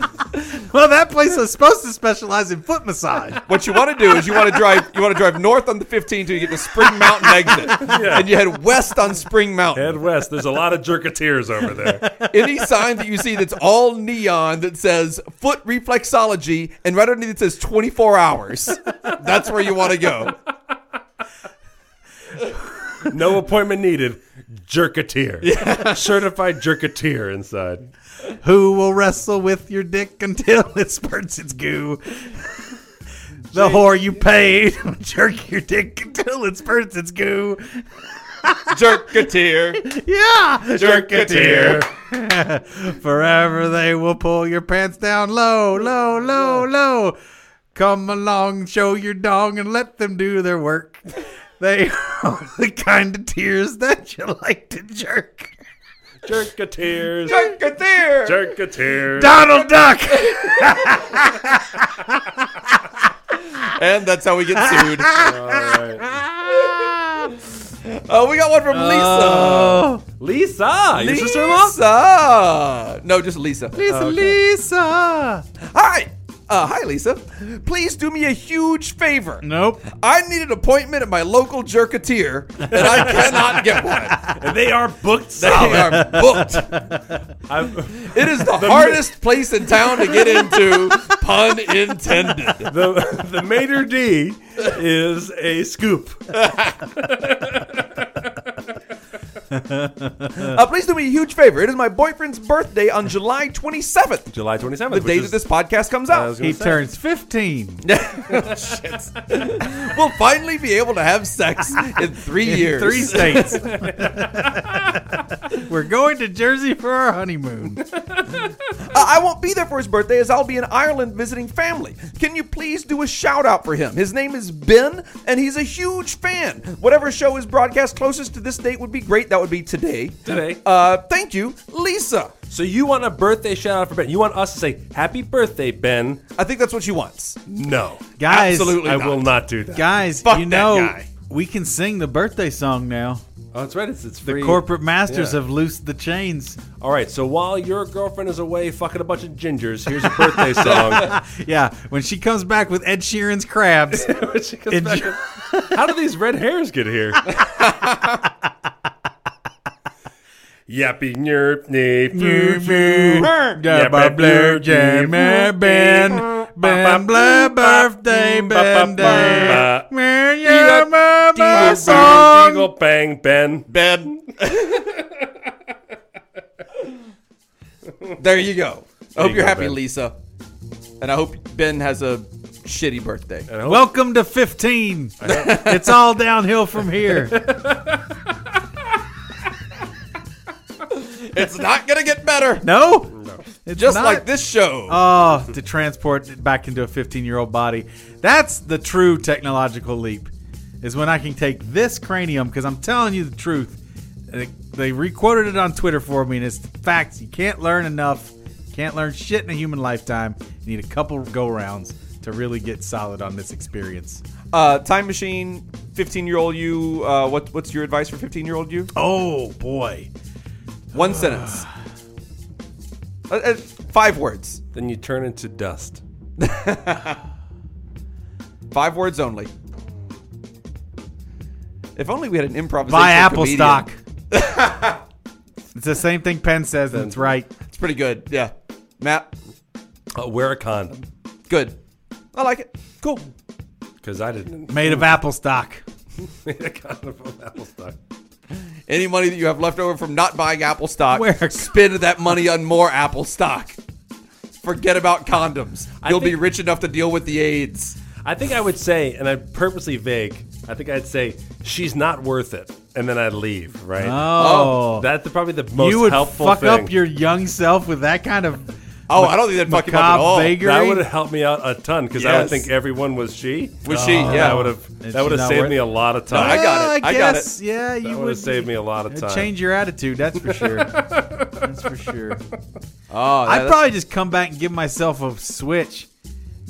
[SPEAKER 2] well. That place was supposed to specialize in foot massage.
[SPEAKER 3] What you want to do is you want to drive you want to drive north on the 15 till you get to Spring Mountain exit, and you head west on Spring Mountain.
[SPEAKER 1] Head west. There's a lot of jerketeers over there.
[SPEAKER 3] any sign that you see that's all neon that says foot reflexology and right underneath it says 24 hours that's where you want to go
[SPEAKER 1] No appointment needed. Jerketeer. Certified jerketeer inside.
[SPEAKER 2] Who will wrestle with your dick until [LAUGHS] it spurts its goo? The whore you paid [LAUGHS] will jerk your dick until it spurts its goo.
[SPEAKER 3] jerketeer
[SPEAKER 2] Yeah,
[SPEAKER 3] Jerketeer.
[SPEAKER 2] [LAUGHS] Forever they will pull your pants down low, low, low, low. Come along, show your dong, and let them do their work. They [LAUGHS] are the kind of tears that you like to jerk.
[SPEAKER 1] Jerketeers.
[SPEAKER 3] jerketeer
[SPEAKER 1] Jerketeers.
[SPEAKER 2] Donald Duck.
[SPEAKER 3] and that's how we get sued oh we got one from lisa
[SPEAKER 1] Lisa, your sister-in-law.
[SPEAKER 3] lisa no just lisa
[SPEAKER 2] Lisa, Lisa.
[SPEAKER 3] hi uh, hi lisa please do me a huge favor
[SPEAKER 2] Nope.
[SPEAKER 3] I need an appointment at my local jerketeer, and I cannot get one.
[SPEAKER 1] And they are booked.
[SPEAKER 3] They are booked.
[SPEAKER 1] I've-
[SPEAKER 3] It is the, hardest place in town to get into, pun intended.
[SPEAKER 1] the the Mater D is a scoop.
[SPEAKER 3] Uh, please do me a huge favor. It is my boyfriend's birthday on July 27th,
[SPEAKER 1] July 27th.
[SPEAKER 3] the day that this podcast comes out.
[SPEAKER 2] He turns 15.
[SPEAKER 3] we'll finally be able to have sex in three years.
[SPEAKER 2] Three states. We're going to Jersey for our honeymoon.
[SPEAKER 3] Uh, I won't be there for his birthday as I'll be in Ireland visiting family. Can you please do a shout out for him? His name is Ben, and he's a huge fan. Whatever show is broadcast closest to this date would be great. That would be today.
[SPEAKER 1] Today.
[SPEAKER 3] Uh, thank you, Lisa.
[SPEAKER 1] So you want a birthday shout out for Ben? You want us to say happy birthday, Ben?
[SPEAKER 3] I think that's what she wants.
[SPEAKER 1] No,
[SPEAKER 2] Guys,
[SPEAKER 3] Absolutely
[SPEAKER 1] I
[SPEAKER 3] not.
[SPEAKER 1] will not do that.
[SPEAKER 2] Guys,
[SPEAKER 3] Fuck
[SPEAKER 2] you
[SPEAKER 3] that
[SPEAKER 2] know
[SPEAKER 3] guy.
[SPEAKER 2] we can sing the birthday song now.
[SPEAKER 1] Oh, that's right. It's it's free.
[SPEAKER 2] Corporate masters
[SPEAKER 1] Yeah.
[SPEAKER 2] have loosed the chains.
[SPEAKER 1] All right. So while your girlfriend is away fucking a bunch of gingers, here's a birthday [LAUGHS] song.
[SPEAKER 2] Yeah, when she comes back with Ed Sheeran's crabs,
[SPEAKER 1] When she comes
[SPEAKER 2] Enjoy-
[SPEAKER 1] back in- How do these red hairs get here? [LAUGHS] Yappy nerp neep.
[SPEAKER 2] Boo, boo.
[SPEAKER 1] Yeah,
[SPEAKER 2] Dabba
[SPEAKER 1] boo,
[SPEAKER 2] blur,
[SPEAKER 1] boo.
[SPEAKER 2] jammer, Ben, Ben, blur, birthday, Ben, day.
[SPEAKER 1] Ba-ba-ba.
[SPEAKER 2] Man, yeah, mama,
[SPEAKER 1] Dingle, bang,
[SPEAKER 2] song.
[SPEAKER 1] dingle, bang, Ben.
[SPEAKER 3] Ben. there you go. I hope
[SPEAKER 1] you
[SPEAKER 3] you are
[SPEAKER 1] go,
[SPEAKER 3] happy,
[SPEAKER 1] Ben.
[SPEAKER 3] Lisa. And I hope Ben has a shitty birthday.
[SPEAKER 1] Uh,
[SPEAKER 2] Welcome to 15. It's all downhill from here.
[SPEAKER 3] it's not going to get better.
[SPEAKER 2] No? It's
[SPEAKER 3] Just
[SPEAKER 2] not.
[SPEAKER 3] like this show.
[SPEAKER 1] Uh,
[SPEAKER 2] Oh, to transport it back into a 15 year old body. That's the true technological leap, is when I can take this cranium, because I'm telling you the truth. They, they requoted it on Twitter for me, and it's facts. You can't learn enough, can't learn shit in a human lifetime. You need a couple go rounds to really get solid on this experience.
[SPEAKER 3] Uh, time machine, fifteen-year-old you. Uh, what, what's your advice for fifteen-year-old you?
[SPEAKER 2] Oh, boy.
[SPEAKER 3] One sentence. Uh, uh, five words.
[SPEAKER 1] Then you turn into dust.
[SPEAKER 3] Five words only. If only we had an improvisational
[SPEAKER 2] Buy Apple
[SPEAKER 3] comedian.
[SPEAKER 2] stock. it's the same thing Penn says, and it's right.
[SPEAKER 3] It's pretty good. Yeah, Matt.
[SPEAKER 1] Uh, wear a condom.
[SPEAKER 3] Good. I like it. Cool.
[SPEAKER 1] Because I didn't [LAUGHS]
[SPEAKER 2] Made of Apple stock.
[SPEAKER 1] make a condom from apple stock.
[SPEAKER 3] Any money that you have left over from not buying Apple stock,
[SPEAKER 2] Where-
[SPEAKER 3] spend that money on more Apple stock. Forget about condoms. You'll be
[SPEAKER 1] think-
[SPEAKER 3] rich enough to deal with the AIDS.
[SPEAKER 1] I think I would say, and I'm purposely vague, I think I'd say, she's not worth it. And then I'd leave, right?
[SPEAKER 2] Oh.
[SPEAKER 1] That's the, probably the most
[SPEAKER 2] you would
[SPEAKER 1] helpful
[SPEAKER 2] fuck
[SPEAKER 1] thing.
[SPEAKER 2] up your young self with that kind of
[SPEAKER 3] Oh, I don't think that fucking up at
[SPEAKER 2] Macabre
[SPEAKER 3] all.
[SPEAKER 2] vagary.
[SPEAKER 1] That would have helped me out a ton because I
[SPEAKER 3] Yes.
[SPEAKER 1] would think everyone was she.
[SPEAKER 3] Was she?
[SPEAKER 2] Oh,
[SPEAKER 3] Yeah.
[SPEAKER 1] That would have
[SPEAKER 2] Is
[SPEAKER 1] that would have
[SPEAKER 2] she not
[SPEAKER 1] saved
[SPEAKER 2] worth
[SPEAKER 1] me
[SPEAKER 2] it?
[SPEAKER 1] a lot of
[SPEAKER 3] I
[SPEAKER 1] time.
[SPEAKER 3] got it.
[SPEAKER 2] I
[SPEAKER 3] I got
[SPEAKER 2] guess. Yeah, you
[SPEAKER 1] That would
[SPEAKER 2] would
[SPEAKER 1] have saved me a lot of
[SPEAKER 2] It'd
[SPEAKER 1] time.
[SPEAKER 2] Change your attitude, that's for sure. that's for sure.
[SPEAKER 3] Oh, that-
[SPEAKER 2] I'd probably just come back and give myself a Switch.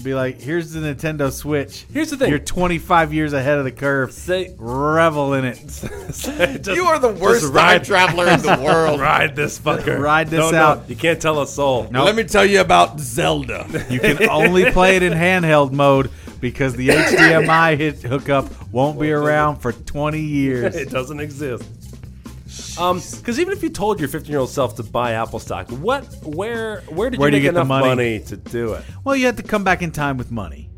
[SPEAKER 2] Be like, here's the Nintendo Switch.
[SPEAKER 1] Here's the thing.
[SPEAKER 2] You're 25 years ahead of the curve. [LAUGHS]
[SPEAKER 1] Say-
[SPEAKER 2] Revel in it.
[SPEAKER 1] Just-
[SPEAKER 3] you are the worst
[SPEAKER 1] just ride,
[SPEAKER 3] time traveler
[SPEAKER 2] [LAUGHS]
[SPEAKER 3] in the world.
[SPEAKER 1] Ride this fucker.
[SPEAKER 2] Ride this
[SPEAKER 1] No, no,
[SPEAKER 2] out.
[SPEAKER 1] You can't tell a soul.
[SPEAKER 3] Let me tell you about Zelda.
[SPEAKER 2] You can only play it in handheld mode because the HDMI hit hookup won't be around for 20
[SPEAKER 1] [LAUGHS]
[SPEAKER 2] years.
[SPEAKER 1] It doesn't exist. Um, because even if you told your 15 year old self to buy Apple stock, what, where, where did
[SPEAKER 2] Where
[SPEAKER 1] you
[SPEAKER 2] do
[SPEAKER 1] make
[SPEAKER 2] you get the
[SPEAKER 1] enough
[SPEAKER 2] money?
[SPEAKER 1] to do it? [LAUGHS]
[SPEAKER 2] Well, you have to come back in time with money.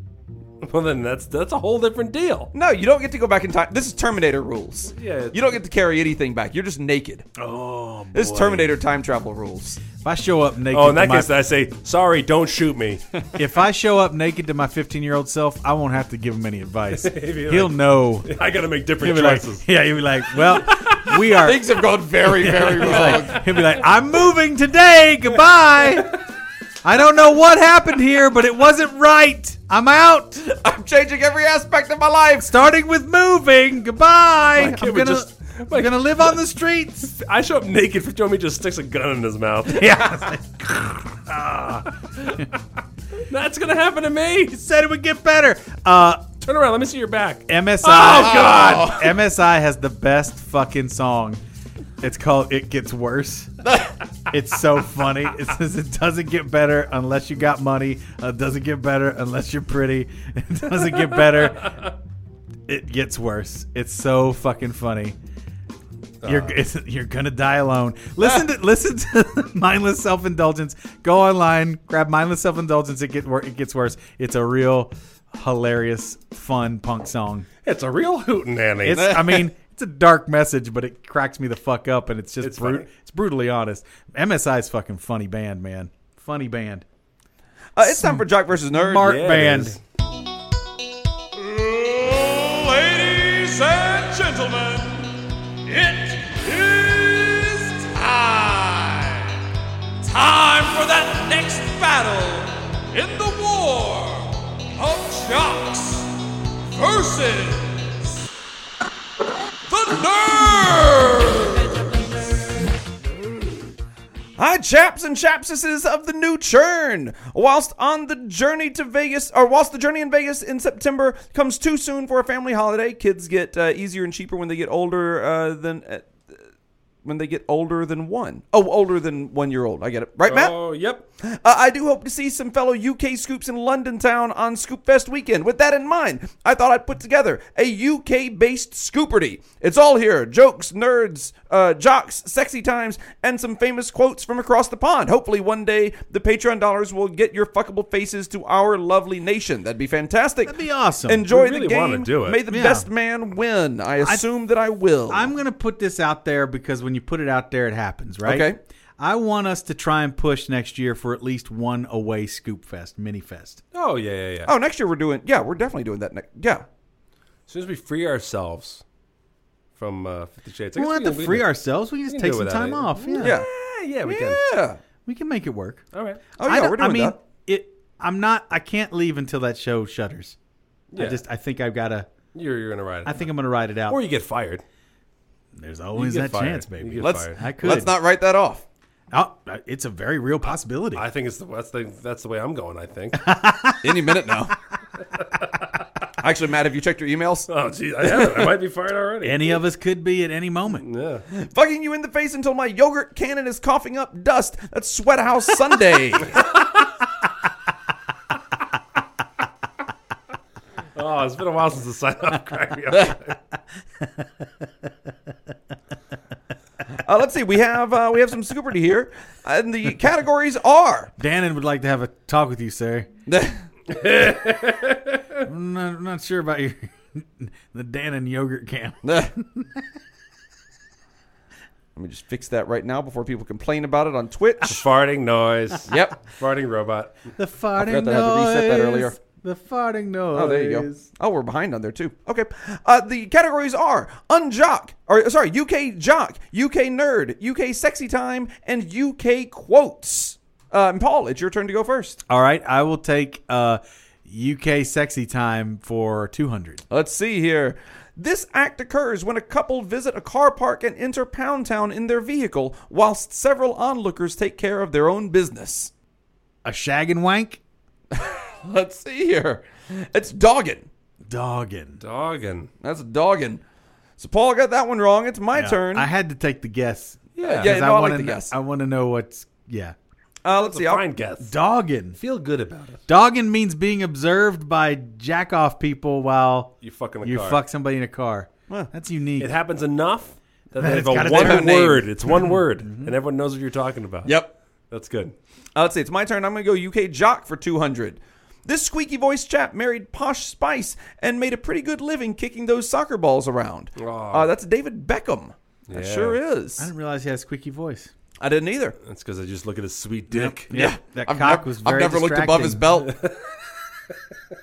[SPEAKER 1] Well, then that's that's a whole different deal.
[SPEAKER 3] [LAUGHS] no, you don't get to go back in time. This is Terminator rules.
[SPEAKER 1] Yeah.
[SPEAKER 3] You don't get to carry anything back. You're just naked. Oh, this is Terminator time travel rules.
[SPEAKER 2] If I show up naked,
[SPEAKER 1] Oh, in that
[SPEAKER 2] to my-
[SPEAKER 1] case, I say sorry. Don't shoot
[SPEAKER 2] [LAUGHS]
[SPEAKER 1] me.
[SPEAKER 2] if I show up naked to my 15 year old self, I won't have to give him any
[SPEAKER 1] [LAUGHS]
[SPEAKER 2] advice.
[SPEAKER 1] be
[SPEAKER 2] He'll know.
[SPEAKER 1] I got to make
[SPEAKER 2] He'll
[SPEAKER 1] different
[SPEAKER 2] be like,
[SPEAKER 1] choices.
[SPEAKER 2] yeah, he'll be like, well, we are.
[SPEAKER 3] [LAUGHS] Things have gone [LAUGHS] very, very wrong.
[SPEAKER 2] He'll be like, I'm moving today.
[SPEAKER 1] [LAUGHS]
[SPEAKER 2] Goodbye. I don't know what happened here, but it wasn't right. I'm out.
[SPEAKER 3] I'm changing every aspect of my life.
[SPEAKER 2] Starting with moving. Goodbye.
[SPEAKER 1] kid
[SPEAKER 2] I'm
[SPEAKER 1] would
[SPEAKER 2] gonna,
[SPEAKER 1] just-
[SPEAKER 2] I'm
[SPEAKER 1] my-
[SPEAKER 2] gonna live on
[SPEAKER 1] [LAUGHS]
[SPEAKER 2] the streets.
[SPEAKER 1] I show up naked. 15 year old me just sticks a gun in his mouth. [LAUGHS]
[SPEAKER 2] yeah.
[SPEAKER 1] that's gonna happen to me.
[SPEAKER 2] He [LAUGHS] said it would get better. Uh,
[SPEAKER 1] Turn around. Let me see your back. Oh,
[SPEAKER 2] MSI. [LAUGHS]
[SPEAKER 1] God.
[SPEAKER 2] MSI has the best fucking song. It's called "It Gets Worse."
[SPEAKER 1] [LAUGHS]
[SPEAKER 2] it's so funny. It says it doesn't get better unless you got money. Uh, It doesn't get better unless you're pretty. [LAUGHS] It doesn't
[SPEAKER 1] [LAUGHS]
[SPEAKER 2] get better. It gets worse. It's so fucking funny. You're
[SPEAKER 1] Uh,
[SPEAKER 2] it's, [LAUGHS] you're gonna die alone. Listen to listen to [LAUGHS] mindless self indulgence. Go online, grab mindless self indulgence. It get wor- it gets worse. It's a real hilarious, fun punk song.
[SPEAKER 1] It's a real hootin' nanny.
[SPEAKER 2] It's I
[SPEAKER 1] [LAUGHS]
[SPEAKER 2] mean it's a dark message, but it cracks me the fuck up, and it's just
[SPEAKER 1] It's
[SPEAKER 2] brut-
[SPEAKER 1] funny.
[SPEAKER 2] it's brutally honest. MSI is fucking funny band, man. Funny band.
[SPEAKER 3] Uh, it's time for Jock versus Nerd.
[SPEAKER 2] Mark
[SPEAKER 1] Yeah, it
[SPEAKER 2] band.
[SPEAKER 1] is.
[SPEAKER 10] Ladies and gentlemen, it is time. Time for that next battle in the war of jocks versus the nerds.
[SPEAKER 3] Hi, chaps and chapsesses of the new churn. Whilst on the journey to Vegas, or whilst the journey in Vegas in September comes too soon for a family holiday, kids get uh, easier and cheaper when they get older uh, than uh, when they get older than one. Oh, older than one year old. I get it, right, Matt?
[SPEAKER 1] Oh, yep.
[SPEAKER 3] Uh, I do hope to see some fellow UK scoops in London town on Scoop Fest weekend. With that in mind, I thought I'd put together a UK based Scooperty. It's all here jokes, nerds, uh, jocks, sexy times, and some famous quotes from across the pond. Hopefully, one day the Patreon dollars will get your fuckable faces to our lovely nation. That'd be fantastic.
[SPEAKER 2] That'd be awesome.
[SPEAKER 3] Enjoy
[SPEAKER 1] We
[SPEAKER 3] the
[SPEAKER 1] really wanna
[SPEAKER 3] game.
[SPEAKER 1] do it.
[SPEAKER 3] May the
[SPEAKER 2] Yeah.
[SPEAKER 3] best man win. I assume that I will.
[SPEAKER 2] I'm gonna put this out there because when you put it out there, it happens, right?
[SPEAKER 3] Okay.
[SPEAKER 2] I want us to try and push next year for at least one away scoop fest, mini fest.
[SPEAKER 1] Oh yeah, yeah, yeah.
[SPEAKER 3] oh, next year we're doing. Yeah, we're definitely doing that. next Yeah.
[SPEAKER 1] As soon as we free ourselves from uh, Fifty Shades, I
[SPEAKER 2] We
[SPEAKER 1] guess
[SPEAKER 2] don't have
[SPEAKER 1] can-
[SPEAKER 2] to free
[SPEAKER 1] can-
[SPEAKER 2] ourselves. We can just
[SPEAKER 1] can
[SPEAKER 2] take
[SPEAKER 1] do
[SPEAKER 2] some
[SPEAKER 1] without
[SPEAKER 2] time
[SPEAKER 1] it.
[SPEAKER 2] off. Yeah.
[SPEAKER 3] Yeah.
[SPEAKER 1] Yeah, we can.
[SPEAKER 3] Yeah.
[SPEAKER 2] we can make it work.
[SPEAKER 1] All right.
[SPEAKER 3] Oh,
[SPEAKER 2] I
[SPEAKER 3] yeah,
[SPEAKER 2] don't-
[SPEAKER 3] we're doing
[SPEAKER 2] I mean,
[SPEAKER 3] that.
[SPEAKER 2] it. I'm not. I can't leave until that show shutters. I
[SPEAKER 1] Yeah.
[SPEAKER 2] just. I think I've got to.
[SPEAKER 1] You're you're gonna ride it.
[SPEAKER 2] I think I'm gonna ride it out.
[SPEAKER 1] or you get fired.
[SPEAKER 2] There's
[SPEAKER 1] You
[SPEAKER 2] always
[SPEAKER 1] get
[SPEAKER 2] that
[SPEAKER 1] fired.
[SPEAKER 2] chance,
[SPEAKER 1] You
[SPEAKER 2] baby.
[SPEAKER 1] get
[SPEAKER 3] Let's-
[SPEAKER 1] fired.
[SPEAKER 2] I could.
[SPEAKER 3] Let's not write that off.
[SPEAKER 2] Oh, it's a very real possibility.
[SPEAKER 1] I think it's the that's the that's the way I'm going. I think.
[SPEAKER 3] Any minute
[SPEAKER 2] [LAUGHS]
[SPEAKER 3] now. Actually, Matt, have you checked your emails?
[SPEAKER 1] oh, geez, I, have it. I might be fired already.
[SPEAKER 2] Any of us could be at any moment.
[SPEAKER 1] yeah.
[SPEAKER 3] Fucking you in the face until my yogurt cannon is coughing up dust. That's Sweat House
[SPEAKER 2] [LAUGHS]
[SPEAKER 3] Sunday.
[SPEAKER 1] Oh, it's been a while since the sign off cracked me up.
[SPEAKER 3] uh, let's see. We have uh, we have some Scooperty here, and the categories are. [LAUGHS]
[SPEAKER 2] Dannon would like to have a talk with you, sir. I'm not, I'm not sure about your [LAUGHS] the Dannon yogurt can.
[SPEAKER 3] Let me just fix that right now before people complain about it on Twitch.
[SPEAKER 1] Farting noise. [LAUGHS]
[SPEAKER 3] Yep.
[SPEAKER 1] Farting robot.
[SPEAKER 2] The farting
[SPEAKER 3] forgot that I had to reset that
[SPEAKER 2] noise.
[SPEAKER 3] earlier.
[SPEAKER 2] The farting noise.
[SPEAKER 3] Oh, there you go. Oh, we're behind on there too. Okay. Uh, the categories are unjock, or sorry, UK jock, UK nerd, UK sexy time, and UK quotes. Uh, and Paul, it's your turn to go first.
[SPEAKER 2] All right, I will take uh, UK sexy time for 200.
[SPEAKER 3] Let's see here. This act occurs when a couple visit a car park and enter Pound Town in their vehicle, whilst several onlookers take care of their own business.
[SPEAKER 2] A shag and wank?
[SPEAKER 3] Let's see here. It's dogging.
[SPEAKER 2] Doggin.
[SPEAKER 1] Doggin.
[SPEAKER 3] That's dogging. So Paul got that one wrong. It's my turn.
[SPEAKER 2] I had to take the guess. Uh,
[SPEAKER 3] Yeah,
[SPEAKER 2] 'cause
[SPEAKER 3] yeah, no, I like
[SPEAKER 2] wanna
[SPEAKER 3] the
[SPEAKER 2] kn-
[SPEAKER 3] guess.
[SPEAKER 2] I want to know what's, yeah.
[SPEAKER 3] uh, let's see. I'll-
[SPEAKER 1] Fine guess.
[SPEAKER 2] Doggin.
[SPEAKER 1] Feel good about it.
[SPEAKER 2] Doggin means being observed by jack off people while
[SPEAKER 1] You fuck in the
[SPEAKER 2] you
[SPEAKER 1] car.
[SPEAKER 2] fuck somebody in a car. That's unique.
[SPEAKER 1] It happens enough that they have
[SPEAKER 2] it's gotta
[SPEAKER 1] a
[SPEAKER 2] be
[SPEAKER 3] their
[SPEAKER 1] one
[SPEAKER 3] name.
[SPEAKER 1] word. It's one word, and everyone knows what you're talking about.
[SPEAKER 3] Yep.
[SPEAKER 1] That's good.
[SPEAKER 3] Uh, let's see. It's my turn. I'm going to go UK Jock for 200. This squeaky voiced chap married Posh Spice and made a pretty good living kicking those soccer balls around. Uh, that's David Beckham. That
[SPEAKER 1] Yeah.
[SPEAKER 3] sure
[SPEAKER 2] I
[SPEAKER 3] is.
[SPEAKER 2] didn't realize he had a squeaky voice.
[SPEAKER 3] I didn't either.
[SPEAKER 1] That's because I just look at his sweet dick.
[SPEAKER 3] Yeah.
[SPEAKER 2] That
[SPEAKER 3] I've
[SPEAKER 2] cock
[SPEAKER 3] nev-
[SPEAKER 2] was very
[SPEAKER 3] I've never looked above his belt.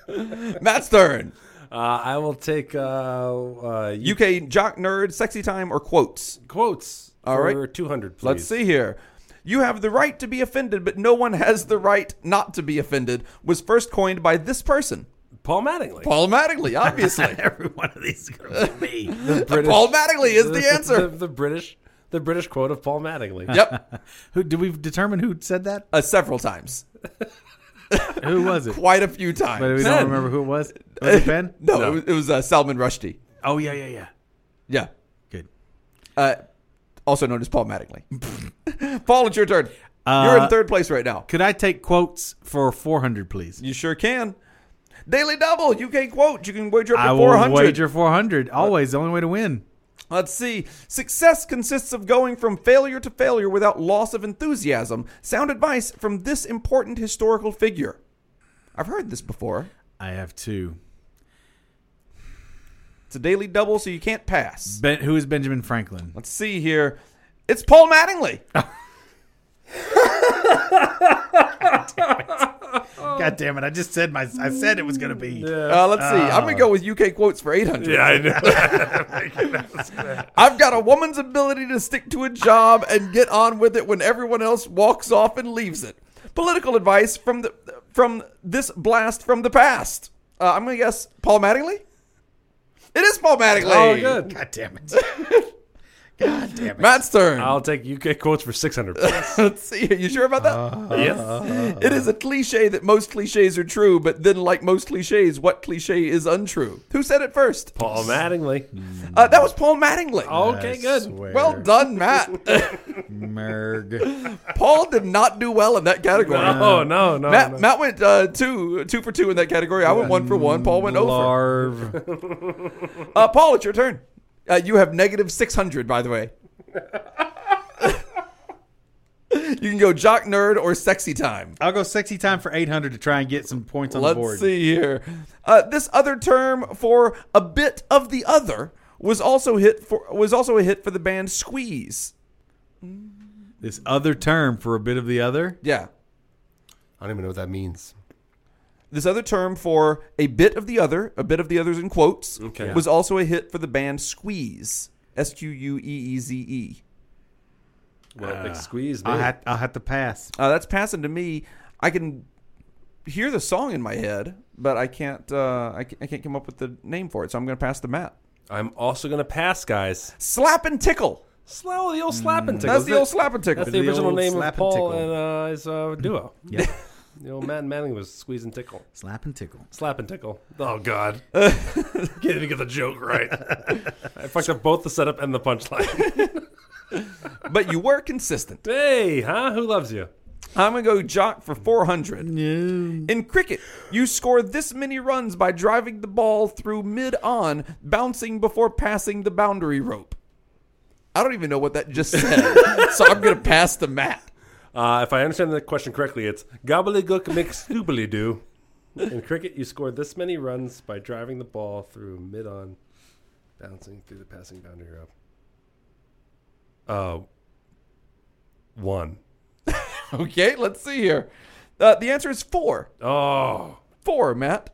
[SPEAKER 3] [LAUGHS] Matt's turn.
[SPEAKER 1] Uh, I will take uh, uh, you
[SPEAKER 3] UK Jock Nerd, Sexy Time, or Quotes.
[SPEAKER 1] quotes
[SPEAKER 3] All right.
[SPEAKER 1] for 200, please.
[SPEAKER 3] Let's see here. You have the right to be offended, but no one has the right not to be offended, was first coined by this person.
[SPEAKER 1] Paul Mattingly.
[SPEAKER 3] Paul Mattingly, obviously.
[SPEAKER 2] [LAUGHS] Every one of these is going to be me.
[SPEAKER 1] [LAUGHS] British-
[SPEAKER 3] Paul Mattingly is the
[SPEAKER 1] [LAUGHS] the,
[SPEAKER 3] answer.
[SPEAKER 1] the British, the British quote of Paul Mattingly.
[SPEAKER 3] yep,
[SPEAKER 2] Who did we determine who said that?
[SPEAKER 3] uh, several times,
[SPEAKER 2] Who [LAUGHS] was it?
[SPEAKER 3] quite a few
[SPEAKER 2] But we
[SPEAKER 3] times.
[SPEAKER 2] don't remember who it was. Was it [LAUGHS] Ben?
[SPEAKER 3] [LAUGHS] No, it was, it was uh, Salman Rushdie.
[SPEAKER 2] Oh yeah, yeah, yeah.
[SPEAKER 3] Yeah,
[SPEAKER 2] Good.
[SPEAKER 3] uh, also known as Paul Mattingly. [LAUGHS] Paul, it's your turn. You're in
[SPEAKER 2] Uh,
[SPEAKER 3] third place right now.
[SPEAKER 2] Could I take quotes for 400, please?
[SPEAKER 3] You sure can. Daily Double, UK quote. You can wager up
[SPEAKER 2] I
[SPEAKER 3] to
[SPEAKER 2] will
[SPEAKER 3] 400.
[SPEAKER 2] wager 400. Always the only way to win.
[SPEAKER 3] Let's see. Success consists of going from failure to failure without loss of enthusiasm. Sound advice from this important historical figure. I've heard this before.
[SPEAKER 2] I have two.
[SPEAKER 3] It's a daily double, so you can't pass.
[SPEAKER 2] Ben, who is Benjamin Franklin?
[SPEAKER 3] Let's see here. It's Paul Mattingly.
[SPEAKER 2] Oh. God damn it! I just said my. I said it was going to be.
[SPEAKER 3] Uh, let's see. I'm gonna go with UK quotes for 800.
[SPEAKER 1] Yeah, I know.
[SPEAKER 3] [LAUGHS] I've got a woman's ability to stick to a job and get on with it when everyone else walks off and leaves it. Political advice from the from this blast from the past. Uh, I'm gonna guess Paul Mattingly. It is Paul Mattingly.
[SPEAKER 1] oh, good.
[SPEAKER 2] God damn [LAUGHS] it!
[SPEAKER 3] Matt's turn. [LAUGHS]
[SPEAKER 1] [LAUGHS] I'll take UK quotes for Uh, 600. please.
[SPEAKER 3] Let's see. Are you sure about that?
[SPEAKER 1] Ah. yes.
[SPEAKER 3] it is a cliche that most cliches are true, but then, like most cliches, what cliche is untrue? Who said it first?
[SPEAKER 1] Paul Mattingly.
[SPEAKER 3] Uh, that was Paul Mattingly.
[SPEAKER 1] Okay, good.
[SPEAKER 3] Well done, Matt.
[SPEAKER 2] [LAUGHS] Merg.
[SPEAKER 3] Paul did not do well in that category.
[SPEAKER 1] No, Oh, no, no.
[SPEAKER 3] Matt,
[SPEAKER 1] no.
[SPEAKER 3] Matt went uh, two two for two in that category. I went one for one. Paul went over.
[SPEAKER 2] Larv.
[SPEAKER 3] Uh, Paul, it's your turn. Uh, you have negative six hundred, by the way. you can go jock nerd or sexy time.
[SPEAKER 2] I'll go sexy time for 800 to try and get some points on
[SPEAKER 3] Let's
[SPEAKER 2] the board.
[SPEAKER 3] see here. Uh, this other term for a bit of the other was also hit for was also a hit for the band Squeeze.
[SPEAKER 2] This other term for a bit of the other.
[SPEAKER 3] Yeah.
[SPEAKER 1] I don't even know what that means.
[SPEAKER 3] This other term for a bit of the other, a bit of the others in quotes,
[SPEAKER 1] Okay.
[SPEAKER 3] was also a hit for the band Squeeze. S Q U E E Z E.
[SPEAKER 1] Well,
[SPEAKER 3] Ah.
[SPEAKER 1] like squeeze me.
[SPEAKER 2] I'll have, I'll have to pass.
[SPEAKER 3] Uh, that's passing to me. I can hear the song in my head, but I can't. Uh, I, can't I can't come up with the name for it, so I'm going to pass to Matt.
[SPEAKER 1] I'm also going to pass, guys.
[SPEAKER 3] Slap and tickle.
[SPEAKER 1] Slow the old slap and tickle.
[SPEAKER 3] Mm. That's the
[SPEAKER 1] That-
[SPEAKER 3] old slap and tickle.
[SPEAKER 1] That's the
[SPEAKER 2] The
[SPEAKER 1] original
[SPEAKER 2] old
[SPEAKER 1] name
[SPEAKER 2] slap
[SPEAKER 1] of
[SPEAKER 2] and
[SPEAKER 1] Paul
[SPEAKER 2] tickle.
[SPEAKER 1] and uh, his uh, duo. Yeah. [LAUGHS] the old Matt Manning was squeeze and tickle.
[SPEAKER 2] Slap and tickle.
[SPEAKER 1] Slap and tickle.
[SPEAKER 3] [LAUGHS]
[SPEAKER 1] Oh, God. Can't even get the joke right. I fucked up both the setup and
[SPEAKER 3] [LAUGHS]
[SPEAKER 1] the punchline.
[SPEAKER 3] but you were consistent.
[SPEAKER 1] hey, huh? Who loves you?
[SPEAKER 3] I'm gonna go jock for 400. In cricket, you score this many runs by driving the ball through mid-on, bouncing before passing the boundary rope. I don't even know what that just said, so I'm gonna pass the Matt.
[SPEAKER 1] Uh, if I understand the question correctly, it's gobbledygook makes [LAUGHS] doobly doo. In cricket, you score this many runs by driving the ball through mid on, bouncing through the passing boundary rope. Uh, one.
[SPEAKER 3] Okay, let's see here. Uh, the answer is four.
[SPEAKER 1] Oh,
[SPEAKER 3] Four, Matt.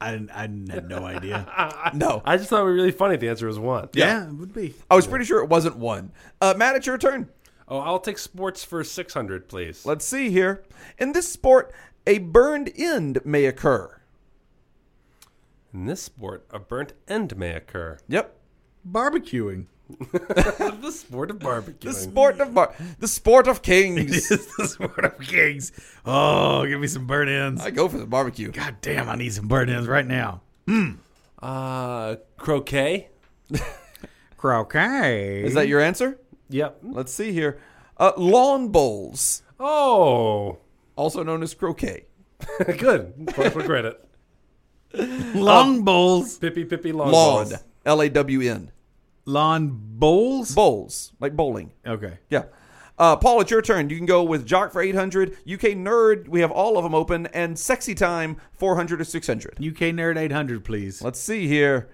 [SPEAKER 2] I, didn't, I didn't- had no idea.
[SPEAKER 3] [LAUGHS] No,
[SPEAKER 1] I just thought it would be really funny if the answer was one.
[SPEAKER 2] yeah, it would be.
[SPEAKER 3] I was pretty sure it wasn't one. Uh, Matt, it's your turn.
[SPEAKER 1] Oh, I'll take sports for 600, please.
[SPEAKER 3] Let's see here. In this sport, a burned end may occur.
[SPEAKER 1] In this sport, a burnt end may occur.
[SPEAKER 3] Yep.
[SPEAKER 2] Barbecuing.
[SPEAKER 1] the sport of barbecuing.
[SPEAKER 3] The sport of bar- the sport of kings.
[SPEAKER 2] It's the sport of kings. Oh, give me some burnt ends.
[SPEAKER 3] I go for the barbecue.
[SPEAKER 2] God damn, I need some burnt ends right now.
[SPEAKER 1] Uh, croquet.
[SPEAKER 2] Croquet.
[SPEAKER 3] Is that your answer?
[SPEAKER 1] Yep.
[SPEAKER 3] Let's see here. Uh, lawn bowls,
[SPEAKER 1] Oh, [LAUGHS]
[SPEAKER 3] also known as croquet.
[SPEAKER 1] good. Point for credit.
[SPEAKER 3] Oh.
[SPEAKER 2] Long bowls.
[SPEAKER 1] Pippy pippy long
[SPEAKER 3] Lawn.
[SPEAKER 1] balls.
[SPEAKER 3] L A W N.
[SPEAKER 2] Lawn bowls?
[SPEAKER 3] Bowls, like bowling.
[SPEAKER 2] okay.
[SPEAKER 3] Yeah. Uh, Paul, it's your turn. You can go with Jock for 800, UK Nerd, we have all of them open, and Sexy Time 400 or 600.
[SPEAKER 2] UK Nerd 800, please.
[SPEAKER 3] Let's see here.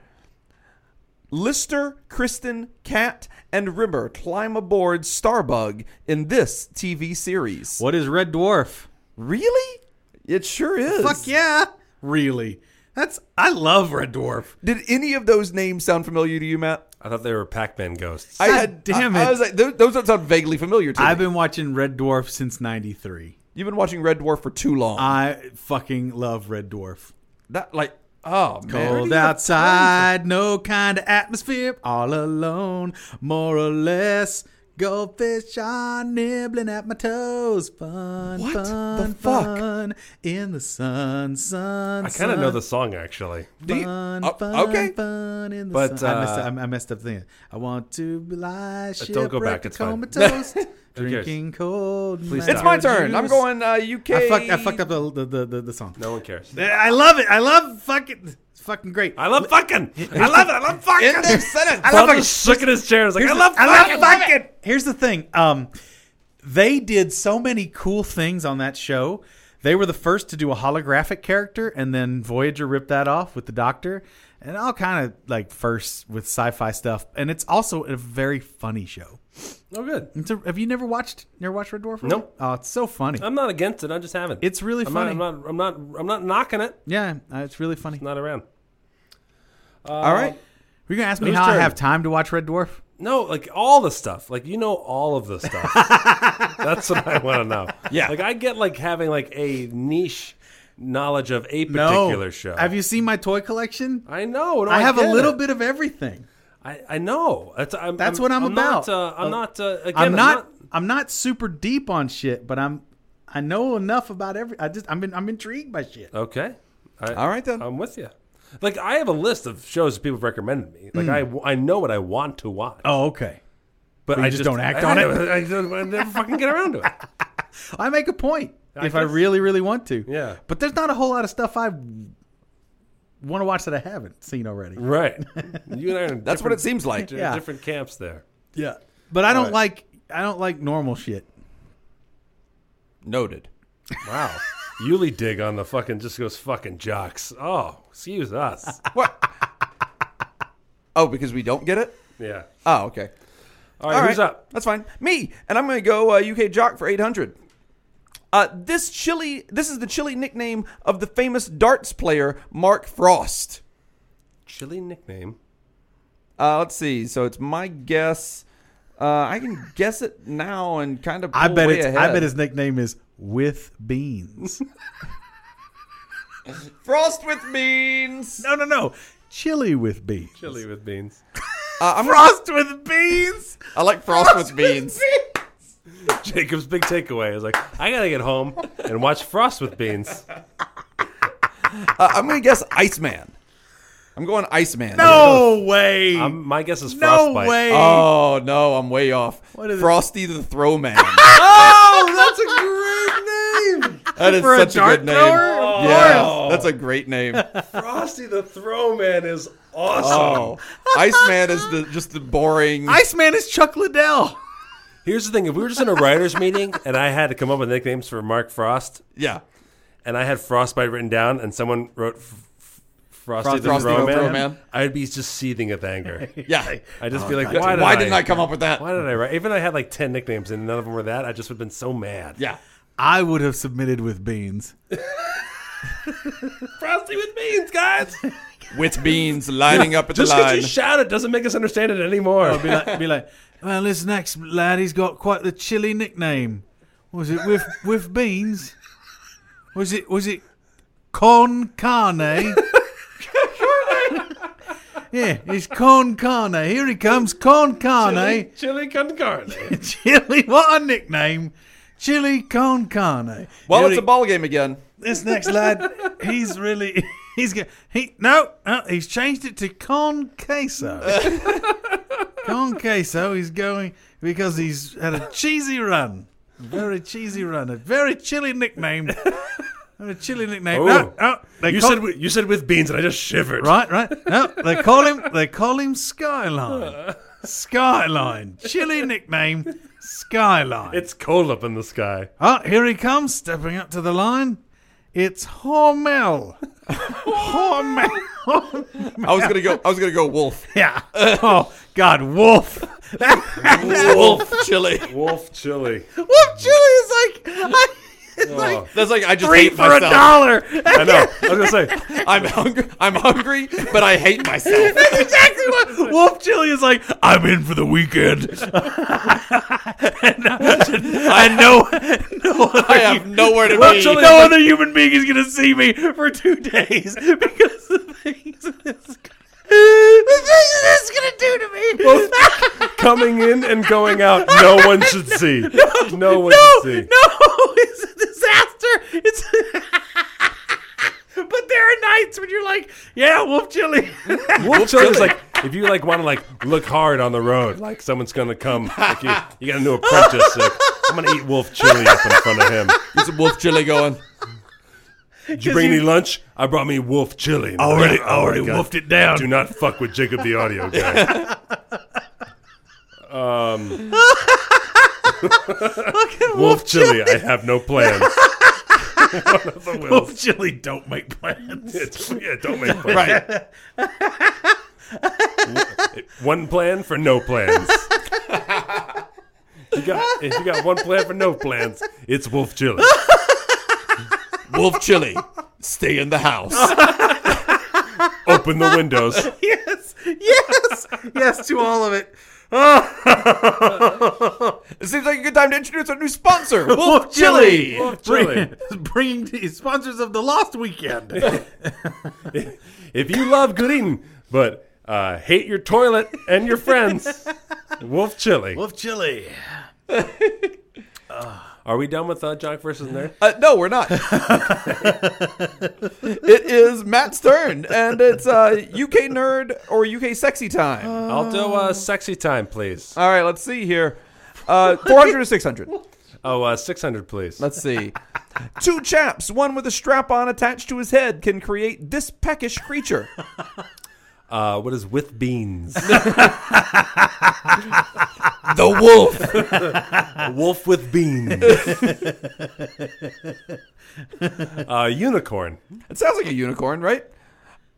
[SPEAKER 3] Lister, Kristen, Cat, and Rimmer climb aboard Starbug in this TV series.
[SPEAKER 2] What is Red Dwarf?
[SPEAKER 3] Really? It sure is.
[SPEAKER 2] Fuck yeah. Really? That's I love Red Dwarf.
[SPEAKER 3] Did any of those names sound familiar to you, Matt?
[SPEAKER 1] I thought they were Pac-Man ghosts.
[SPEAKER 3] I had,
[SPEAKER 2] damn
[SPEAKER 3] I, I
[SPEAKER 2] it.
[SPEAKER 3] was like, those, those don't sound vaguely familiar to
[SPEAKER 2] I've
[SPEAKER 3] me.
[SPEAKER 2] been watching Red Dwarf since 93.
[SPEAKER 3] You've been watching Red Dwarf for too long.
[SPEAKER 2] I fucking love Red Dwarf.
[SPEAKER 3] that like, oh man,
[SPEAKER 2] Cold outside, no kind of atmosphere, all alone, more or less. Goldfish are nibbling at my toes. Fun,
[SPEAKER 3] What the
[SPEAKER 2] fun,
[SPEAKER 3] fuck?
[SPEAKER 2] fun in the sun, sun.
[SPEAKER 1] I kind of know the song actually.
[SPEAKER 3] Do you-
[SPEAKER 2] Fun,
[SPEAKER 3] oh,
[SPEAKER 2] fun,
[SPEAKER 3] okay.
[SPEAKER 2] fun in the
[SPEAKER 1] But,
[SPEAKER 2] sun. I, messed
[SPEAKER 1] uh,
[SPEAKER 2] up, I messed up the end. I want to lie shipwrecked
[SPEAKER 1] don't go back, it's fine. [LAUGHS]
[SPEAKER 2] comatose,
[SPEAKER 1] cares?
[SPEAKER 2] drinking cold.
[SPEAKER 1] Please
[SPEAKER 3] It's
[SPEAKER 1] stop.
[SPEAKER 3] my turn. I'm
[SPEAKER 2] juice.
[SPEAKER 3] going uh, UK.
[SPEAKER 2] I fucked, I fucked up the, the, the, the, the song.
[SPEAKER 1] No one cares.
[SPEAKER 2] I love it. I love fucking. It's fucking great.
[SPEAKER 1] I love fucking.
[SPEAKER 2] [LAUGHS]
[SPEAKER 1] I love it. I love fucking.
[SPEAKER 3] End [LAUGHS] of
[SPEAKER 1] [LAUGHS]
[SPEAKER 3] sentence.
[SPEAKER 2] I love
[SPEAKER 1] Paul
[SPEAKER 2] fucking.
[SPEAKER 1] just shook in his chair. He's like, I
[SPEAKER 2] Here's
[SPEAKER 1] love
[SPEAKER 2] the-
[SPEAKER 1] fucking.
[SPEAKER 2] I love fucking. Here's the thing. Um, they did so many cool things on that show. They were the first to do a holographic character, and then Voyager ripped that off with the Doctor, and all kind of like first with sci-fi stuff. And it's also a very funny show.
[SPEAKER 1] Oh, good.
[SPEAKER 2] It's a, have you never watched? Never watched Red Dwarf?
[SPEAKER 1] Nope. Um,
[SPEAKER 2] Oh, it's so funny.
[SPEAKER 1] I'm not against it. I just haven't.
[SPEAKER 2] It's really
[SPEAKER 1] I'm
[SPEAKER 2] funny.
[SPEAKER 1] Not, I'm not. I'm not. I'm not knocking it.
[SPEAKER 2] yeah, uh, it's really funny.
[SPEAKER 1] Not around.
[SPEAKER 3] All right.
[SPEAKER 2] Were you gonna ask me
[SPEAKER 1] Whose
[SPEAKER 2] how I
[SPEAKER 1] turn?
[SPEAKER 2] have time to watch Red Dwarf?
[SPEAKER 1] No, like all the stuff. Like you know all of the
[SPEAKER 2] [LAUGHS]
[SPEAKER 1] stuff. That's what I want to know.
[SPEAKER 3] Yeah.
[SPEAKER 1] Like I get like having like a niche knowledge of a
[SPEAKER 2] No.
[SPEAKER 1] particular show.
[SPEAKER 2] Have you seen my toy collection?
[SPEAKER 1] I know. No,
[SPEAKER 2] I have a
[SPEAKER 1] get
[SPEAKER 2] little
[SPEAKER 1] it.
[SPEAKER 2] bit of everything.
[SPEAKER 1] I, I know. That's, I'm,
[SPEAKER 2] That's what I'm about.
[SPEAKER 1] Not, uh, I'm not. Uh, again,
[SPEAKER 2] I'm not, I'm not super deep on shit, but I'm I know enough about every I just I'm in, I'm intrigued by shit.
[SPEAKER 1] Okay. I,
[SPEAKER 3] All right, then.
[SPEAKER 2] Oh,
[SPEAKER 1] I'm with you. Like I have a list of shows that people have recommended me. Like I w I I, know what I want to watch,
[SPEAKER 2] Oh, okay.
[SPEAKER 1] but
[SPEAKER 2] you
[SPEAKER 1] I
[SPEAKER 2] just don't act
[SPEAKER 1] I
[SPEAKER 2] on it?
[SPEAKER 1] never- [LAUGHS] I, don't- I never fucking get around to it.
[SPEAKER 2] [LAUGHS] I make a point
[SPEAKER 1] I
[SPEAKER 2] if I
[SPEAKER 1] guess-
[SPEAKER 2] really really want to.
[SPEAKER 1] Yeah.
[SPEAKER 2] But there's not a whole lot of stuff I want to watch that I haven't seen already.
[SPEAKER 1] [LAUGHS] Right. You and I. Are in
[SPEAKER 3] That's what
[SPEAKER 1] different-
[SPEAKER 3] it seems like.
[SPEAKER 1] di-
[SPEAKER 2] [LAUGHS] Yeah.
[SPEAKER 1] Different camps there.
[SPEAKER 2] Yeah. But I don't
[SPEAKER 1] Right.
[SPEAKER 2] like I don't like normal shit.
[SPEAKER 3] Noted.
[SPEAKER 1] Wow. [LAUGHS] Yuli dig on the fucking just goes fucking jocks. Oh, excuse [LAUGHS] us.
[SPEAKER 3] [LAUGHS] Oh, because we don't get it?
[SPEAKER 1] Yeah.
[SPEAKER 3] Oh, okay.
[SPEAKER 1] All right, who's up?
[SPEAKER 3] That's fine. Me. And I'm going to go uh, UK Jock for 800. Uh, this chili, this is the chili nickname of the famous darts player Mark Frost.
[SPEAKER 1] Chilly nickname.
[SPEAKER 3] Uh, let's see. So it's my guess. Uh, I can guess it now and kind of.
[SPEAKER 2] I
[SPEAKER 3] pull
[SPEAKER 2] bet
[SPEAKER 3] way
[SPEAKER 2] it's I
[SPEAKER 3] ahead.
[SPEAKER 2] bet his nickname is with beans.
[SPEAKER 3] Frost with beans.
[SPEAKER 2] [LAUGHS] no, no, no. Chili with beans.
[SPEAKER 1] Chilly with beans.
[SPEAKER 3] Uh, I'm
[SPEAKER 2] Frost with beans.
[SPEAKER 3] I like frost, with beans.
[SPEAKER 1] [LAUGHS] Jacob's big takeaway is like, I gotta get [LAUGHS] home and watch Frost with Beans.
[SPEAKER 3] Uh, I'm gonna guess Iceman. I'm going Iceman.
[SPEAKER 2] [LAUGHS] No way.
[SPEAKER 1] Um, my guess is
[SPEAKER 2] no
[SPEAKER 1] Frostbite.
[SPEAKER 2] way.
[SPEAKER 3] Oh no, I'm way off.
[SPEAKER 2] What is it?
[SPEAKER 3] Frosty the Throw Man.
[SPEAKER 1] oh, that's a great name.
[SPEAKER 3] That is
[SPEAKER 2] For a
[SPEAKER 3] such a,
[SPEAKER 2] dart
[SPEAKER 3] good name.
[SPEAKER 2] thrower? Of
[SPEAKER 3] yeah, that's a great name.
[SPEAKER 1] Uh, Frosty the Throw Man is awesome.
[SPEAKER 3] Oh, Iceman is the just the boring.
[SPEAKER 2] Iceman is Chuck Liddell.
[SPEAKER 1] Here's the thing: if we were just in a writers' meeting and I had to come up with nicknames for Mark Frost,
[SPEAKER 3] yeah,
[SPEAKER 1] and I had Frostbite written down, and someone wrote f- f- Frosty, the,
[SPEAKER 3] Frosty
[SPEAKER 1] Throw
[SPEAKER 3] the
[SPEAKER 1] Man,
[SPEAKER 3] Throw Man.
[SPEAKER 1] I'd be just seething with anger. [LAUGHS]
[SPEAKER 3] yeah.
[SPEAKER 1] I'd just be like,
[SPEAKER 3] Why,
[SPEAKER 1] why,
[SPEAKER 3] didn't, I, come up with that?
[SPEAKER 1] Why did I write? Even I had like ten nicknames, and none of them were that. I just would have been so mad.
[SPEAKER 3] Yeah,
[SPEAKER 2] I would have submitted with beans.
[SPEAKER 1] Frosty with beans, guys.
[SPEAKER 3] with
[SPEAKER 2] [LAUGHS]
[SPEAKER 3] beans lining up at the
[SPEAKER 1] [LAUGHS] Just because
[SPEAKER 3] line.
[SPEAKER 1] you shout it doesn't make us understand it anymore.
[SPEAKER 2] Be like, be like, well, this next lad, he's got quite the chilly nickname. Was it with with beans? Was it was it con carne? yeah, it's con carne. Here he comes, con carne.
[SPEAKER 1] Chili con
[SPEAKER 2] [LAUGHS]
[SPEAKER 1] carne.
[SPEAKER 2] Chili, what a nickname! Chili con carne.
[SPEAKER 3] well,
[SPEAKER 2] Here
[SPEAKER 3] it's a
[SPEAKER 2] he-
[SPEAKER 3] ball game again.
[SPEAKER 2] this next lad, he's really [LAUGHS] he's got he no, no he's changed it to con
[SPEAKER 1] [LAUGHS]
[SPEAKER 2] queso. con queso. He's going because he's had a cheesy run, a very cheesy run, a very chilly nickname, a chilly nickname. No,
[SPEAKER 1] Oh.
[SPEAKER 2] no, they
[SPEAKER 1] you
[SPEAKER 2] call-
[SPEAKER 1] said with, you said with beans, and I just shivered.
[SPEAKER 2] right, right. No, they call him they call
[SPEAKER 1] [LAUGHS]
[SPEAKER 2] him Skyline. Skyline, chilly nickname, Skyline.
[SPEAKER 1] It's cold up in the sky.
[SPEAKER 2] Ah, here he comes, stepping up to the line. It's Hormel. Hormel. [LAUGHS]
[SPEAKER 3] I was gonna go. I was gonna go wolf.
[SPEAKER 2] yeah.
[SPEAKER 3] [LAUGHS]
[SPEAKER 2] Oh, God, Wolf.
[SPEAKER 3] wolf chili.
[SPEAKER 1] Wolf chili.
[SPEAKER 2] Wolf chili is like, I- it's like
[SPEAKER 3] That's like I just
[SPEAKER 2] three
[SPEAKER 3] Oh. hate
[SPEAKER 2] for
[SPEAKER 3] myself.
[SPEAKER 2] a dollar.
[SPEAKER 1] I know. I was gonna say
[SPEAKER 3] I'm hungry. I'm hungry, but I hate myself.
[SPEAKER 2] That's exactly what [LAUGHS] Wolf chili is like. I'm in for the weekend. [LAUGHS] I know. No other
[SPEAKER 3] I have nowhere to
[SPEAKER 2] Well,
[SPEAKER 3] be.
[SPEAKER 2] surely no other human being is going to see me for two days [LAUGHS] because the things that this, the things that this is going to do to me.
[SPEAKER 1] coming in and going
[SPEAKER 2] [LAUGHS]
[SPEAKER 1] out. No one should see. No, one
[SPEAKER 2] no,
[SPEAKER 1] should see.
[SPEAKER 2] no, it's a disaster. It's. but there are nights when you're like, yeah, wolf chili.
[SPEAKER 1] Wolf chili is like if you like want to like look hard on the road, like someone's gonna come. Like you, you got a new apprentice. Like, I'm gonna eat wolf chili up in front of him.
[SPEAKER 3] There's some wolf chili going.
[SPEAKER 1] Did you bring me lunch? I brought me wolf chili.
[SPEAKER 2] Already-
[SPEAKER 1] Oh my
[SPEAKER 2] already
[SPEAKER 1] God.
[SPEAKER 2] wolfed it down.
[SPEAKER 1] Do not fuck with Jacob the audio guy.
[SPEAKER 2] [LAUGHS]
[SPEAKER 1] Um, wolf chili. I have no
[SPEAKER 2] [LAUGHS]
[SPEAKER 1] plans. One of the wills.
[SPEAKER 2] wolf chili don't make plans.
[SPEAKER 1] It's- yeah, don't make plans.
[SPEAKER 3] Right.
[SPEAKER 1] [LAUGHS] One plan for no
[SPEAKER 2] [LAUGHS]
[SPEAKER 1] plans. you got if you got one plan for no plans, it's wolf chili.
[SPEAKER 3] Wolf chili. Stay in the
[SPEAKER 2] [LAUGHS]
[SPEAKER 3] house.
[SPEAKER 2] Oh,
[SPEAKER 1] Open the windows.
[SPEAKER 2] yes, yes, yes to all of it.
[SPEAKER 3] It seems like a good time to introduce our new
[SPEAKER 2] [LAUGHS]
[SPEAKER 3] sponsor, Wolf,
[SPEAKER 2] [LAUGHS] Wolf
[SPEAKER 3] Chili.
[SPEAKER 2] Chili.
[SPEAKER 1] Wolf chili. [LAUGHS]
[SPEAKER 2] Bringing to- sponsors of the Lost Weekend. [LAUGHS]
[SPEAKER 1] If you love good eating, but uh, hate your toilet and your
[SPEAKER 2] [LAUGHS]
[SPEAKER 1] friends, wolf chili.
[SPEAKER 2] wolf chili.
[SPEAKER 1] Are we done with uh, Jock versus Nerd?
[SPEAKER 3] Uh, no, we're not. it is Matt's turn, and it's uh, UK nerd or UK sexy time.
[SPEAKER 1] I'll do uh, sexy time, please.
[SPEAKER 3] All right, let's see here. Uh, 400 or 600?
[SPEAKER 1] Oh, uh, 600, please.
[SPEAKER 3] Let's see. Two chaps, one with a strap on attached to his head, can create this peckish creature.
[SPEAKER 1] Uh, what is with
[SPEAKER 2] [LAUGHS]
[SPEAKER 1] beans?
[SPEAKER 3] The wolf.
[SPEAKER 1] wolf with beans.
[SPEAKER 2] [LAUGHS]
[SPEAKER 1] uh, unicorn.
[SPEAKER 3] It sounds like a unicorn, right?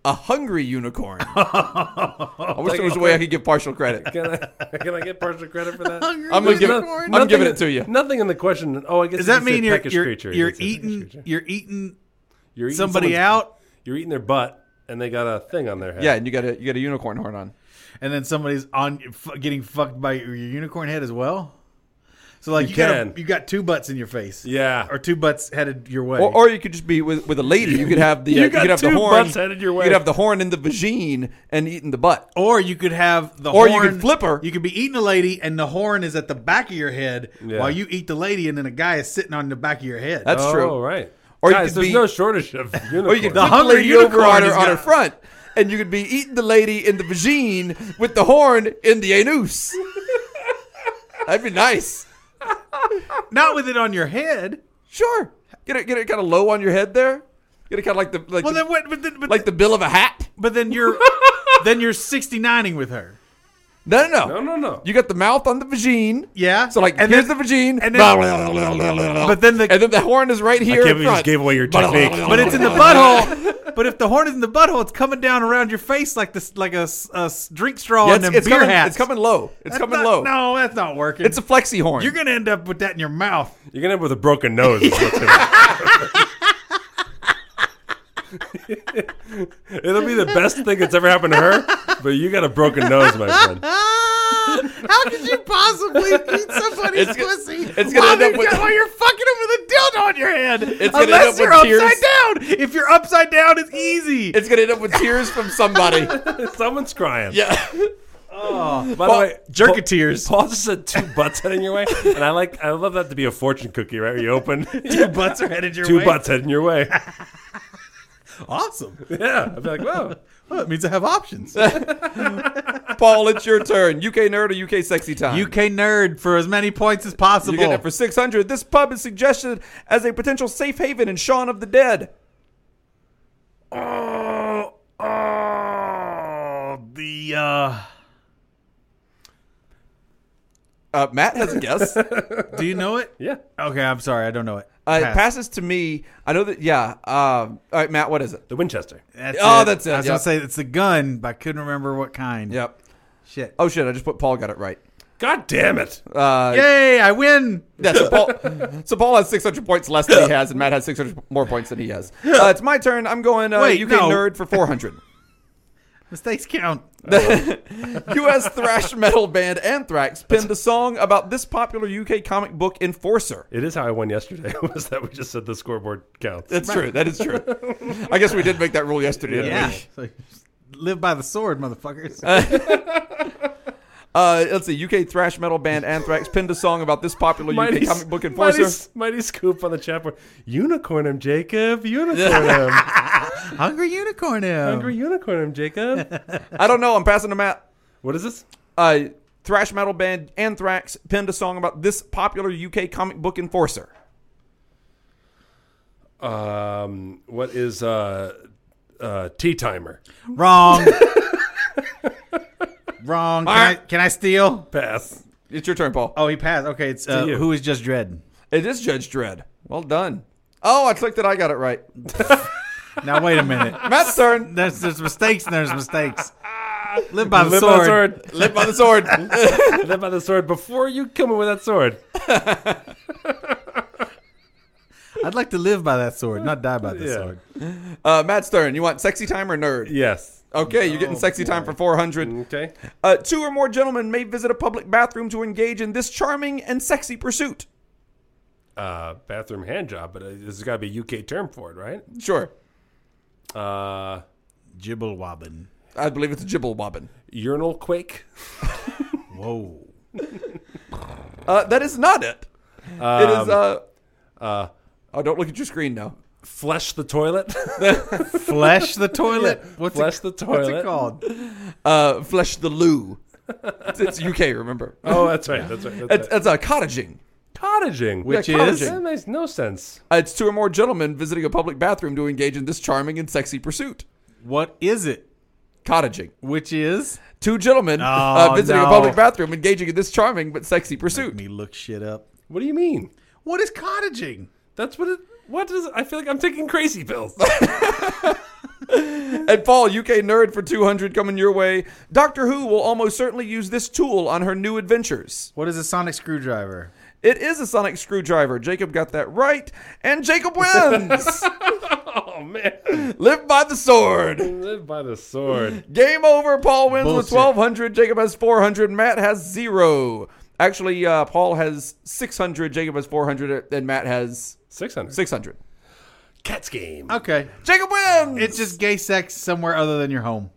[SPEAKER 3] A hungry unicorn. I wish there was a way I could give partial credit.
[SPEAKER 1] [LAUGHS] Can I, can I get partial credit for
[SPEAKER 2] [LAUGHS]
[SPEAKER 1] that?
[SPEAKER 3] I'm gonna give it.
[SPEAKER 1] No-
[SPEAKER 3] I'm
[SPEAKER 1] nothing
[SPEAKER 3] giving
[SPEAKER 1] in-
[SPEAKER 3] it to you.
[SPEAKER 1] Nothing in the question. Oh, I guess
[SPEAKER 2] Does
[SPEAKER 1] you
[SPEAKER 2] that
[SPEAKER 1] can say
[SPEAKER 2] mean you're
[SPEAKER 1] peckish
[SPEAKER 2] you're,
[SPEAKER 1] creature.
[SPEAKER 2] you're
[SPEAKER 1] You can say peckish
[SPEAKER 2] eating
[SPEAKER 1] creature.
[SPEAKER 2] you're eating
[SPEAKER 1] You're eating
[SPEAKER 2] somebody
[SPEAKER 1] someone's-
[SPEAKER 2] out,
[SPEAKER 1] You're eating their butt, and they got a thing on their head.
[SPEAKER 3] Yeah, and you got a you got a unicorn horn on.
[SPEAKER 2] and then somebody's on f- getting fucked by your unicorn head as well? So like
[SPEAKER 1] You
[SPEAKER 2] you, got
[SPEAKER 1] can.
[SPEAKER 2] a, you got two butts in your face,
[SPEAKER 1] Yeah.
[SPEAKER 2] or two butts headed your way.
[SPEAKER 3] Or, or you could just be with, with a lady. You could
[SPEAKER 2] [LAUGHS]
[SPEAKER 3] have the
[SPEAKER 1] You
[SPEAKER 3] uh, you
[SPEAKER 1] got
[SPEAKER 3] could have the
[SPEAKER 1] two
[SPEAKER 3] horn.
[SPEAKER 1] butts headed your
[SPEAKER 3] You
[SPEAKER 1] way.
[SPEAKER 3] could have the horn in the vagine and eating the butt.
[SPEAKER 2] Or you could have the
[SPEAKER 3] Or you
[SPEAKER 2] horn.
[SPEAKER 3] could flip her.
[SPEAKER 2] You could be eating a lady, and the horn is at the back of your head
[SPEAKER 1] Yeah.
[SPEAKER 2] while you eat the lady, and then a guy is sitting on the back of your head.
[SPEAKER 3] That's
[SPEAKER 1] oh,
[SPEAKER 3] true.
[SPEAKER 1] right.
[SPEAKER 3] Or you
[SPEAKER 1] Guys,
[SPEAKER 3] could
[SPEAKER 1] there's
[SPEAKER 3] be-
[SPEAKER 1] no shortage [LAUGHS] of unicorns.
[SPEAKER 3] Or you could
[SPEAKER 2] The
[SPEAKER 3] flip the
[SPEAKER 2] hungry
[SPEAKER 3] lady over
[SPEAKER 2] unicorn
[SPEAKER 3] on her
[SPEAKER 2] has
[SPEAKER 3] on her
[SPEAKER 2] got-
[SPEAKER 3] front, and you could be eating the lady in the vagine with the horn in the
[SPEAKER 2] [LAUGHS]
[SPEAKER 3] anus. That'd be nice.
[SPEAKER 2] Not with it on your head.
[SPEAKER 3] Sure. Get it get it kind of low on your head there. Get it kind of like the like
[SPEAKER 2] Well,
[SPEAKER 3] the,
[SPEAKER 2] then what? But then, but,
[SPEAKER 3] like the bill of a hat.
[SPEAKER 2] but then
[SPEAKER 3] [LAUGHS]
[SPEAKER 2] you're then you're 69ing with her.
[SPEAKER 3] No, no, no.
[SPEAKER 1] no, no, no.
[SPEAKER 3] You got the mouth on the vagine.
[SPEAKER 2] Yeah.
[SPEAKER 3] So like
[SPEAKER 2] And
[SPEAKER 3] here's
[SPEAKER 2] then-
[SPEAKER 3] the vagine,
[SPEAKER 2] and But then the
[SPEAKER 3] and then the horn is right here.
[SPEAKER 1] I can't
[SPEAKER 3] in
[SPEAKER 1] believe you just
[SPEAKER 3] front.
[SPEAKER 1] gave away your technique.
[SPEAKER 2] but
[SPEAKER 3] [LAUGHS]
[SPEAKER 2] it's in the butthole. But if the horn is in the butthole, it's coming down around your face like this, like a, s- a s- drink straw
[SPEAKER 3] Yeah, it's,
[SPEAKER 2] and them
[SPEAKER 3] it's
[SPEAKER 2] beer
[SPEAKER 3] coming,
[SPEAKER 2] hats.
[SPEAKER 3] it's coming low. It's
[SPEAKER 2] That's
[SPEAKER 3] coming
[SPEAKER 2] not-
[SPEAKER 3] low.
[SPEAKER 2] No, that's not working.
[SPEAKER 3] It's a flexi horn.
[SPEAKER 2] You're gonna end up with that in your mouth.
[SPEAKER 1] You're gonna end up with a broken nose. is what's gonna- [LAUGHS] It'll be the best thing that's ever happened to her, but you got a broken nose, my friend. [LAUGHS]
[SPEAKER 2] Ah, How could you possibly eat somebody's
[SPEAKER 3] It's go-
[SPEAKER 2] pussy
[SPEAKER 3] it's gonna
[SPEAKER 2] while,
[SPEAKER 3] end up
[SPEAKER 2] you-
[SPEAKER 3] with-
[SPEAKER 2] while you're fucking him with a dildo on your head?
[SPEAKER 3] It's gonna end
[SPEAKER 2] Unless
[SPEAKER 3] up with
[SPEAKER 2] you're upside
[SPEAKER 3] tears.
[SPEAKER 2] down. If you're upside down, it's easy.
[SPEAKER 3] It's gonna end up with tears from [LAUGHS] somebody.
[SPEAKER 1] Someone's crying.
[SPEAKER 3] Yeah.
[SPEAKER 1] By the way,
[SPEAKER 2] Jerketeers.
[SPEAKER 1] Paul just said two butts heading your way, and I like I love that to be a fortune cookie, right? Where you open
[SPEAKER 2] [LAUGHS] Two butts are headed your
[SPEAKER 1] two
[SPEAKER 2] way.
[SPEAKER 1] butts heading your way.
[SPEAKER 2] Awesome.
[SPEAKER 1] Yeah, I'd be like, whoa.
[SPEAKER 2] Well, it means I have
[SPEAKER 3] [LAUGHS]
[SPEAKER 2] options.
[SPEAKER 3] Paul, it's your turn. UK nerd or UK sexy time?
[SPEAKER 2] UK nerd for as many points as possible.
[SPEAKER 3] You get it for 600. This pub is suggested as a potential safe haven in Shaun of the Dead.
[SPEAKER 2] Oh, oh, the uh,
[SPEAKER 3] Uh, Matt has a [LAUGHS] guess. uh,
[SPEAKER 2] do you know [LAUGHS] it?
[SPEAKER 1] Yeah.
[SPEAKER 2] Okay, I'm sorry, I don't know it.
[SPEAKER 3] it
[SPEAKER 2] Pass.
[SPEAKER 3] passes to me. I know that, yeah. Um all right, Matt, what is it?
[SPEAKER 1] The Winchester.
[SPEAKER 2] That's
[SPEAKER 3] Oh, that's it,
[SPEAKER 2] I was
[SPEAKER 3] yeah.
[SPEAKER 2] gonna say it's a gun, but I couldn't remember what kind.
[SPEAKER 3] Yep.
[SPEAKER 2] Shit.
[SPEAKER 3] Oh, shit. I just put Paul got it right.
[SPEAKER 1] God damn it.
[SPEAKER 2] Yay! I win.
[SPEAKER 3] Yeah, so Paul, [LAUGHS] so Paul has 600 points less than he has, and Matt has 600 more points than he [LAUGHS] has. Uh, it's my turn. I'm going uh,
[SPEAKER 2] Wait,
[SPEAKER 3] UK
[SPEAKER 2] no.
[SPEAKER 3] nerd for 400.
[SPEAKER 2] Mistakes count.
[SPEAKER 3] U.S. thrash metal band Anthrax penned a song about this popular UK comic book Enforcer.
[SPEAKER 1] It is how I won yesterday, [LAUGHS] was that we just said the scoreboard counts.
[SPEAKER 3] That's true. That is true. I guess we did make that rule yesterday. Didn't
[SPEAKER 2] Yeah.
[SPEAKER 3] We?
[SPEAKER 2] So, live by the sword, motherfuckers.
[SPEAKER 3] Uh, let's see. UK thrash metal band Anthrax penned a song about this popular UK
[SPEAKER 1] Mighty,
[SPEAKER 3] comic book
[SPEAKER 1] mighty,
[SPEAKER 3] Enforcer.
[SPEAKER 1] mighty scoop on the chat board. Unicorn him, Jacob. Unicorn him.
[SPEAKER 2] Hungry [LAUGHS] unicorn.
[SPEAKER 1] Hungry unicorn him, Jacob.
[SPEAKER 3] I don't know. I'm passing them out.
[SPEAKER 1] What is this?
[SPEAKER 3] Uh, thrash metal band Anthrax penned a song about this popular UK comic book Enforcer.
[SPEAKER 1] Um, what is uh, uh, tea timer?
[SPEAKER 2] [LAUGHS] Wrong. Wrong. Can I, can I steal?
[SPEAKER 1] Pass.
[SPEAKER 3] It's your turn, Paul.
[SPEAKER 2] Oh, he passed. Okay, it's uh,
[SPEAKER 1] you.
[SPEAKER 2] who is just dread.
[SPEAKER 3] It is Judge Dredd. Well done. Oh, I clicked it. I got it right.
[SPEAKER 2] Now wait a minute. [LAUGHS]
[SPEAKER 3] Matt's turn.
[SPEAKER 2] There's there's mistakes and there's [LAUGHS] mistakes. Live by the
[SPEAKER 1] Live by
[SPEAKER 2] sword.
[SPEAKER 1] the sword.
[SPEAKER 3] Live by the sword. [LAUGHS]
[SPEAKER 1] Live by the sword. Before you come in with that sword.
[SPEAKER 2] I'd like to live by that sword, not die by the
[SPEAKER 1] Yeah.
[SPEAKER 2] sword.
[SPEAKER 3] Uh, Matt's turn. You want sexy time or nerd?
[SPEAKER 1] Yes.
[SPEAKER 3] Okay, you're
[SPEAKER 1] Oh,
[SPEAKER 3] getting sexy time for 400.
[SPEAKER 1] Okay.
[SPEAKER 3] Uh, two or more gentlemen may visit a public bathroom to engage in this charming and sexy pursuit.
[SPEAKER 1] Uh, bathroom hand job, but uh, there's got to be a UK term for it, right?
[SPEAKER 3] Sure.
[SPEAKER 1] Uh,
[SPEAKER 2] Jibble wobbin.
[SPEAKER 3] I believe it's jibble bobbin.
[SPEAKER 1] urinal quake.
[SPEAKER 2] Whoa.
[SPEAKER 3] Uh, that is not it. it is. Uh,
[SPEAKER 1] Um, uh,
[SPEAKER 3] oh, don't look at your screen now.
[SPEAKER 1] Flush the toilet. [LAUGHS]
[SPEAKER 2] Flesh the toilet. What's
[SPEAKER 1] Flush
[SPEAKER 2] it,
[SPEAKER 1] the toilet.
[SPEAKER 2] what's it called?
[SPEAKER 3] Uh, flesh the loo. it's, it's UK, remember?
[SPEAKER 1] [LAUGHS] Oh, that's right. That's right.
[SPEAKER 3] [LAUGHS]
[SPEAKER 1] That's
[SPEAKER 3] It's,
[SPEAKER 1] right.
[SPEAKER 3] it's uh, cottaging.
[SPEAKER 1] cottaging,
[SPEAKER 2] Which
[SPEAKER 3] Yeah,
[SPEAKER 2] is
[SPEAKER 1] that makes no sense.
[SPEAKER 3] Uh, it's two or more gentlemen visiting a public bathroom to engage in this charming and sexy pursuit.
[SPEAKER 2] what is it?
[SPEAKER 3] Cottaging.
[SPEAKER 2] Which is
[SPEAKER 3] Two gentlemen uh, visiting a
[SPEAKER 2] Oh, no.
[SPEAKER 3] public bathroom, engaging in this charming but sexy pursuit.
[SPEAKER 2] me look shit up.
[SPEAKER 1] What do you mean?
[SPEAKER 2] What is cottaging?
[SPEAKER 1] That's what it. What does I feel like I'm taking crazy pills?
[SPEAKER 3] And Paul, UK nerd for 200 coming your way. Doctor Who will almost certainly use this tool on her new adventures.
[SPEAKER 2] What is a sonic screwdriver?
[SPEAKER 3] It is a sonic screwdriver. Jacob got that right, and Jacob
[SPEAKER 2] [LAUGHS]
[SPEAKER 3] wins.
[SPEAKER 1] [LAUGHS] oh man!
[SPEAKER 3] Live by the sword.
[SPEAKER 1] Live by the sword.
[SPEAKER 3] Game over. Paul wins with
[SPEAKER 2] Bullshit.
[SPEAKER 3] 1200. Jacob has 400. Matt has zero. Actually, uh, Paul has 600. Jacob has 400, and Matt has
[SPEAKER 1] Six hundred. Ah,
[SPEAKER 3] 600.
[SPEAKER 1] Cats game.
[SPEAKER 2] Okay.
[SPEAKER 3] Jacob wins.
[SPEAKER 2] It's just gay sex somewhere other than your home.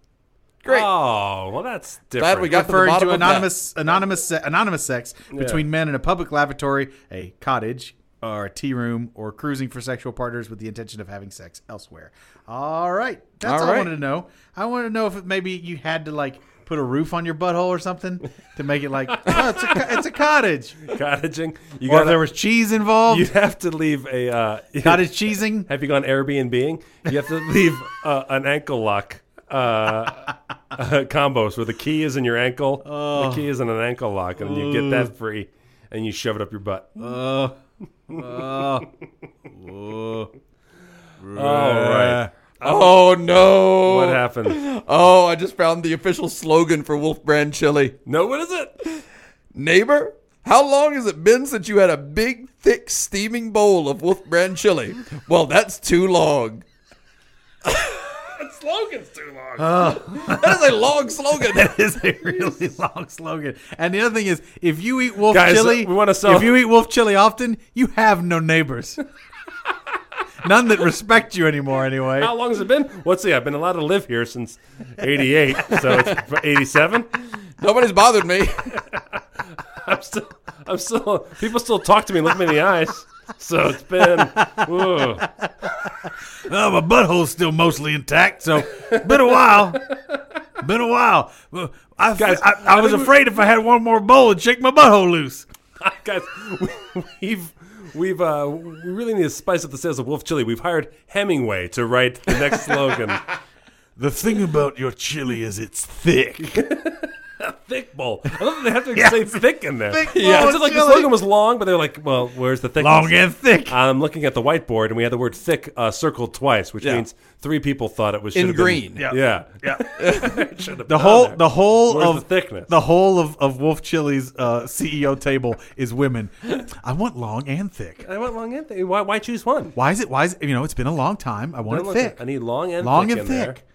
[SPEAKER 3] great.
[SPEAKER 1] Oh well, that's different.
[SPEAKER 3] Glad we got to the
[SPEAKER 2] Referring
[SPEAKER 3] bottom
[SPEAKER 2] to
[SPEAKER 3] of that.
[SPEAKER 2] anonymous anonymous se- anonymous sex between men in a public lavatory, a cottage, or a tea room, or cruising for sexual partners with the intention of having sex elsewhere. All right. That's all,
[SPEAKER 3] All right.
[SPEAKER 2] I wanted to know. I wanted to know if maybe you had to like put a roof on your butthole or something to make it like [LAUGHS] oh, it's, a, co- it's a cottage.
[SPEAKER 1] cottaging. You
[SPEAKER 2] Or
[SPEAKER 1] got
[SPEAKER 2] if there was cheese involved,
[SPEAKER 1] You have to leave a. [LAUGHS] Uh,
[SPEAKER 2] cottage cheesing.
[SPEAKER 3] [LAUGHS]
[SPEAKER 1] Have you gone Airbnb? You have to leave uh, an ankle lock uh, [LAUGHS] uh, combos where the key is in your ankle. The key is in an ankle lock, and you get that free, and you shove it up your butt.
[SPEAKER 2] Uh,
[SPEAKER 1] All right.
[SPEAKER 3] Oh no!
[SPEAKER 1] What happened?
[SPEAKER 3] Oh, I just found the official slogan for Wolf Brand Chili.
[SPEAKER 1] No, what is it?
[SPEAKER 3] Neighbor, how long has it been since you had a big, thick, steaming bowl of Wolf Brand Chili? Well, that's too long.
[SPEAKER 1] slogan's too long.
[SPEAKER 3] [LAUGHS] That is a long slogan.
[SPEAKER 2] [LAUGHS] That is a really long slogan. And the other thing is, if you eat wolf
[SPEAKER 1] Guys,
[SPEAKER 2] chili,
[SPEAKER 1] we wanna sell-
[SPEAKER 2] if you eat wolf chili often, you have
[SPEAKER 1] [LAUGHS]
[SPEAKER 2] no neighbors. None that respect you anymore, anyway.
[SPEAKER 1] How long has it been? Let's see. I've been allowed to live here since '88, so it's [LAUGHS] '87.
[SPEAKER 3] Nobody's bothered me.
[SPEAKER 1] I'm still, I'm still. People still talk to me, and look me in the eyes. So it's been. Ooh. [LAUGHS]
[SPEAKER 2] Oh, my butthole's still mostly intact, so been a while. Been a while. Well, I,
[SPEAKER 1] Guys,
[SPEAKER 2] I, I was afraid if I had one more bowl, it'd shake my butthole loose.
[SPEAKER 1] guys, we, we've we've uh, we really need to spice up the sales of Wolf Chili. We've hired Hemingway to write the next
[SPEAKER 2] [LAUGHS]
[SPEAKER 1] slogan.
[SPEAKER 7] The thing about your chili is
[SPEAKER 1] [LAUGHS]
[SPEAKER 7] it's thick.
[SPEAKER 1] thick bowl. I love that they have to say thick in there.
[SPEAKER 2] Thick
[SPEAKER 1] yeah,
[SPEAKER 2] bowl
[SPEAKER 1] it's just like the
[SPEAKER 2] chili.
[SPEAKER 1] slogan was long, but they're like, well, where's the thick?
[SPEAKER 2] Long and thick.
[SPEAKER 1] I'm looking at the whiteboard, and we had the word "thick" uh, circled twice, which
[SPEAKER 3] Yeah.
[SPEAKER 1] means three people thought it was
[SPEAKER 3] In
[SPEAKER 1] should've been-
[SPEAKER 3] green.
[SPEAKER 1] [LAUGHS] Yeah,
[SPEAKER 3] Yeah.
[SPEAKER 1] yeah.
[SPEAKER 2] [LAUGHS] The whole, the whole
[SPEAKER 1] Where's
[SPEAKER 2] of
[SPEAKER 1] the thickness?
[SPEAKER 2] the whole of, of Wolf Chili's uh, CEO table is women. I want long and thick.
[SPEAKER 1] I want long and thick. Why, why choose one?
[SPEAKER 2] Why is it? Why is it? You know, it's been a long time. I want
[SPEAKER 1] Don't
[SPEAKER 2] it
[SPEAKER 1] look
[SPEAKER 2] thick.
[SPEAKER 1] at- I need long and
[SPEAKER 2] long
[SPEAKER 1] thick
[SPEAKER 2] and
[SPEAKER 1] in there.
[SPEAKER 2] thick.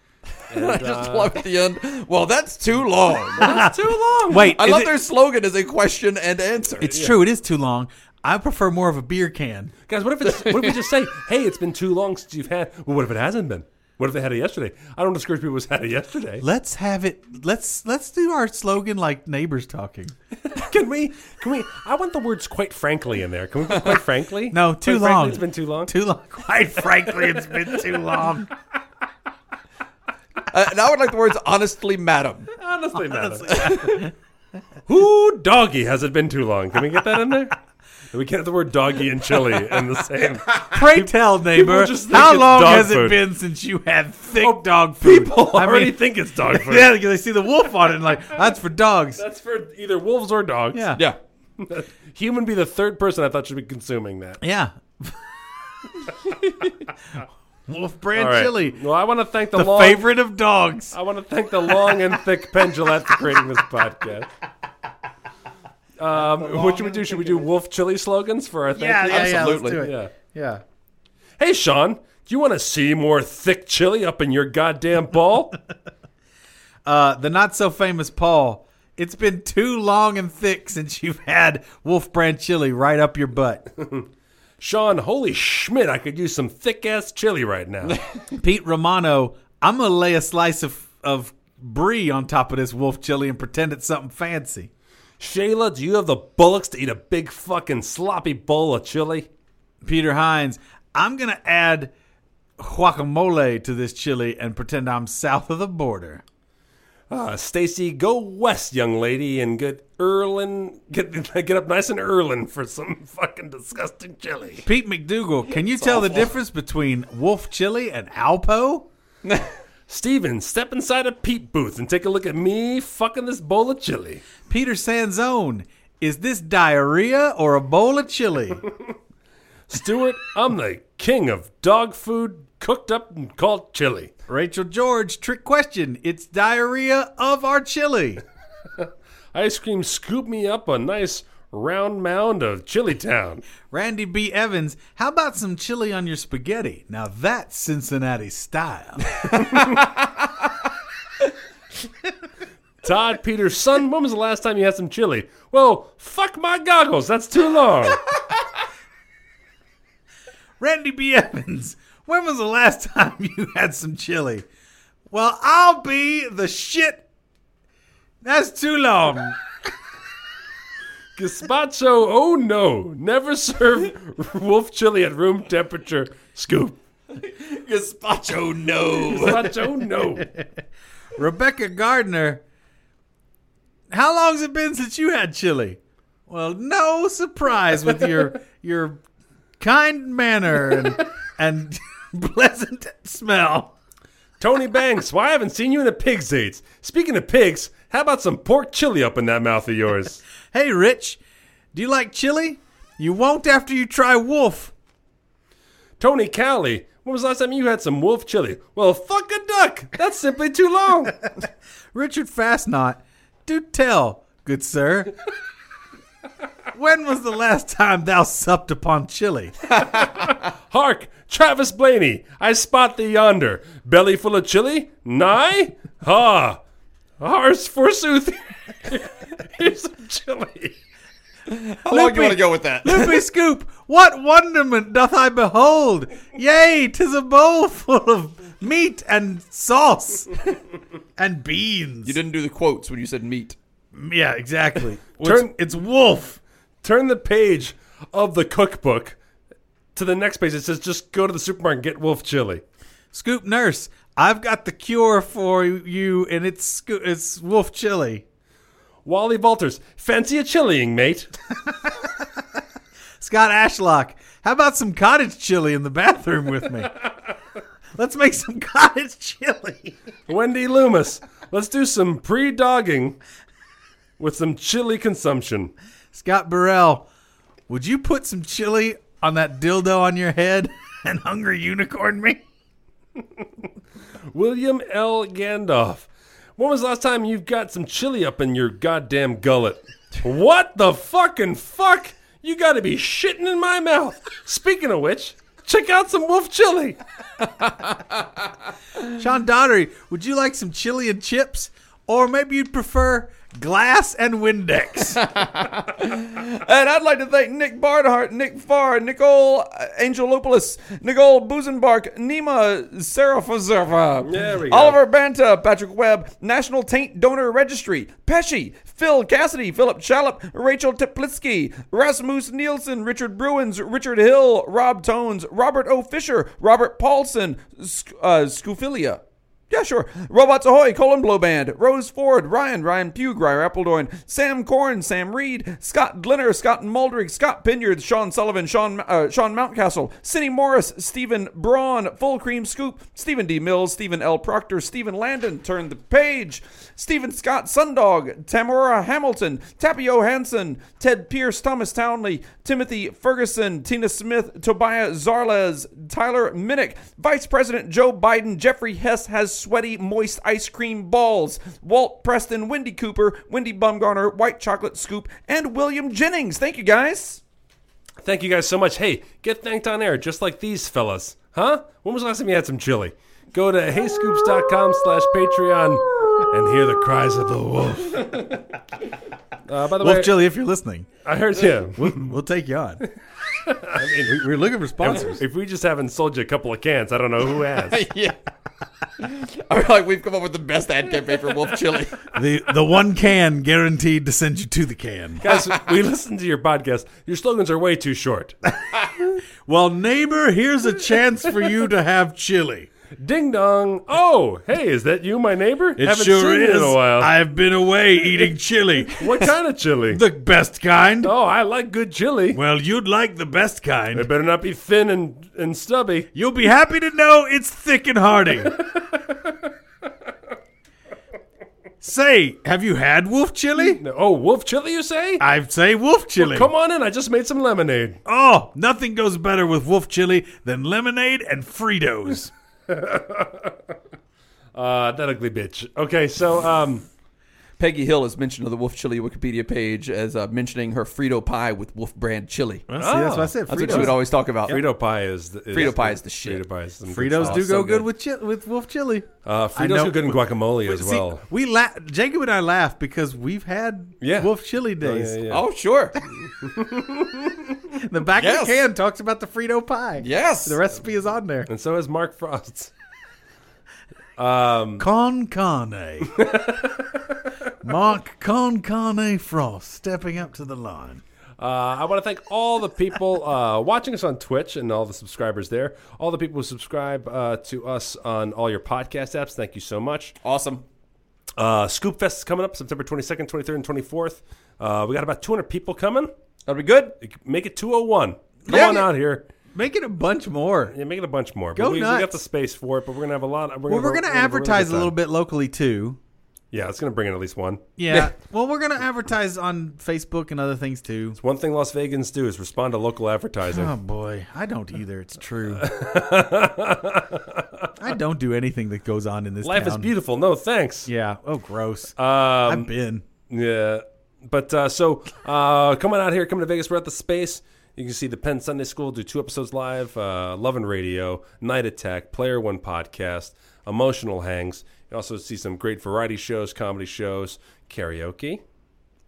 [SPEAKER 3] I just love at the end. Well, that's too long.
[SPEAKER 1] That's too long.
[SPEAKER 2] Ah. Wait,
[SPEAKER 3] I
[SPEAKER 2] is
[SPEAKER 3] love
[SPEAKER 2] it-
[SPEAKER 3] their slogan is a question and answer.
[SPEAKER 2] It's true. It is too long. I prefer more of a beer can.
[SPEAKER 1] Guys, what if it's what if we just say, hey, it's been too long since you've had. Well, what if it hasn't been? What if they had it yesterday? I don't discourage people who's had it
[SPEAKER 2] [LAUGHS]
[SPEAKER 1] yesterday.
[SPEAKER 2] Let's have it. Let's let's do our slogan like neighbors talking. [LAUGHS]
[SPEAKER 1] Can we? Can we? I want the words "quite frankly" in there. Can we? put Quite frankly?
[SPEAKER 2] [LAUGHS] No,
[SPEAKER 1] Quite
[SPEAKER 2] too
[SPEAKER 1] frankly,
[SPEAKER 2] long.
[SPEAKER 1] it's been too long.
[SPEAKER 2] Too long. Quite frankly, it's been too long.
[SPEAKER 3] Uh, and I would like the words honestly, madam.
[SPEAKER 2] [LAUGHS]
[SPEAKER 1] Honestly, madam. [LAUGHS] Who doggy has it been too long? Can we get that in
[SPEAKER 2] [LAUGHS]
[SPEAKER 1] there? We can't have the word doggy and chili in the same.
[SPEAKER 2] Pray tell, neighbor,
[SPEAKER 1] just think
[SPEAKER 2] how
[SPEAKER 1] it's
[SPEAKER 2] long
[SPEAKER 1] dog
[SPEAKER 2] has
[SPEAKER 1] food.
[SPEAKER 2] it been since you had thick dog food?
[SPEAKER 1] People
[SPEAKER 2] I
[SPEAKER 1] already
[SPEAKER 2] mean-
[SPEAKER 1] think it's dog
[SPEAKER 2] [LAUGHS]
[SPEAKER 1] food.
[SPEAKER 2] Yeah, because they see the wolf on it, and like that's for dogs.
[SPEAKER 1] That's for either wolves or dogs.
[SPEAKER 2] Yeah,
[SPEAKER 3] Yeah.
[SPEAKER 1] Human be the third person I thought should be consuming that.
[SPEAKER 2] yeah. [LAUGHS] wolf brand
[SPEAKER 1] All right.
[SPEAKER 2] chili,
[SPEAKER 1] Well, I want to thank the,
[SPEAKER 2] the
[SPEAKER 1] long, Oh,
[SPEAKER 2] favorite of dogs.
[SPEAKER 1] I want to thank the long and thick pendulette for creating this
[SPEAKER 2] [LAUGHS]
[SPEAKER 1] podcast. Um, what should we do? Should we do wolf chili slogans for our thank
[SPEAKER 2] Yeah,
[SPEAKER 1] you?
[SPEAKER 2] yeah, yeah. Let's
[SPEAKER 3] Absolutely.
[SPEAKER 2] do it.
[SPEAKER 1] Yeah.
[SPEAKER 2] Yeah.
[SPEAKER 1] Hey, Sean, do you want to see more thick chili up in your goddamn
[SPEAKER 2] [LAUGHS]
[SPEAKER 1] ball?
[SPEAKER 2] Uh, the not so famous Paul. It's been too long and thick since you've had Wolf Brand chili right up
[SPEAKER 1] [LAUGHS]
[SPEAKER 2] your butt.
[SPEAKER 1] Sean, holy schmidt, I could use some thick ass chili right now.
[SPEAKER 2] Pete Romano, I'm gonna lay a slice of of brie on top of this wolf chili and pretend it's something fancy.
[SPEAKER 1] Shayla, do you have the bullocks to eat a big fucking sloppy bowl of chili?
[SPEAKER 2] Peter Hines, I'm gonna add guacamole to this chili and pretend I'm south of the border.
[SPEAKER 1] Uh, Stacy, go west, young lady, and get Erlin, get [LAUGHS] get up nice and Erlin for some [LAUGHS] fucking disgusting chili.
[SPEAKER 2] Pete McDougal, can you tell the difference between wolf chili and Alpo?
[SPEAKER 1] Steven, step inside a peep booth and take a look at me fucking this bowl of chili.
[SPEAKER 2] Peter Sanzone, is this diarrhea or a bowl of chili?
[SPEAKER 1] Stuart, [LAUGHS] I'm the king of dog food cooked up and called chili.
[SPEAKER 2] Rachel George, trick question. It's diarrhea of our chili.
[SPEAKER 1] Ice cream, scoop me up a nice round mound of chili town.
[SPEAKER 2] Randy B. Evans, how about some chili on your spaghetti? Now that's Cincinnati style.
[SPEAKER 1] Todd Peters, son, when was the last time you had some chili? Well, fuck my goggles, that's too long.
[SPEAKER 2] Randy B. Evans, [LAUGHS] when was the last time [LAUGHS] you had some chili? Well, I'll be the shit. That's too long.
[SPEAKER 1] Gazpacho, oh no, never serve [LAUGHS] wolf chili at room temperature. Scoop.
[SPEAKER 3] [LAUGHS] Gazpacho, no.
[SPEAKER 1] Gazpacho, oh no.
[SPEAKER 2] [LAUGHS] Rebecca Gardner, how long's it been since you had chili? Well, no surprise with
[SPEAKER 3] [LAUGHS]
[SPEAKER 2] your your kind manner and, and [LAUGHS] pleasant smell.
[SPEAKER 1] Tony Banks, why I haven't seen you in a pig's age. Speaking of pigs, how about some pork chili up in that mouth of yours?
[SPEAKER 2] Hey, Rich, do you like chili? You won't after you try wolf.
[SPEAKER 1] Tony Cowley, when was the last time you had some wolf chili? Well, fuck a duck. That's simply too long.
[SPEAKER 2] Richard Fastnot, do tell, good sir. when was the last time thou supped upon chili?
[SPEAKER 1] Hark, Travis Blaney, I spot thee yonder. Belly full of chili? Nigh? Ha! Ours, forsooth. [LAUGHS] Here's some chili.
[SPEAKER 3] How long do you want to go with that?
[SPEAKER 2] Loopy Scoop, what wonderment doth I behold? Yea, 'tis a bowl full of meat and sauce and beans.
[SPEAKER 3] You didn't do the quotes when you said meat.
[SPEAKER 2] yeah, exactly.
[SPEAKER 1] Turn-
[SPEAKER 2] Turn- it's wolf.
[SPEAKER 1] Turn the page of the cookbook to the next page. It says, just go to the supermarket and get wolf chili.
[SPEAKER 2] Scoop Nurse, I've got the cure for you, and it's sco- it's wolf chili.
[SPEAKER 1] Wally Walters, fancy a chillying, mate. [LAUGHS]
[SPEAKER 2] Scott Ashlock, how about some cottage chili in the bathroom with [LAUGHS] me? Let's make some cottage chili.
[SPEAKER 1] Wendy Loomis, let's do some pre dogging with some chili consumption.
[SPEAKER 2] Scott Burrell, would you put some chili on that dildo on your head and hungry unicorn me?
[SPEAKER 1] William L. Gandolf. When was the last time you've got some chili up in your goddamn gullet? what the fucking fuck? You gotta be shitting in my mouth. Speaking of which, check out some wolf chili.
[SPEAKER 2] Sean Doddery, would you like some chili and chips? Or maybe you'd prefer glass and [LAUGHS] Windex.
[SPEAKER 3] And I'd like to thank Nick Barnhart, Nick Farr, Nicole uh, Angelopoulos, Nicole Buzenbark, Nima Serafazerva,
[SPEAKER 1] There we go.
[SPEAKER 3] Oliver Banta, Patrick Webb, National Taint Donor Registry, Pesci, Phil Cassidy, Philip Shallop, Rachel Teplitsky, Rasmus Nielsen, Richard Bruins, Richard Hill, Rob Tones, Robert O. Fisher, Robert Paulson, Sc- uh, Scufilia. Yeah, sure. Robots Ahoy, Colin Blow Band, Rose Ford, Ryan, Ryan Pugh, Grier Appledorn, Sam Corn, Sam Reed, Scott Glinner, Scott Muldrig, Scott Pinyard, Sean Sullivan, Sean uh, Sean Mountcastle, Cindy Morris, Stephen Braun, Full Cream Scoop, Stephen D. Mills, Stephen L. Proctor, Stephen Landon, Turn the Page, Stephen Scott Sundog, Tamara Hamilton, Tapio Hansen, Ted Pierce, Thomas Townley, Timothy Ferguson, Tina Smith, Tobias Zarlez, Tyler Minnick, Vice President Joe Biden, Jeffrey Hess has sweaty, moist ice cream balls, Walt Preston, Wendy Cooper, Wendy Bumgarner, White Chocolate Scoop, and William Jennings. Thank you guys.
[SPEAKER 1] Thank you guys so much. Hey, get thanked on air just like these fellas. Huh? When was the last time you had some chili? Go to heyscoops.com slash Patreon and hear the cries of the wolf. Uh, by the way,
[SPEAKER 2] Wolf chili, if you're listening,
[SPEAKER 1] I heard you.
[SPEAKER 2] we'll take you [LAUGHS] on. we, are looking for sponsors.
[SPEAKER 1] If we just haven't sold you a couple of cans, I don't know who has.
[SPEAKER 3] [LAUGHS] Yeah. I feel like we've come up with the best ad campaign for Wolf Chili.
[SPEAKER 2] the the one can guaranteed to send you to the can.
[SPEAKER 1] Guys, we listen to your podcast. Your slogans are way too short.
[SPEAKER 2] Well, neighbor, here's a chance for you to have chili.
[SPEAKER 1] Ding dong. Oh, hey, is that you, my neighbor?
[SPEAKER 2] It
[SPEAKER 1] Haven't
[SPEAKER 2] sure
[SPEAKER 1] seen
[SPEAKER 2] is.
[SPEAKER 1] you in a while.
[SPEAKER 2] I've been away eating chili,
[SPEAKER 1] what kind of chili?
[SPEAKER 2] the best kind.
[SPEAKER 1] oh, I like good chili.
[SPEAKER 2] Well, you'd like the best
[SPEAKER 1] It
[SPEAKER 2] kind.
[SPEAKER 1] better not be thin and, and stubby.
[SPEAKER 2] You'll be happy to know it's thick and hearty. Say, have you had wolf chili?
[SPEAKER 1] No- Oh, wolf chili, you say?
[SPEAKER 2] I say wolf chili.
[SPEAKER 1] Come on in. I just made some lemonade.
[SPEAKER 2] Oh, nothing goes better with wolf chili than lemonade and Fritos.
[SPEAKER 1] Uh, that ugly bitch. Okay, so um,
[SPEAKER 3] [LAUGHS] Peggy Hill is mentioned on the Wolf Chili Wikipedia page as uh, mentioning her Frito pie with Wolf brand chili.
[SPEAKER 2] [LAUGHS] See, that's what I said.
[SPEAKER 3] That's what she would always talk about.
[SPEAKER 1] Frito pie is, the, is
[SPEAKER 3] Frito pie is the shit.
[SPEAKER 1] Frito pie is some good
[SPEAKER 2] Fritos
[SPEAKER 1] stuff.
[SPEAKER 2] do
[SPEAKER 3] so
[SPEAKER 2] go
[SPEAKER 3] good.
[SPEAKER 2] good, with chi- with wolf chili.
[SPEAKER 1] Uh,
[SPEAKER 2] I
[SPEAKER 1] Fritos
[SPEAKER 2] know-
[SPEAKER 1] are good in guacamole as
[SPEAKER 2] See,
[SPEAKER 1] well.
[SPEAKER 2] we la- Jacob and I laugh because we've had
[SPEAKER 1] Yeah.
[SPEAKER 2] wolf chili days.
[SPEAKER 1] yeah, yeah.
[SPEAKER 3] Oh,
[SPEAKER 1] [LAUGHS]
[SPEAKER 3] sure.
[SPEAKER 2] The back
[SPEAKER 3] Yes.
[SPEAKER 2] of the can talks about the Frito pie.
[SPEAKER 3] Yes.
[SPEAKER 2] The recipe is on there.
[SPEAKER 1] And so is Mark Frost. Mm. [LAUGHS]
[SPEAKER 2] Con carne. Mark Con carne Frost stepping up to the line.
[SPEAKER 1] Uh, I want to thank all the people uh, watching us on Twitch and all the subscribers there. All the people who subscribe uh, to us on all your podcast apps. Thank you so much.
[SPEAKER 3] Awesome.
[SPEAKER 1] Uh, Scoop Fest is coming up September 22nd, 23rd, and 24th. Uh, we got about 200 people coming.
[SPEAKER 3] That'll be good.
[SPEAKER 1] Make it 201. Come
[SPEAKER 3] Yeah.
[SPEAKER 1] on out here.
[SPEAKER 2] Make it a bunch more.
[SPEAKER 1] Yeah, make it a bunch more.
[SPEAKER 2] Go
[SPEAKER 1] but we, we
[SPEAKER 2] nuts.
[SPEAKER 1] got the space for it, but we're going to have a lot. We're
[SPEAKER 2] Well, we're going
[SPEAKER 1] gonna
[SPEAKER 2] to
[SPEAKER 1] have
[SPEAKER 2] advertise a
[SPEAKER 1] really
[SPEAKER 2] little
[SPEAKER 1] good
[SPEAKER 2] bit locally too.
[SPEAKER 1] time. Yeah, it's going to bring in at least one.
[SPEAKER 2] Yeah. well, we're going to advertise on Facebook and other things too.
[SPEAKER 1] One thing Las Vegans do is respond to local advertising.
[SPEAKER 2] Oh boy, I don't either. It's
[SPEAKER 1] [LAUGHS]
[SPEAKER 2] true. I don't do anything that goes on in this
[SPEAKER 1] Life is
[SPEAKER 2] town.
[SPEAKER 1] beautiful. No, thanks.
[SPEAKER 2] Yeah. Oh, gross.
[SPEAKER 1] Um,
[SPEAKER 2] I've been.
[SPEAKER 1] uh, Yeah. But uh, so uh, coming out here, coming to Vegas, we're at the space. You can see the Penn Sunday School do two episodes live, uh, Love and Radio, Night Attack, Player One podcast, Emotional Hangs. You also see some great variety shows, comedy shows, karaoke,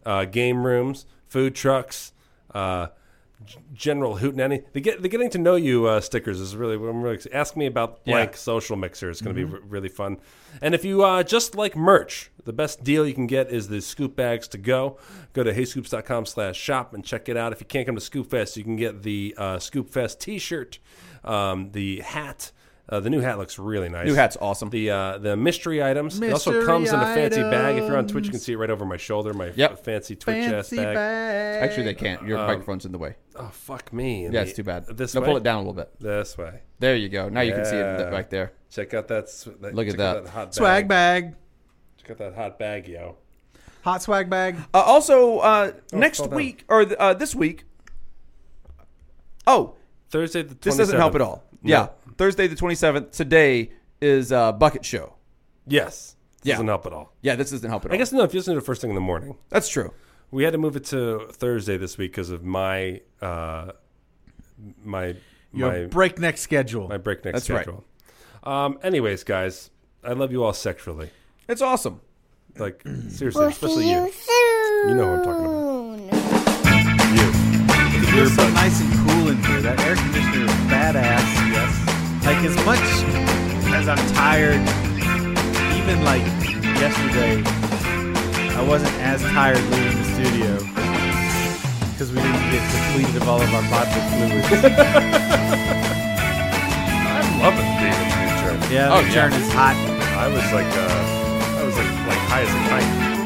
[SPEAKER 1] uh, game rooms, food trucks, uh, g- general hootenanny. The get the getting to know you uh, stickers is really. I'm really ask me about blank social mixer. It's going
[SPEAKER 11] Mm-hmm.
[SPEAKER 1] to be re- really fun. And if you uh, just like merch, the best deal you can get is the scoop bags to go. Go to heyscoops.com slash shop and check it out. If you can't come to Scoop Fest, you can get the uh, Scoop Fest T-shirt, um, the hat. Uh, the new hat looks really nice.
[SPEAKER 3] New hat's awesome.
[SPEAKER 1] The uh, the mystery items. it also
[SPEAKER 2] Mystery
[SPEAKER 1] comes in a fancy bag. If you're on Twitch, you can see it right over my shoulder. My
[SPEAKER 11] Yep.
[SPEAKER 1] fancy Twitch ass
[SPEAKER 2] Fancy
[SPEAKER 1] bag.
[SPEAKER 2] bag.
[SPEAKER 11] Actually, they can't. Your microphone's in the way.
[SPEAKER 1] Oh fuck me! And
[SPEAKER 11] Yeah,
[SPEAKER 1] the-
[SPEAKER 11] it's too bad.
[SPEAKER 1] Um, This
[SPEAKER 11] no,
[SPEAKER 1] way?
[SPEAKER 11] pull it down a little bit.
[SPEAKER 1] This way.
[SPEAKER 11] There you go. Now you can see it
[SPEAKER 1] Yeah.
[SPEAKER 11] th- right there.
[SPEAKER 1] Check out that. sw- that
[SPEAKER 11] Look at
[SPEAKER 1] check out
[SPEAKER 11] that.
[SPEAKER 1] hot bag.
[SPEAKER 2] Swag bag.
[SPEAKER 1] Check out that hot bag, yo.
[SPEAKER 2] Hot swag bag.
[SPEAKER 3] Uh, also, uh, next
[SPEAKER 1] fell Oh, down.
[SPEAKER 3] week or th- uh, this week. Oh,
[SPEAKER 1] Thursday the. 27th.
[SPEAKER 3] this doesn't help at all. Yeah, Thursday the twenty seventh. Today is uh, bucket show.
[SPEAKER 1] Yes. This
[SPEAKER 3] Yeah.
[SPEAKER 1] Doesn't help at all.
[SPEAKER 3] Yeah, this doesn't help at all.
[SPEAKER 1] I guess no. If you listen to it first thing in the morning,
[SPEAKER 3] that's true.
[SPEAKER 1] we had to move it to Thursday this week because of my uh, my
[SPEAKER 2] Your
[SPEAKER 1] my
[SPEAKER 2] breakneck schedule.
[SPEAKER 1] my breakneck
[SPEAKER 3] That's right.
[SPEAKER 1] schedule. Um. Anyways, guys, I love you all sexually.
[SPEAKER 3] It's awesome. [CLEARS THROAT]
[SPEAKER 1] Like seriously, especially you. You know what I'm talking about.
[SPEAKER 2] It feels so nice and cool in here. That air conditioner is badass. Yes. Like as much as I'm tired, even like yesterday, I wasn't as tired leaving the studio because we didn't get depleted of all of our bodily fluids.
[SPEAKER 1] [LAUGHS] I love it being in the future.
[SPEAKER 2] yeah,
[SPEAKER 11] Oh,
[SPEAKER 2] the churn
[SPEAKER 11] yeah.
[SPEAKER 2] is hot.
[SPEAKER 1] I was like, uh, I was like, like high as a kite.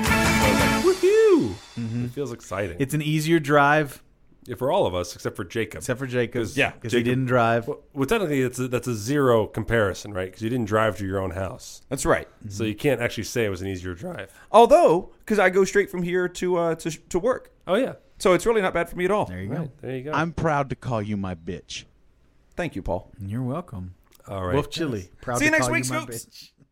[SPEAKER 1] I was like, woohoo!
[SPEAKER 3] Mm-hmm.
[SPEAKER 1] It feels exciting.
[SPEAKER 2] It's an easier drive,
[SPEAKER 1] Yeah, for all of us except for Jacob.
[SPEAKER 2] except for Jacob's.
[SPEAKER 1] Yeah,
[SPEAKER 2] because he
[SPEAKER 1] Jacob-
[SPEAKER 2] didn't drive.
[SPEAKER 1] well, well, technically, that's a, that's a zero comparison, right? Because you didn't drive to your own house,
[SPEAKER 3] That's right.
[SPEAKER 2] Mm-hmm.
[SPEAKER 1] so you can't actually say it was an easier drive.
[SPEAKER 3] Although, because I go straight from here to uh, to to work,
[SPEAKER 1] Oh yeah,
[SPEAKER 3] so it's really not bad for me at all.
[SPEAKER 2] There you go.
[SPEAKER 1] there you go.
[SPEAKER 7] I'm proud to call you my bitch.
[SPEAKER 3] Thank you, Paul.
[SPEAKER 2] You're welcome.
[SPEAKER 1] all right.
[SPEAKER 2] Wolf Chili. Proud
[SPEAKER 3] See
[SPEAKER 2] to
[SPEAKER 3] you next
[SPEAKER 2] call
[SPEAKER 3] week,
[SPEAKER 2] my
[SPEAKER 3] Scoops.
[SPEAKER 2] bitch.